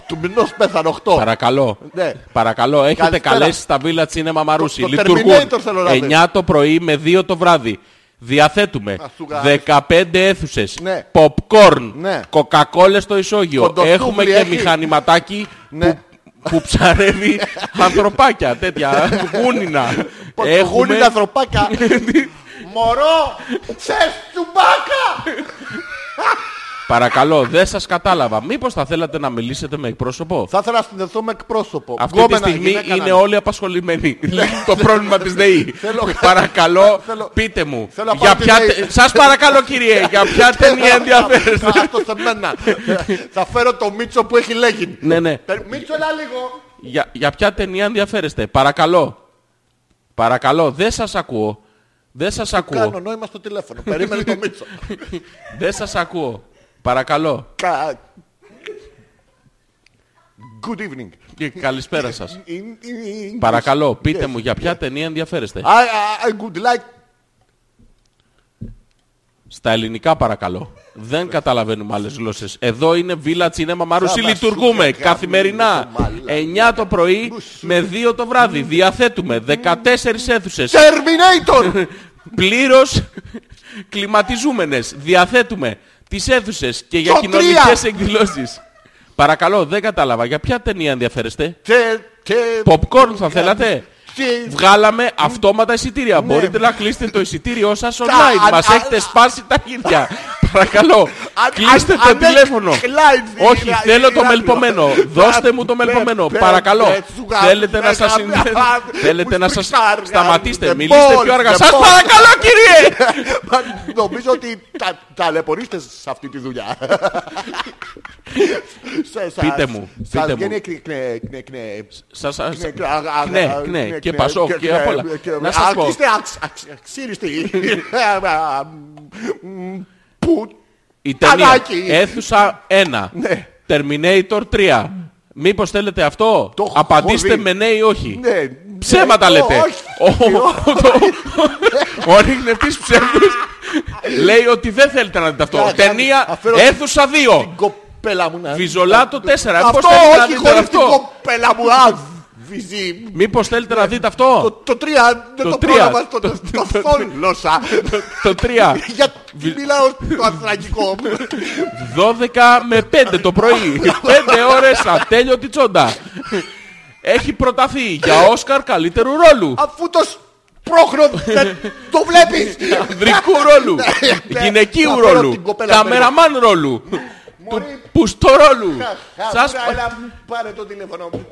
Του μηνός πέθανε 8. Παρακαλώ. Ναι. Παρακαλώ, έχετε Καλησπέρα. καλέσει στα Village Cinema Μαρούσι. Το- το Λειτουργούν Terminator θέλω να δεις. 9 το πρωί με 2 το βράδυ. Διαθέτουμε Α, σου γάμισε. 15 αίθουσες. Ναι. Popcorn. Ναι. Κοκακόλες στο ισόγειο. Κοντοτούβλι Έχουμε και έχει. μηχανηματάκι Ναι. που, που ψαρεύει ανθρωπάκια. Τέτοια. Γούνινα. Έχουμε... τα ανθρωπάκια. Μωρό, θες τσουμπάκα. Παρακαλώ, δεν σας κατάλαβα. Μήπως θα θέλατε να μιλήσετε με εκπρόσωπο. Θα ήθελα να συνδεθώ με εκπρόσωπο. Αυτή τη Γκόμενα στιγμή γυναίκα να είναι είμαι. όλοι απασχολημένοι. το πρόβλημα της ΔΕΗ. Θέλω- παρακαλώ, θέλω- πείτε μου. θέλω να για πάρω τη ποια... ΔΕΗ. τε- Σας παρακαλώ κύριε, για ποια ταινία ενδιαφέρεστε. Θα- Αυτό σε μένα. Θα φέρω το Μίτσο που έχει λέγει. ναι, ναι. Περι- Μίτσο, έλα λίγο. Για, για ποια ταινία ενδιαφέρεστε. Παρακαλώ. Παρακαλώ, δεν σας ακούω. Δεν σας Κάνω ακούω. νόημα στο τηλέφωνο. Περίμενε το Μίτσο. Δεν σας ακούω. Παρακαλώ. Κα- Good evening. Και καλησπέρα σας. In- in- in- Παρακαλώ, πείτε Yes. μου για ποια ταινία ενδιαφέρεστε. I, I- I would like... Στα ελληνικά παρακαλώ. Δεν καταλαβαίνουμε άλλες γλώσσες. Εδώ είναι Village Cinema Μαρούσι. Καλά, Λειτουργούμε σου λέγαμε, καθημερινά. το μαλάκα. 9 το πρωί με 2 το βράδυ. Διαθέτουμε 14 αίθουσες. Terminator! Πλήρως κλιματιζούμενες. Διαθέτουμε τις αίθουσες και για Στο κοινωνικές τρία. εκδηλώσεις. Παρακαλώ, δεν κατάλαβα. Για ποια ταινία ενδιαφέρεστε. Τε, τε, Popcorn θα θέλατε. Ναι. Τι- Ναι. Βγάλαμε αυτόματα εισιτήρια. Μπορείτε να κλείσετε το εισιτήριό σας online. αν- Μας αν- έχετε σπάσει τα χέρια. Παρακαλώ, αν- κλείστε αν- το αν- τηλέφωνο. Κλάιν, Όχι, είναι- θέλω είναι το άπειρο. μελπομένο. Δώστε μου το μελπομένο. πε- Παρακαλώ. πε- σου γα- Θέλετε να πε- σας γα- συνδέσω. γα- Θέλετε να σας... Μουστριξάρ, Σταματήστε, γα- μιλήστε δεν πιο αργά. δεν Σας μπορώ. παρακαλώ κύριε. Μα Νομίζω ότι τα, ταλαιπωρείστε σε αυτή τη δουλειά. Σε- σας- Πείτε μου, σας πείτε μου. βγαίνει εκ- εκ- εκ- εκ- εκ- Σας- σας- Ναι, α- α- Ναι, α- ναι, και Πασόκ και απ' όλα. και- Να σας πω. Ακτίστε, αξ- αξ- αξίριστη. Α, μ, Που. Η ταινία. Τανάκι. Έθουσα 1. Ναι. Terminator 3. Μήπως θέλετε αυτό. Το έχω Απαντήστε δει. με ναι ή όχι. Ναι, Ψέματα ναι, λέτε. όχι. Ο- Ο- Ο ρίχνευτής ψεύδους λέει ότι δεν θέλετε να δείτε αυτό. Κα- Ταινία αφαιρώ Έθουσα 2. Την κοπέλα μου να... Βιζολάτο 4. Αυτό Μήπως θέλετε να όχι, δείτε χωρίς την αυτό. κοπέλα μου. Α, βυζί. Μήπως θέλετε να δείτε Το- αυτό. Το τρία δεν Το το τρία. πρόλαβα στο Το- στο θόλωσα. Το 3. Βυ- Γιατί μιλάω το αθρακικό μου. 12 με 5 το πρωί. 5 ώρες ατέλειωτη τσόντα. Έχει προταθεί για Όσκαρ καλύτερου ρόλου. Αφού το σπρώχνω δεν το βλέπεις. Ανδρικού ρόλου. ναι. Γυναικείου Θα φέρω ρόλου. την κοπέλα Καμεραμάν ρόλου. Του Μωρή. πουστό ρόλου. Σας Σας πάρε το τηλέφωνο μου.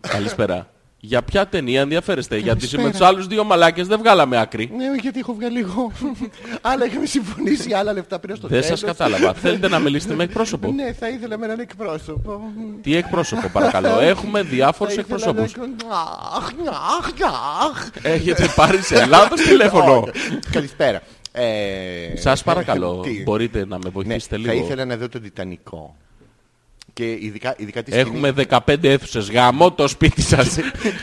Καλησπέρα. Για ποια ταινία ενδιαφέρεστε, γιατί με τους άλλους δύο μαλάκες δεν βγάλαμε άκρη. Ναι, γιατί έχω βγάλει εγώ. Άλλα είχαμε συμφωνήσει, άλλα λεφτά πήρα στο Δεν τέλος. σας κατάλαβα. Θέλετε να μιλήσετε με εκπρόσωπο. Ε, Ναι, θα ήθελα με έναν εκπρόσωπο. Τι εκπρόσωπο, παρακαλώ. Έχουμε διάφορους Θα ήθελα εκπροσώπους. να- Αχ, αχ, αχ. Έχετε πάρει σε λάθος τηλέφωνο. Όχι. Καλησπέρα. Ε, Σας παρακαλώ, τι? μπορείτε να με Ναι, βοηθήσετε θα λίγο. ήθελα να δω τον Τιτανικό. Και ειδικά, ειδικά τη Έχουμε 15 αίθουσες. Γαμώ το σπίτι σας.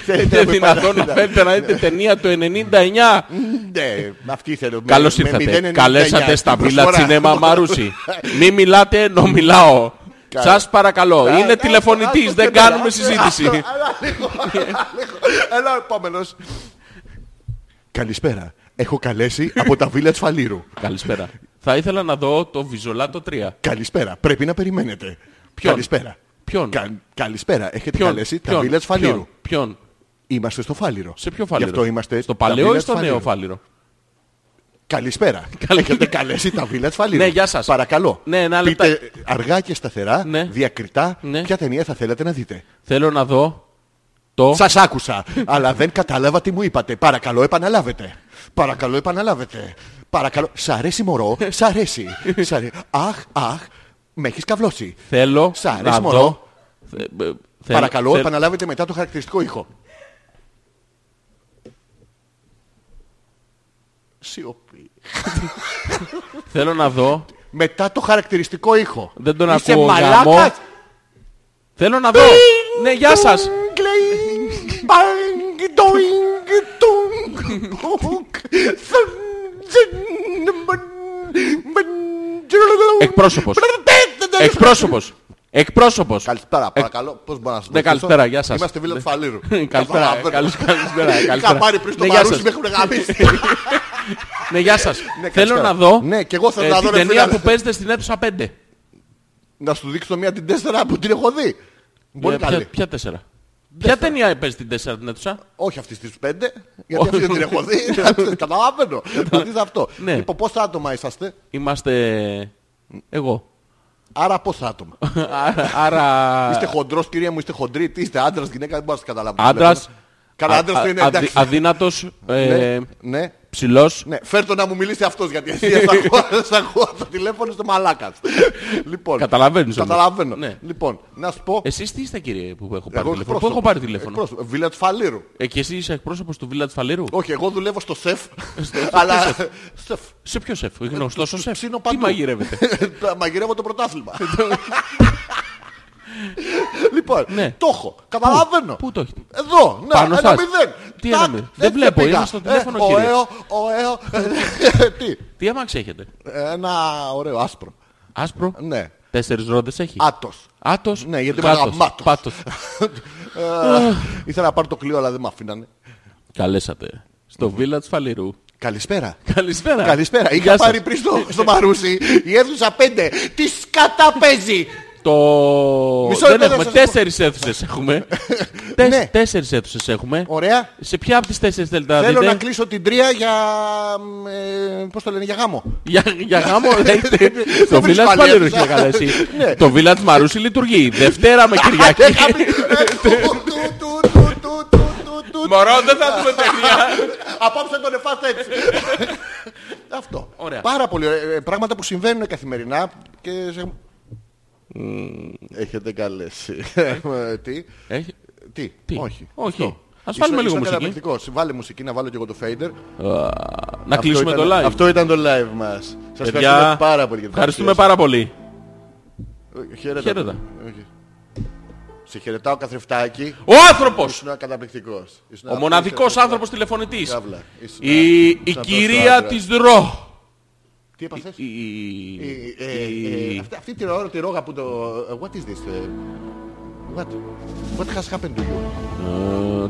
να Είναι με δυνατόν πάρετε να Ναι. να- φέρετε να δείτε ταινία του 99. σκηνή... Ναι, αυτή θέλω. με- Καλώς με ήρθατε. 0,99 Καλέσατε στα την Βίλα προσφορά. Τσινέμα Μαρούσι. Μη μιλάτε ενώ μιλάω. Καλά. Σας παρακαλώ. Α, Είναι άστο, τηλεφωνητής. άστο, Δεν τέλεια. κάνουμε Άστο, συζήτηση. άστο, Έλα λίγο, έλα λίγο. Έλα, επόμενος. Καλησπέρα. Έχω καλέσει από τα Βίλα Τσφαλήρου. Καλησπέρα. Θα ήθελα να δω το Βιζολάτο 3. Καλησπέρα. Πρέπει να περιμένετε. Ποιον? Καλησπέρα. Ποιον? Κα- Καλησπέρα. Έχετε Ποιον, καλέσει τα ποιον, Βίλα Τσφαλήρου. ποιον, Ποιον. Είμαστε στο Φάληρο. Σε ποιο Γι' φάληρο. αυτό είμαστε Στο τα παλαιό ή Village στο Φάληρο. νέο φάληρο. Καλησπέρα. Καλή- Έχετε καλέσει τα Village Φάληρο. Ναι, γεια σας. Παρακαλώ. Ναι, ένα Πείτε αργά και σταθερά, Ναι. διακριτά, Ναι. ποια ταινία θα θέλατε να δείτε. Θέλω να δω το... Σας άκουσα, αλλά δεν κατάλαβα τι μου είπατε. Παρακαλώ, επαναλάβετε. Παρακαλώ, επαναλάβετε. Παρακαλώ. Σ' αρέσει, μωρό. Σ' αρέσει. Σ' αρέ- Αχ, αχ, με έχεις καυλώσει. Θέλω Σ' αρέσει, να μωρό. δω... Θε- ε, θέλω- Παρακαλώ, θε- επαναλάβετε μετά το χαρακτηριστικό ήχο. Σιωπή. Θέλω να δω... Μετά το χαρακτηριστικό ήχο. Δεν τον Είσαι ακούω, μαλάκας. γαμό. Θέλω να δω... Ναι, γεια σας. Γκλέιν, μπαγκ, ντοϊγκ, τουγκ, πουκ, θεν, τζεν, μεν, μεν, τζρρρρρρ. Εκπρόσωπος. Εκπρόσωπος. Εκπρόσωπος. Καλησπέρα, παρακαλώ. Πώς μπορώ να σας Ε, Ναι, βοηθήσω? καλησπέρα, γεια σας. Είμαστε Βίλα Ναι. του Φαλήρου. Καλησπέρα, ε, Καταλαβαίνω. καλησπέρα, καλησπέρα, Είχα καλησπέρα. πάρει πριν το Ναι, γεια μαρούσι, σας. με έχουν γαμίσει. Ναι, γεια σας. Θέλω καλησπέρα. να δω... Ναι, κι εγώ θέλω ε, να την δω, ρε ταινία φίλε. που παίζεται στην αίθουσα 5. Να σου δείξω μία την τέσσερα που την έχω δει. Μπορεί Ε, ποια- καλή. Ποια τέσσερα. Ποια ταινία παίζει την τέσσερα την αίθουσα. Όχι αυτής στις πέντε, γιατί αυτή δεν την έχω δει. Καταλαβαίνω. Δηλαδή είναι αυτό. Ναι. Λοιπόν, πόσα άτομα είσαστε, Είμαστε εγώ. άρα πόσα άτομα. Άρα- Άρα... Είστε χοντρός κυρία μου, είστε χοντρή, τι είστε, άντρας, γυναίκα, δεν μπορώ να σας καταλάβω. Άντρας. Καλά, άντρας το είναι, αδ- εντάξει. Αδύνατος, ε, Ναι, ναι. ψηλός. Ναι, φέρτο να μου μιλήσει αυτός γιατί εσύ δεν σ' ακούω- δεν σ' ακούω από το τηλέφωνο στο μαλάκα. Λοιπόν, Καταλαβαίνεις όμως. Καταλαβαίνω. Ναι. Λοιπόν, να σου πω. Εσείς τι είστε κύριε που έχω πάρει εγώ τηλέφωνο. Πού εκπρόσωπος. έχω πάρει τηλέφωνο. Εκπρόσωπος. Βίλα του Φαλήρου. Ε, και εσύ είσαι εκπρόσωπος του Village Φαλήρου. Όχι, εγώ δουλεύω στο σεφ. αλλά. Σεφ. Σε ποιο σεφ, γνωστό ο σεφ. Ε, Ψήνω Τι παντού. μαγειρεύετε. Μαγειρεύω το πρωτάθλημα. λοιπόν, Ναι. το έχω. Καταλαβαίνω. Πού το έχετε? Εδώ, ναι, Πάνω ένα σας. μηδέν. Τι Τακ, ένα μηδέν. έτσι Δεν βλέπω, πήγα. είμαι στο Ε, τηλέφωνο, κύριε. Ωραίο, ωραίο. Τι, Τι άμαξ έχετε. ένα ωραίο άσπρο. Άσπρο. Ναι. Τέσσερις ρόδες έχει. Άτος. Άτος. Ναι, γιατί είμαι γάτος, γαμάτος. Πάτος. Ε, Ήθελα να πάρω το κλειό, αλλά δεν με αφήνανε. Καλέσατε στο Village Φαλήρου Καλησπέρα. Καλησπέρα. Καλησπέρα. Είχα Γεια σας. πάρει πριν στο, στο Μαρούσι η αίθουσα 5. Τι σκατά παίζει. Το. Μισό Δεν λεπτό να έχουμε. σας πω. Τέσσερις αίθουσες έχουμε. Ναι. Τέσσερις αίθουσες έχουμε. Ωραία. Σε ποια από τις τέσσερις θέλετε να Θέλω να δείτε. κλείσω την τρία για. Ε, Πώς το λένε, για γάμο. Για, για γάμο, έχετε. το βρίσκω Village άλλη πάλι αίθουσα. ρίχνει καλά εσύ. Ναι. Το Village Μαρούσι λειτουργεί. Δευτέρα με Κυριακή. Ε, Μωρό, δεν θα δούμε ταινία. Απόψε τον εφάς έτσι. Αυτό. Ωραία. Πάρα πολύ ωραία. Ε, Πράγματα που συμβαίνουν καθημερινά και. σε- Έχετε καλέσει. Ε, Τι. Έχει- Τι. Τι. Όχι. Όχι. Αυτό. Ας βάλουμε Ήσουν- λίγο ήσουν μουσική. καταπληκτικός. Βάλε μουσική να βάλω και εγώ το fader. Να κλείσουμε Αυτό το ήταν- live. Αυτό ήταν το live μας. Σας ευχαριστούμε Παιδιά, πάρα πολύ. για την ευχαριστούμε πάρα παρουσία πολύ. σας. Ε, Χαίρετε. Χαίρετε. Όχι. Σε χαιρετάω καθρεφτάκι. Ο άνθρωπος, Ήσουν καταπληκτικός. Ήσουν ο απίστευτος. μοναδικός άνθρωπος τηλεφωνητής. Καύλα. Ήσουν Η, η σαν τόσο κυρία άντρας. της Ρο. Τι έπαθες? Η- η- Ε, ε, ε, αυτή- Αυτή τη ώρα τη ρόγα που το... ε, What is this? ε, What? What has happened to you?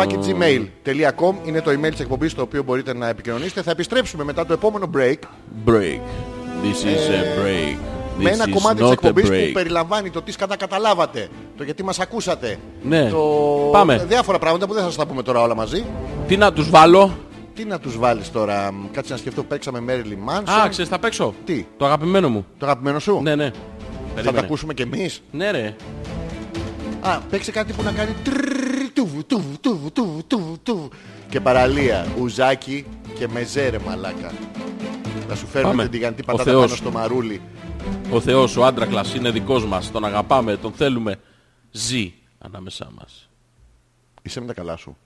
αλφα.πέτρακα.gmail.com είναι το email της εκπομπής στο οποίο μπορείτε να επικοινωνήσετε. Θα επιστρέψουμε μετά το επόμενο break Break. This is a break. Ε, με This ένα is κομμάτι της not a εκπομπής που break. περιλαμβάνει το τι σκατά καταλάβατε, το γιατί μας ακούσατε, Ναι. το... Πάμε. διάφορα πράγματα που δεν θα σας τα πούμε τώρα όλα μαζί. Τι να τους βάλω. Τι να τους βάλεις τώρα, μ, κάτσε να σκεφτώ, παίξαμε Marilyn Manson, Α, ξέρεις, θα παίξω. Τι? Το αγαπημένο μου. το αγαπημένο σου. Ναι, ναι. Θα τα Περίμενε. ακούσουμε κι εμείς. Ναι, ρε. Α, παίξε κάτι που να κάνει τρρρρ, τουβ, τουβ, τουβ, τουβ, τουβ, τουβ. Και παραλία, ουζάκι και μεζέρε μαλάκα. Να σου φέρουμε Πάμε. την τηγανιτή Ο πατάτα Θεός. πάνω στο μαρούλι. Ο Θεός, ο Άντρακλας είναι δικός μας. Τον αγαπάμε, τον θέλουμε. Ζει ανάμεσά μας. Είσαι με τα καλά σου.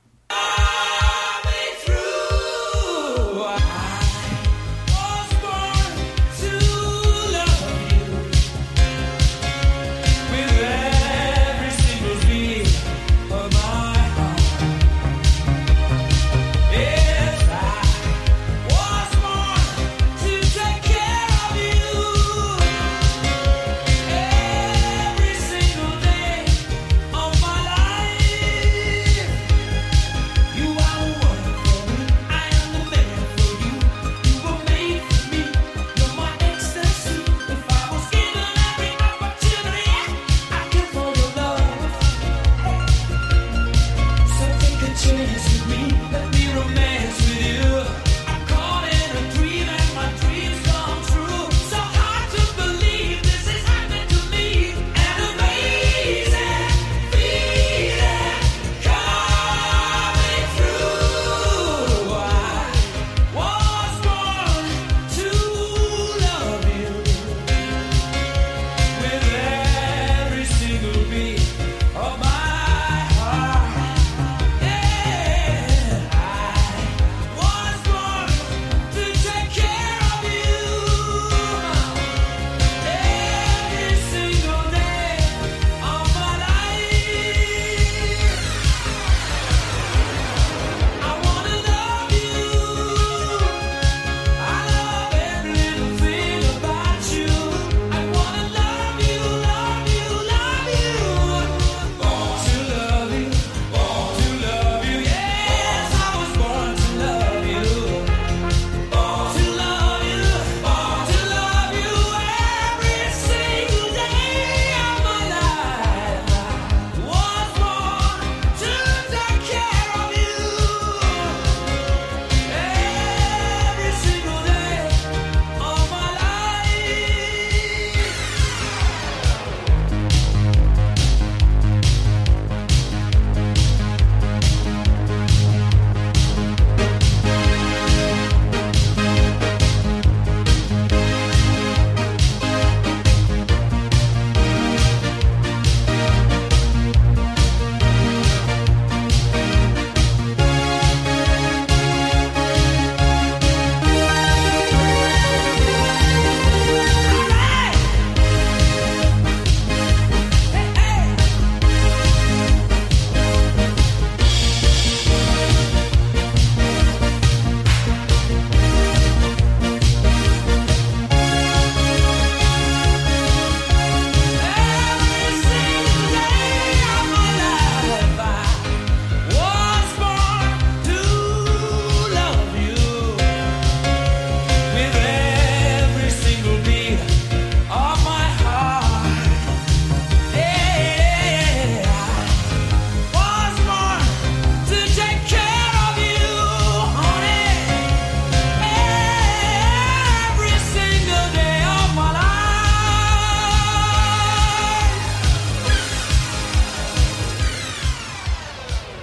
You are the one for me, I am the man for you.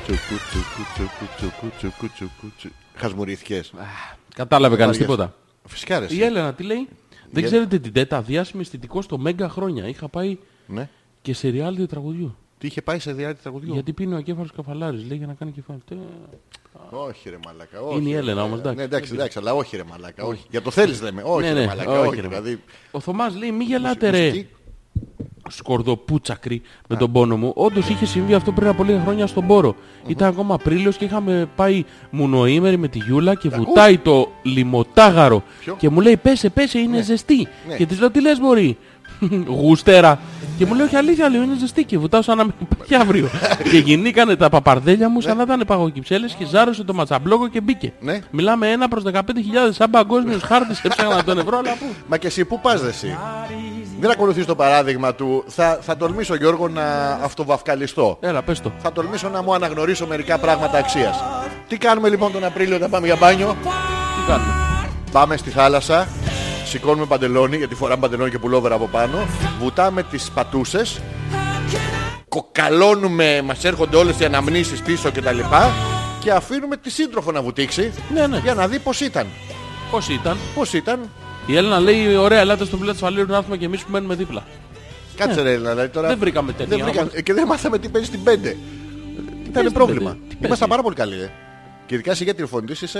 Τσουκού, τσουκού, τσουκού, τσουκού, τσουκού, τσουκού, τσου- Χασμουρίθηκες. Κατάλαβε κανείς τίποτα. Φυσικά ρε. Η εσύ. Έλενα τι λέει. Δεν Έλενα. ξέρετε την τέτα, διάσημη αισθητικό στο Μέγκα χρόνια. Είχα πάει Ναι. και σε reality τραγουδιού. Τι είχε πάει σε διάρκεια τραγουδιού. Γιατί πίνει ο ακέφαλος καφαλάρης, λέει για να κάνει κεφάλι. Τε- Όχι ρε μαλακά. Όχι, Είναι η ρε, Έλενα, όμως, ναι, εντάξει. Ναι, εντάξει, εντάξει, αλλά όχι ρε μαλακά. Όχι. Για το θέλεις λέμε. Όχι Ναι, ρε ναι, μαλακά. όχι, Όχι. ρε. Δηλαδή. Ο Θωμάς λέει μη γελάτε ρε. μουσική. σκορδοπούτσακρη με τον πόνο μου. Όντως είχε συμβεί αυτό πριν από λίγα χρόνια στον Πόρο. Ήταν ακόμα Απρίλιος και είχαμε πάει μουνοήμερη με τη Γιούλα και βουτάει το λιμοτάγαρο. Ποιο? Και μου λέει πέσε, πέσε, είναι ζεστή. Ναι. Και της λέω τι λες μπορεί. Γούστερα. και μου λέει όχι αλήθεια, λέω είναι ζεστή και βουτάω σαν να μην υπάρχει αύριο. και γινήκανε τα παπαρδέλια μου σαν να ήταν παγοκυψέλες και ζάρωσε το ματσαμπλόκο και μπήκε. Ναι. Μιλάμε ένα προς 15.000 σαν παγκόσμιος χάρτης έψαχνα τον ευρώ αλλά πού. Μα και εσύ πού πας ρε, εσύ. Δεν ακολουθείς το παράδειγμα του. Θα, θα τολμήσω Γιώργο Ναι, να αυτοβαυκαλιστώ. Έλα πες το. θα τολμήσω να μου αναγνωρίσω μερικά πράγματα αξίας. Τι κάνουμε λοιπόν τον Απρίλιο όταν πάμε για μπάνιο. Τι κάνουμε. Πάμε στη θάλασσα, σηκώνουμε παντελόνι, γιατί φοράμε παντελόνι και πουλόβερα από πάνω, βουτάμε τις πατούσες, κοκαλώνουμε, μας έρχονται όλες οι αναμνήσεις πίσω κτλ. Και, και αφήνουμε τη σύντροφο να βουτήξει Ναι, ναι. για να δει πώς ήταν. Πώς ήταν. Πώς ήταν. Η Έλληνα λέει: Ωραία, ελάτε στο πλοίο της Φαλήρου να έρθουμε και εμείς που μένουμε δίπλα. Κάτσε ρε, Έλληνα, δηλαδή τώρα... Ναι. Δεν βρήκαμε ταινία, δεν βρήκαμε- Και δεν μάθαμε τι παίζει στην 5. Ήταν στην πρόβλημα. πέντε, τι παίζει. Ήμασταν πάρα πολύ καλοί. ε. Και ειδικά σε για τηλεφωνητής είσαι...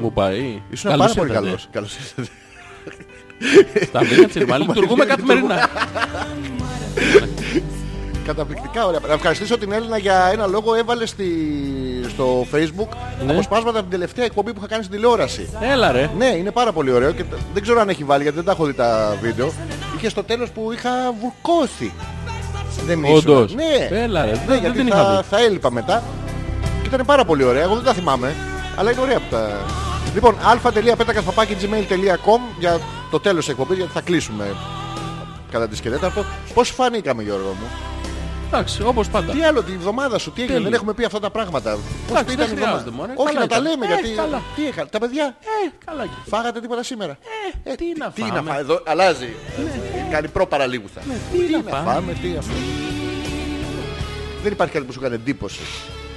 Μου πάει. Ήσουν πάρα πολύ ήρθατε. καλός. Καλώς ήρθατε. Τα βρήκα τσιρμάλι. Λειτουργούμε καθημερινά. Καταπληκτικά ωραία. Να ευχαριστήσω την Έλληνα για ένα λόγο. Έβαλε στη... στο facebook Ναι. αποσπάσματα από την τελευταία εκπομπή που είχα κάνει στην τηλεόραση. Έλα ρε. Ναι, είναι πάρα πολύ ωραίο και τα- δεν ξέρω αν έχει βάλει γιατί δεν τα έχω δει τα βίντεο. Είχε στο τέλος που είχα βουρκώσει. Δεν ήσουν. Όντως. Ναι. Έλα, ρε. Ναι, Δεν- δεν γιατί την είχα θα, δει. θα έλειπα μετά. Και ήταν πάρα πολύ ωραία. Εγώ δεν τα θυμάμαι. Αλλά είναι ωραία που τα... Λοιπόν, α.πέτακας.gmail.com για το τέλος της εκπομπής γιατί θα κλείσουμε κατά τις και τέταρτο. Πώς φανήκαμε Γιώργο μου. Εντάξει, όπως πάντα. Τι άλλο, τη εβδομάδα σου, τι έγινε, Τέλειο. δεν έχουμε πει αυτά τα πράγματα. Πώς Εντάξει, τι δεν η εβδομάδα. χρειάζεται, μωρέ. Όχι, Καλά να τα ήταν. λέμε Ε, γιατί. καλά. Τι είχα, τα παιδιά, Ε, καλά. και- φάγατε τίποτα σήμερα. Ε, τι να Τι να φάμε, φάμε. ε, εδώ αλλάζει. Κάνει προπαραλίγουθα. τι να να φάμε. φάμε, τι αυτό. Δεν υπάρχει κάτι που σου κάνει εντύπωση.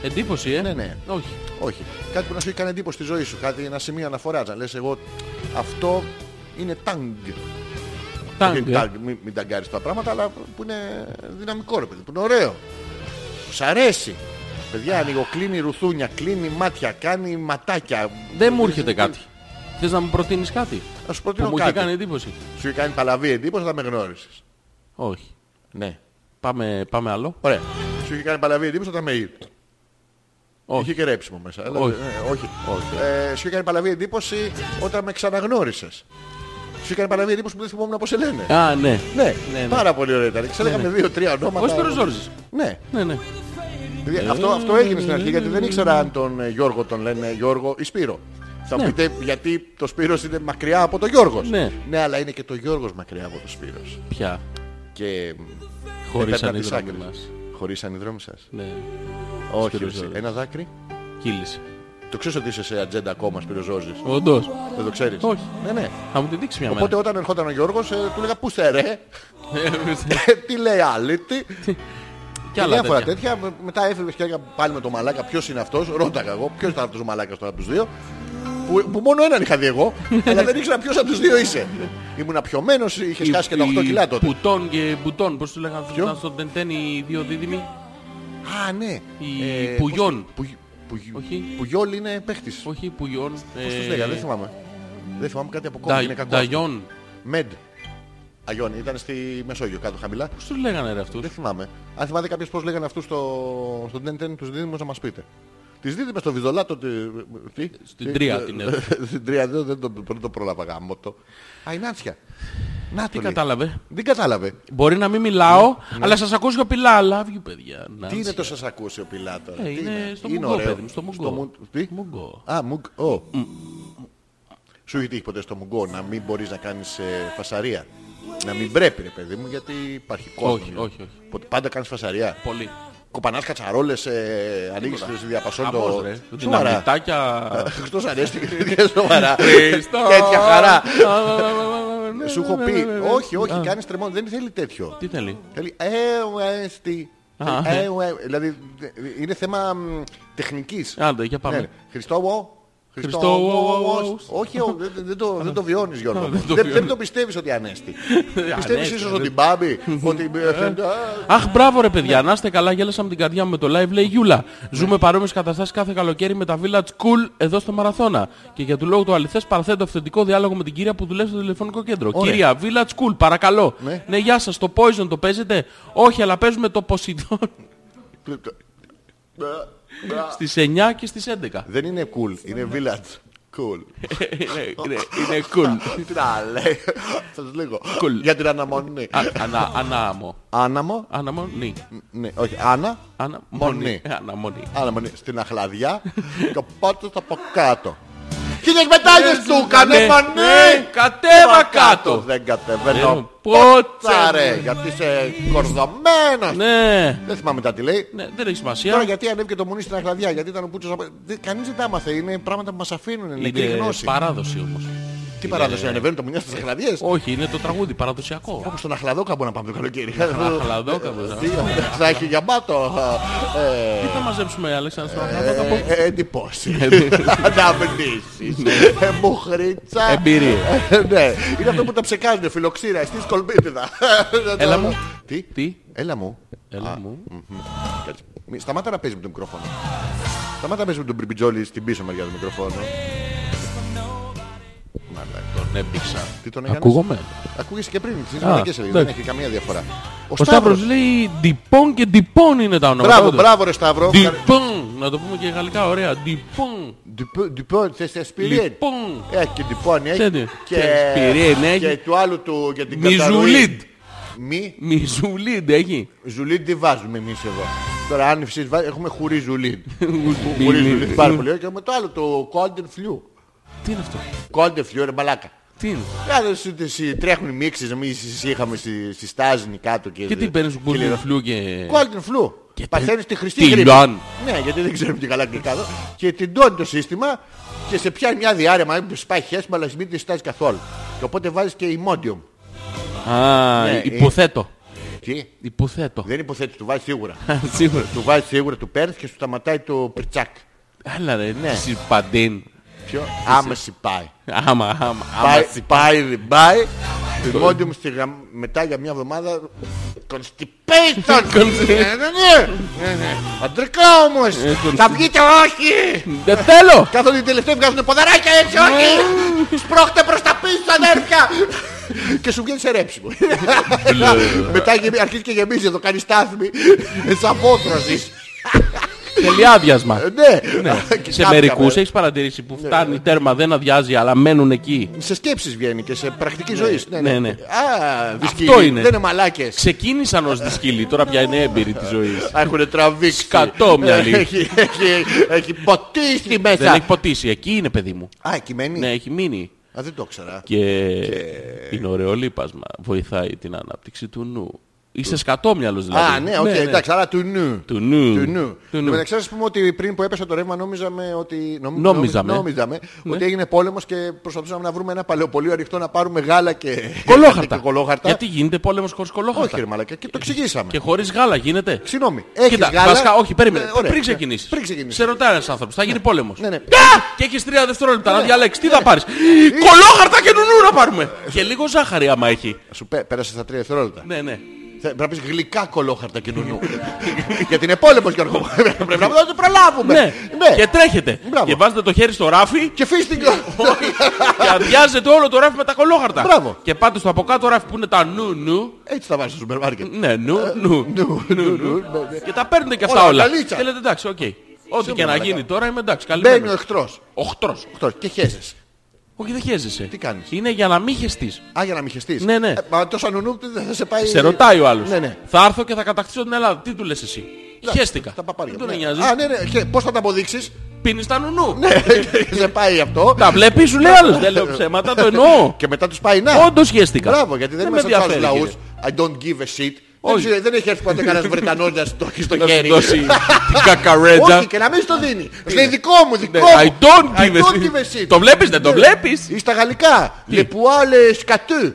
Εντύπωση, ε. Ναι, ναι. Όχι. Όχι. Κάτι που να σου κάνει εντύπωση στη ζωή σου. Κάτι, ένα σημείο αναφοράς. Να λες εγώ αυτό είναι τάγκ. Τάγκ. ε. Μην, μην ταγκάρεις τα πράγματα, αλλά που είναι δυναμικό ρε παιδί, που είναι ωραίο. Που σ' αρέσει. Παιδιά, ανοίγω, κλείνει ρουθούνια, κλείνει μάτια, κάνει ματάκια. Δεν μου έρχεται κάτι. Θες να μου προτείνεις κάτι. Να σου Που προτείνω μου είχε κάτι. κάνει εντύπωση. Σου είχε κάνει παλαβή εντύπωση, θα με γνώρισες. Όχι. Ναι. Πάμε, πάμε άλλο. Ωραία. Σου είχε κάνει παλαβή εντύπωση όταν με είδες. Όχι. Είχε και ρέψιμο μέσα. αλλά- Όχι. ε, όχι. Ε, σου είχε κάνει παλαβή εντύπωση όταν με ξαναγνώρισες. Σου είχε κάνει παλαβή εντύπωση που δεν θυμόμουν πώς σε λένε. Α, ναι. Ναι, Ναι, ναι. πάρα πολύ ωραία ήταν. Ξέλεγαμε δύο-τρία ονόματα. Όχι Ε, περιζόριζες. Ναι. Ναι, ναι. Δηλαδή, αυτό, αυτό έγινε στην αρχή γιατί δεν ήξερα αν τον ε, Γιώργο τον λένε Γιώργο ή Σπύρο. Θα μου Ναι. πείτε γιατί το Σπύρος είναι μακριά από το Γιώργος. Ναι. αλλά είναι και το Γιώργος μακριά από το Σπύρος. Πια. Και ε, Χωρίς επέρνα τις ανίδρομη άκρες. μας. Χωρίς ανιδρόμη σας. Ναι. Όχι, Σπύρος ρε, Ζόρζης. ένα δάκρυ. Κύλησε. Το ξέρεις ότι είσαι σε ατζέντα ακόμα Σπύρος Ζόρζης. Όντως. Δεν το ξέρεις. Όχι. Ναι, ναι. Θα μου την δείξεις μια Οπότε μέρα. όταν ερχόταν ο Γιώργος ε, του λέγα πού είστε ρε. Ε, Τι λέει άλλη, τι. Κι Και άλλα διάφορα τέτοια. τέτοια. Με- Μετά έφευγε και έλεγα πάλι με τον Μαλάκα ποιος είναι αυτός. Ρώταγα εγώ ποιος ήταν αυτός ο Μαλάκας τώρα από τους δύο. Που, που μόνο έναν είχα δει εγώ, αλλά δεν ήξερα ποιος από τους δύο είσαι. Ήμουν πιωμένος, είχε Η- χάσει και τα 8 η κιλά τότε. Πουτών και μπουτών, πώς τους λέγανε αυτούς Ποιο? ήταν στον Τεντέν οι δύο δίδυμοι. Α, ναι. Η πώς Πουγιόν. το- Πουγι- Πουγι- Όχι. Πουγιόλ είναι παίχτης. Πώ Όχι Πουγιόν. τους ε, λέγα, δεν θυμάμαι. Δεν θυμάμαι κάτι από κόμμα. Ντα- Είναι κακό. αυτό. Νταγιόν. Μεντ. Αγιόν, ήταν στη Μεσόγειο κάτω χαμηλά. Πώς τους λέγανε ρε αυτούς. Δεν θυμάμαι. Αν θυμάται κάποιος πώς λέγανε αυτούς στο, στο Τεντέν τους δίδυμους να μας πείτε. Τις δίδυμε στο Βιδολάτο. Τι, τι, Στην τι- τρία ε, την έδωσε. Στην τρία δεν, δεν το, δεν το πρόλαβα γάμο το. Α, η Νάτσια. Να Τι το λέει. κατάλαβε. Δεν κατάλαβε. Μπορεί να μην μιλάω, αλλά σας ακούω σιωπηλά. I love you, παιδιά. Να, Ναι, Τι είναι το έτσι. σας ακούσει ο Πιλάτα. Ε, είναι στο μουγκό, παιδί μου, στο μουγκό. Τι? Μουγκό. Α, μουγκό. Σου είχε τύχει ποτέ στο μουγκό να μην μπορείς να κάνεις ε, φασαρία. Να μην πρέπει ρε παιδί μου γιατί υπάρχει κόσμος. Όχι, όχι, όχι. Οπότε Πάντα κάνεις φασαρία. Πολύ. Κοπανάς κατσαρόλες, ε, ανοίγεις τη διαπασόν Χαμός το... ρε. Σοβαρά. Δυναμητάκια. Χριστός Ανέστη και σοβαρά. Χριστός. Τέτοια χαρά. Ναι, Σου έχω ναι, πει, ναι, ναι, ναι. όχι, όχι, Α, κάνεις τρεμό, δεν θέλει τέτοιο. Τι θέλει. Θέλει, ε, ο Ανέστη, Ε, ε, ε, Δηλαδή ε, είναι θέμα μ, τεχνικής. Άντε, για πάμε. Ναι. Χριστό, ο, Χριστό, Χριστό, ο, ο, ο, ο, ο, ο. Όχι, ο, δεν- δεν το- δεν το βιώνεις Γιώργο. δεν μου. το Δεν- Δεν βιώνω. το πιστεύεις ότι ανέστη. Πιστεύεις Ανέστη, ίσως δεν- ότι μπάμπι, ότι ε, φαίνεται, α, Αχ, μπράβο ρε παιδιά, να είστε καλά, γέλασα με την καρδιά μου με το live, λέει η Γιούλα. Ζούμε παρόμοιες καταστάσεις κάθε καλοκαίρι με τα Village Cool εδώ στο Μαραθώνα. Και για του λόγου του αληθές παραθέτω αυθεντικό διάλογο με την κυρία που δουλεύει στο τηλεφωνικό κέντρο. Ωραία. Κυρία, Village Cool, παρακαλώ. Ναι. Ναι, γεια σας, το Poison το παίζετε. Όχι, αλλά παίζουμε το Poseidon στις 9 και στις Ε, 11. Δεν είναι cool, είναι village. Cool. Είναι- είναι- ναι, Είναι cool. Τι να λέει, σας λέγω. Cool. Για την αναμονή. Α, ανα- Ανάμο. Άναμο, Αναμονή. ναι, όχι, Άννα, Αναμονή. Ε, Μονή. Αναμονή. Άναμονή, στην αχλαδιά και πάτε από κάτω. Χίλιες μετάλλιες του, κάνε Ναι, φανή! Κατέβα κάτω. Δεν Ε, κατεβαίνω. πότσα, Πότσα ρε, ναι. γιατί είσαι κορδωμένος. Ναι. Δεν θυμάμαι μετά τι λέει. Ναι, δεν έχει Τώρα σημασία. γιατί ανέβηκε το μουνί στην αχλαδιά, γιατί ήταν ο Πούτσος... απα- Δεν- Κανείς δεν τα άμαθε, είναι πράγματα που μας αφήνουν, είναι νεκρή Είναι γνώση. παράδοση όμως. Τι παράδοση, ανεβαίνουν το μουνί στις αχλαδιές. Όχι, είναι το τραγούδι, παραδοσιακό. Όπως στον αχλαδόκαμπο να πάμε το καλοκαίρι. Αχλαδόκαμπο. ναι. Τι, Θα έχει γεμάτο. ε, Τι θα μαζέψουμε, Αλέξανδρο, στον Αχλαδόκαμπο. ε, ε, Εντυπώσεις. Να μνήσεις. Ε, Μουχρίτσα. Ναι. Εμπειρία. Ε, Ναι, είναι αυτό που τα ψεκάζουν, φιλοξήρα, στη σκολπίτιδα. Έλα μου. Τι, Τι? έλα μου. Έλα μου. Κάτσε. Μη- Σταμάτα να παίζεις με το μικρόφωνο. Σταμάτα να παίζεις με τον μπριμπιτζόλι στην πίσω μεριά του μικροφόνου. Μαλάκα. Τον έπιξα. Τι τον έκανες? Ακούγομαι. Ακούγεσαι και πριν, στις μαλακές έλεγες, δεν εντάξει. έχει καμία διαφορά. Ο Σταύρος λέει Ντιπών και Ντιπών είναι τα ονόματα. Μπράβο, όντως. μπράβο ρε Σταύρο. Ντιπών. Να το πούμε και γαλλικά, ωραία. Ντιπών. Ντυπ- Ντυπών, θες εσπιρίν. Λοιπόν. Έχει και ντυπών, έχει. Τέτοιο. Εσπιρίν έχει. και του άλλου του για την καταρροή. Μιζουλίντ. Μη Μιζουλίντ έχει. Ζουλίν τι βάζουμε εμείς εδώ. Τώρα αν εσείς βάζετε, έχουμε χουρί ζουλίν. Μι- χουρί μι- ζουλίν πάρα πολύ. Και με το άλλο το golden flu. Τι είναι αυτό. Golden flu ρε μαλάκα. Τι είναι. Άρα σου τις- οι- τρέχουν οι μίξεις, εμείς είχαμε στη, στη στάζνη κάτω και... Και τι παίρνεις και γκούρνι λέω, φλού και... Golden flu. Και Παθαίνεις τι- τη χρηστή τι γρήπη. λιώνει. Ναι, γιατί δεν ξέρουμε και καλά αγγλικά εδώ. Και τεντώνει το σύστημα και σε πιάνει μια διάρρεια, μα μην σπάει χέσμα, αλλά μην τη στάζει καθόλου. Και οπότε βάζεις και ημόντιουμ. Ναι, Α, υποθέτω. Τι, Υποθέτω. δεν υποθέτει, του βάζει σίγουρα. Σίγουρα. του βάζει σίγουρα, του παίρνεις και σου σταματάει το πριτσάκ. Έλα ρε, Ναι. σιρπαντίν. Ποιο? Άμεση πάει. Άμα, άμα, άμα. Πάει, πάει, δεν πάει. Το μόντι μου στη γραμ- μετά για μια εβδομάδα. Constipation! Ε, Constipation. Ναι, ναι, ναι. Ναι, ναι. Αντρικά όμως! constipation. Θα βγείτε όχι! Δεν θέλω! Κάθονται οι τελευταίοι βγάζουν ποδαράκια έτσι, όχι! Σπρώχτε προς τα πίσω, αδέρφια! Και σου βγαίνει σε ρέψιμο. Μετά γεμι- αρχίζει και γεμίζει εδώ, κάνει στάθμη. Σαν απόκρωση. Τελειάδιασμα. Ναι, Και Ναι. Σε κάποια μερικούς μέρα. έχεις παρατηρήσει που φτάνει τέρμα, δεν αδειάζει, αλλά μένουν εκεί. Σε σκέψεις βγαίνει και σε πρακτική ζωής. ναι, ναι. Α, δυσκύλοι. Αυτό είναι. Δεν είναι μαλάκες. Ξεκίνησαν ως δυσκύλοι, τώρα πια είναι έμπειροι της ζωής. Έχουν τραβήξει. Σκατό μυαλί. Έχει, έχει, έχει ποτίσει Δεν μέσα. έχει ποτίσει, εκεί είναι παιδί μου. Α, εκεί μένει. Ναι, έχει μείνει. Α, δεν το ξέρα. Και είναι ωραίο λείπασμα. Βοηθάει την ανάπτυξη του νου. Είσαι σκατόμυαλος δηλαδή. Α, ναι, οκ, εντάξει, άρα του νου. Του νου. Του νου. Του νου. Μεταξύ σας πούμε ότι πριν που έπεσε το ρεύμα νόμιζαμε ότι, νομι- Νόμιζαμε. Ναι. νόμιζαμε ότι έγινε πόλεμος και προσπαθούσαμε να βρούμε ένα παλαιοπολείο ανοιχτό να πάρουμε γάλα και Κολόχαρτα. και κολόχαρτα. Γιατί γίνεται πόλεμος χωρίς Όχι, κολόχαρτα. ρε μαλακά, και το εξηγήσαμε. Και χωρίς γάλα γίνεται. Συγγνώμη. Έχεις Κοίτα, γάλα. βασικά, όχι, περίμενε. Ε, ωραία. πριν ξεκινήσεις. Πριν ξεκινήσεις. Σε ρωτάει ένας άνθρωπος, θα γίνει πόλεμος. Ναι, ναι. Και έχεις τρία δευτερόλεπτα να διαλέξεις. Τι θα πάρεις. Ε, Κολόχαρτα και νουνού να πάρουμε. Και λίγο ζάχαρη άμα έχει. Σου πέ- πέρασες στα τρία δευτερόλεπτα. Ναι, ναι. Θε- Πρέπει να πεις γλυκά κολόχαρτα και νουνού. Γιατί είναι πόλεμος Γιώργο. μου. Πρέπει να το προλάβουμε. Ναι. Και τρέχετε. Μπράβο. Και βάζετε το χέρι στο ράφι. Και φίστηκε. και αδειάζετε όλο το ράφι με τα κολόχαρτα. Μπράβο. Και πάτε στο από κάτω ράφι που είναι τα νου νου. Έτσι θα βάζεις στο σούπερ μάρκετ. Ναι, νου νου. Ε, Νου, νου, νου. Και τα παίρνετε και αυτά Όλα, όλα. καλύτσα. Και λέτε εντάξει, οκ. Ό,τι και να μαλακά. γίνει τώρα είμαι εντάξει. Μπαίνει ο Καλυμμένος. εχθρός. Οχτρός. Εχθρός. Και χέζεσαι. Όχι, δεν χαίζεσαι. Τι κάνεις? Είναι για να μην χεστείς. Α, για να μην χεστείς. Ναι, ναι. Ε, Μα τόσο νουνού δεν θα σε πάει... Σε ρωτάει ο άλλος. Ναι, ναι. Θα έρθω και θα κατακτήσω την Ελλάδα. Τι του λες εσύ. Χαίστηκα. Τα παπάρια. Δεν τον Ναι. νοιάζει. Α, ναι, ναι. Και πώς θα τα αποδείξεις. Ναι. Πίνεις τα νουνού. Σε πάει αυτό. Τα βλέπεις σου λέει άλλος. Δεν λέω ψέματα, το εννοώ. Ναι. Και μετά τους πάει να. Όντως χαίστηκα. Μπράβο, γιατί δεν με είμαστε από τους ενδιαφέρει, λαούς. I don't give a shit. Δεν, Όχι. ξέρω, δεν έχει έρθει ποτέ κανένας Βρετανός να σου το έχει στο Να σου χέρι. δώσει την κακαρέτζα. Όχι και να μην στο δίνει. Λέει δικό μου, δικό μου. Ναι. I don't I give a don't shit. give a shit. Το βλέπεις, δεν το Ναι. βλέπεις. Ή στα γαλλικά. Le poil σκατού.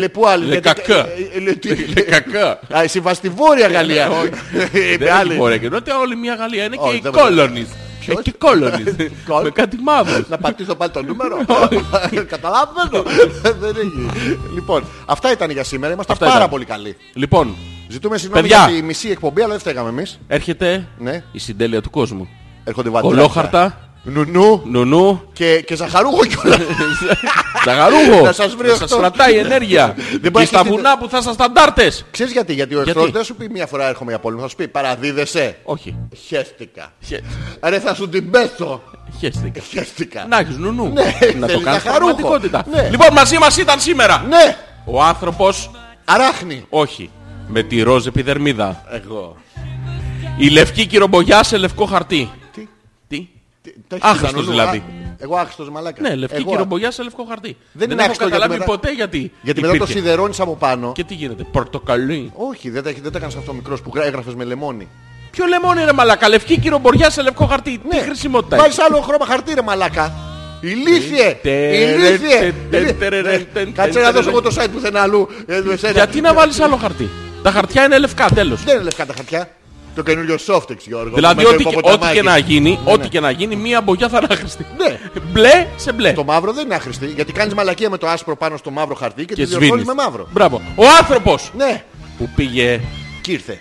Le poil. Λε κακά. Ε, Λε κακά. Ε, ναι, Α, εσύ βας στη Βόρεια Γαλλία. Είπε Δεν έχει ε, άλλη. βόρεια και νότια, όλη μια Γαλλία είναι και Όχι, οι δεν μπορεί. κόλονις. Ποιος? Έχει κόλονις. Κόλ. Με κάτι μαύρο. Να πατήσω πάλι το νούμερο. Καταλαβαίνω. Δεν έχει. Λοιπόν, αυτά ήταν για σήμερα. Είμαστε Αυτά πάρα ήταν. πολύ καλοί. Λοιπόν, Ζητούμε συγγνώμη Παιδιά. για τη μισή εκπομπή, αλλά δεν φταίγαμε εμείς. έρχεται Ναι. η συντέλεια του κόσμου. Έρχονται βατράκια. Κολόχαρτα, Νουνού νουνού, και, και ζαχαρούχο κιόλας. τσαγαρούχο. Να σας βρει αυτό. κρατάει ενέργεια. πάει Και στα και- βουνά που θα σας ταντάρτες. Ξέρεις γιατί, γιατί ο Γιατί? εχθρός δεν θα σου πει μια φορά έρχομαι για πόλεμο, θα σου πει παραδίδεσαι. Όχι. Χαίστηκα. Χε- Ρε θα σου την πέσω. Χαίστηκα. Χαίστηκα. Να έχεις νουνού. Να το Ναι, θέλεις κάνεις ζαχαρούχο. πραγματικότητα. Ναι. Λοιπόν, μαζί μας ήταν σήμερα. Ναι, Ο άνθρωπος, αράχνη. όχι. Με τη ροζ επιδερμίδα. Εγώ. Η λευκή κυρομπογιά σε λευκό χαρτί. Τι. Τι. τι- τα έχεις Άχρηστος ξαναλού, δηλαδή. α. Εγώ άχρηστος μαλάκα. Ναι, λευκή Εγώ- κυρομπογιά σε λευκό χαρτί. είναι Δεν, έχω άχρηστο, γιατί καταλάβει μετά- ποτέ γιατί. Γιατί μετά το υπήρχε. σιδερώνεις από πάνω. Και τι γίνεται, πορτοκαλί. Όχι, δεν τα, δεν τα έκανες αυτό μικρός που γρα- έγραφες με λεμόνι. Ποιο λεμόνι ρε μαλακά, λευκή κυρομποριά σε λευκό χαρτί. Ναι. Τι χρησιμότητα Βάλεις έχει. άλλο χρώμα χαρτί ρε μαλάκα. Ηλίθιε! Τε- Ηλίθιε! τε- τε- τε- ρε- τε- Κάτσε τε- να τε- δώσω τε- εγώ το site πουθενά αλλού. ε, με σένα. Γιατί να βάλεις άλλο χαρτί. Τα χαρτιά είναι λευκά, τέλος. Δεν είναι λευκά τα χαρτιά. Το καινούριο softex Γιώργο. Δηλαδή με το ό,τι, και- ό,τι υποποταμάκι. και να γίνει, ό,τι και να γίνει, μία μπογιά θα είναι άχρηστη. Ναι. Μπλε σε μπλε. Το μαύρο δεν είναι άχρηστη. Γιατί κάνεις μαλακία με το άσπρο πάνω στο μαύρο χαρτί και, Και τη διορθώνεις σβήνεις. με μαύρο. Μπράβο. Ο άνθρωπος Ναι. που πήγε Και ήρθε.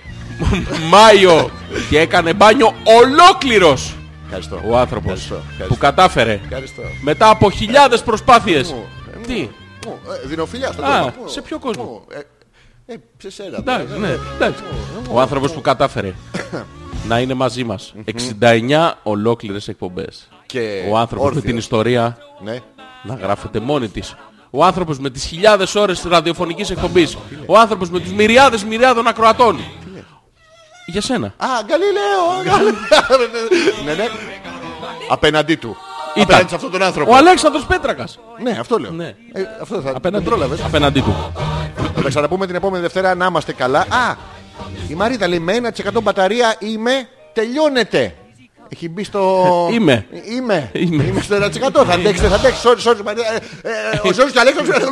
Μάιο και έκανε μπάνιο ολόκληρος. Ευχαριστώ. Ο άνθρωπος Ευχαριστώ. που κατάφερε Ευχαριστώ. ε, μετά από χιλιάδες προσπάθειες. Τι. Μου, ε, Δίνω φιλιά στον Α, κόσμο. Μου, σε ποιο κόσμο? μου, ε, Ε, σε σένα. Εντάξει, ναι, εντάξει. Ο άνθρωπος που κατάφερε να είναι μαζί μας. 69 ολόκληρες εκπομπές. Και Ο άνθρωπος με όρθιος. την ιστορία Ναι. να γράφεται μόνη της. Ο άνθρωπος με τις χιλιάδες ώρες ραδιοφωνικής εκπομπής. Ο άνθρωπος με τις μυριάδες μυριάδων ακροατών. Για σένα. Α, Γαλιλαίο. Γαλιλαίο. Ναι, ναι. Απέναντί του. Ήταν. Απέναντι σε αυτόν τον άνθρωπο. Ο Αλέξανδρος Πέτρακας. Ναι, αυτό λέω. Ναι. Ε, αυτό θα Απέναντι, το πρόλαβες. απέναντί του. Θα τα ξαναπούμε την επόμενη Δευτέρα να είμαστε καλά. Α, η Μαρίτα λέει με 1% μπαταρία είμαι, τελειώνεται. Έχει μπει στο... Ε, Είμαι. Είμαι. Είμαι. στο 1%. Θα αντέξετε, θα αντέξετε. Sorry, sorry, Μαρίτα. Ε, ε, Ο Ζόρις και ο Αλέξανδρος.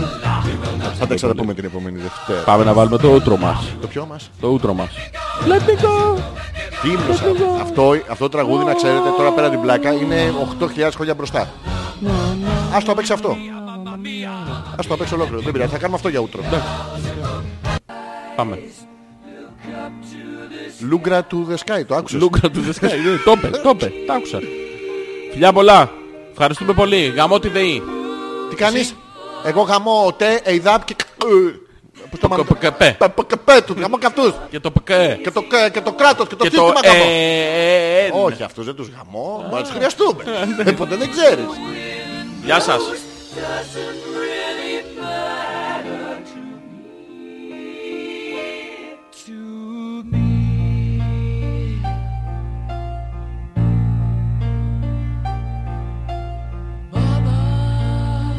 Θα τα ξαναπούμε την επόμενη Δευτέρα. Πάμε να βάλουμε το ούτρο μας. Το ποιο μας. Το ούτρο μας. Let me go. Τι ύμνος, α. αυτό, αυτό το τραγούδι να ξέρετε τώρα πέρα την πλάκα είναι 8.000 χρόνια μπροστά. Ας το παίξει αυτό. Ας το παίξει ολόκληρο. Δεν πειράζει. Θα κάνουμε αυτό για ούτρο. Πάμε. Λούγκρα του The Sky. Το άκουσες. Λούγκρα του Δεσκάη. Το είπε, το είπε. Τα άκουσα. Φιλιά πολλά. Ευχαριστούμε πολύ. Γαμώ τη ΔΕΗ. Τι κάνεις Εγώ γαμώ τε, εϊδάπ και... Που Το το μαν- ΚΠΚΠ. Πε- πε- πε- του, γαμώ και αυτούς. Και το ΠΚΕ. Και το, κα- και το κράτος και το Και το ε- σύστημα γαμώ. ΕΕΕ. Όχι, αυτούς δεν τους γαμώ. Μπορεί να τους χρειαστούμε. Ε, Ποτέ δεν ξέρεις. Γεια σας.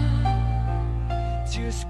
Mama just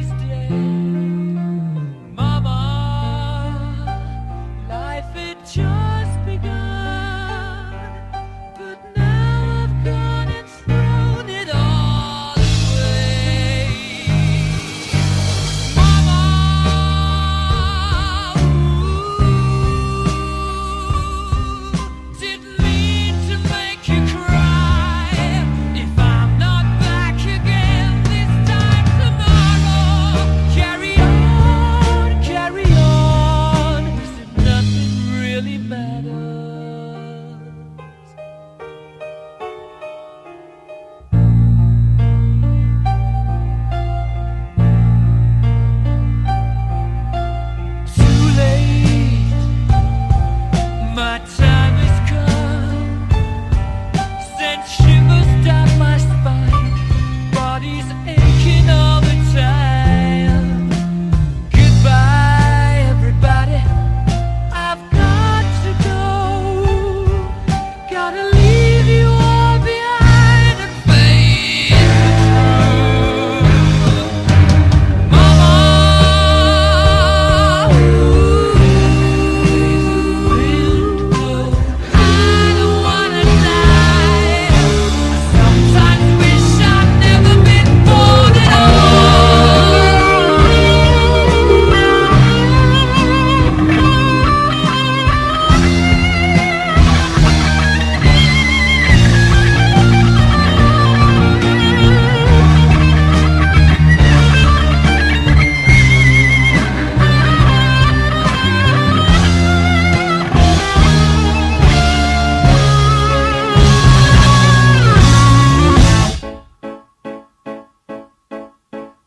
dead. Mama, life had just begun, but now I've gone and thrown it all away. Mama, ooh, didn't mean to make you cry. If I'm not back again this time tomorrow.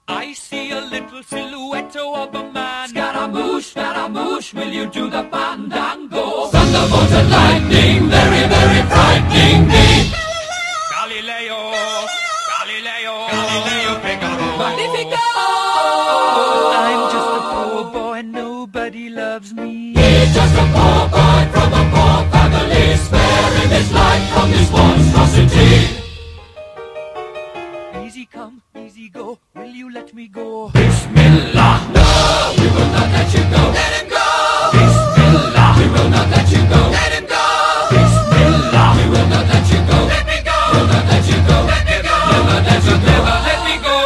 I see a little silhouette of a man. Scaramouche, Scaramouche, will you do the fandango? Thunderbolt and lightning, very, very frightening me. Galileo, Galileo, Galileo Figaro. Magnifico! I'm just a poor boy, nobody loves me. He's just a poor boy from a poor family, sparing his life from this monstrosity. Easy come, easy go. Will you let me go? Bismillah. No, we will not let you go. Let him go. Bismillah. We will not let you go. Let him go. Bismillah. We will not let you go. Let me go. We'll not let you go. Let me go. We'll not let you go. Never let me go.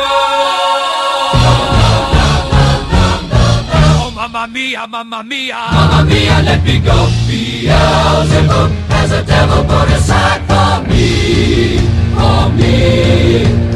Oh, Mamma mia, mamma mia, mamma mia, let me go. Beelzebub has a devil put aside for me, for me.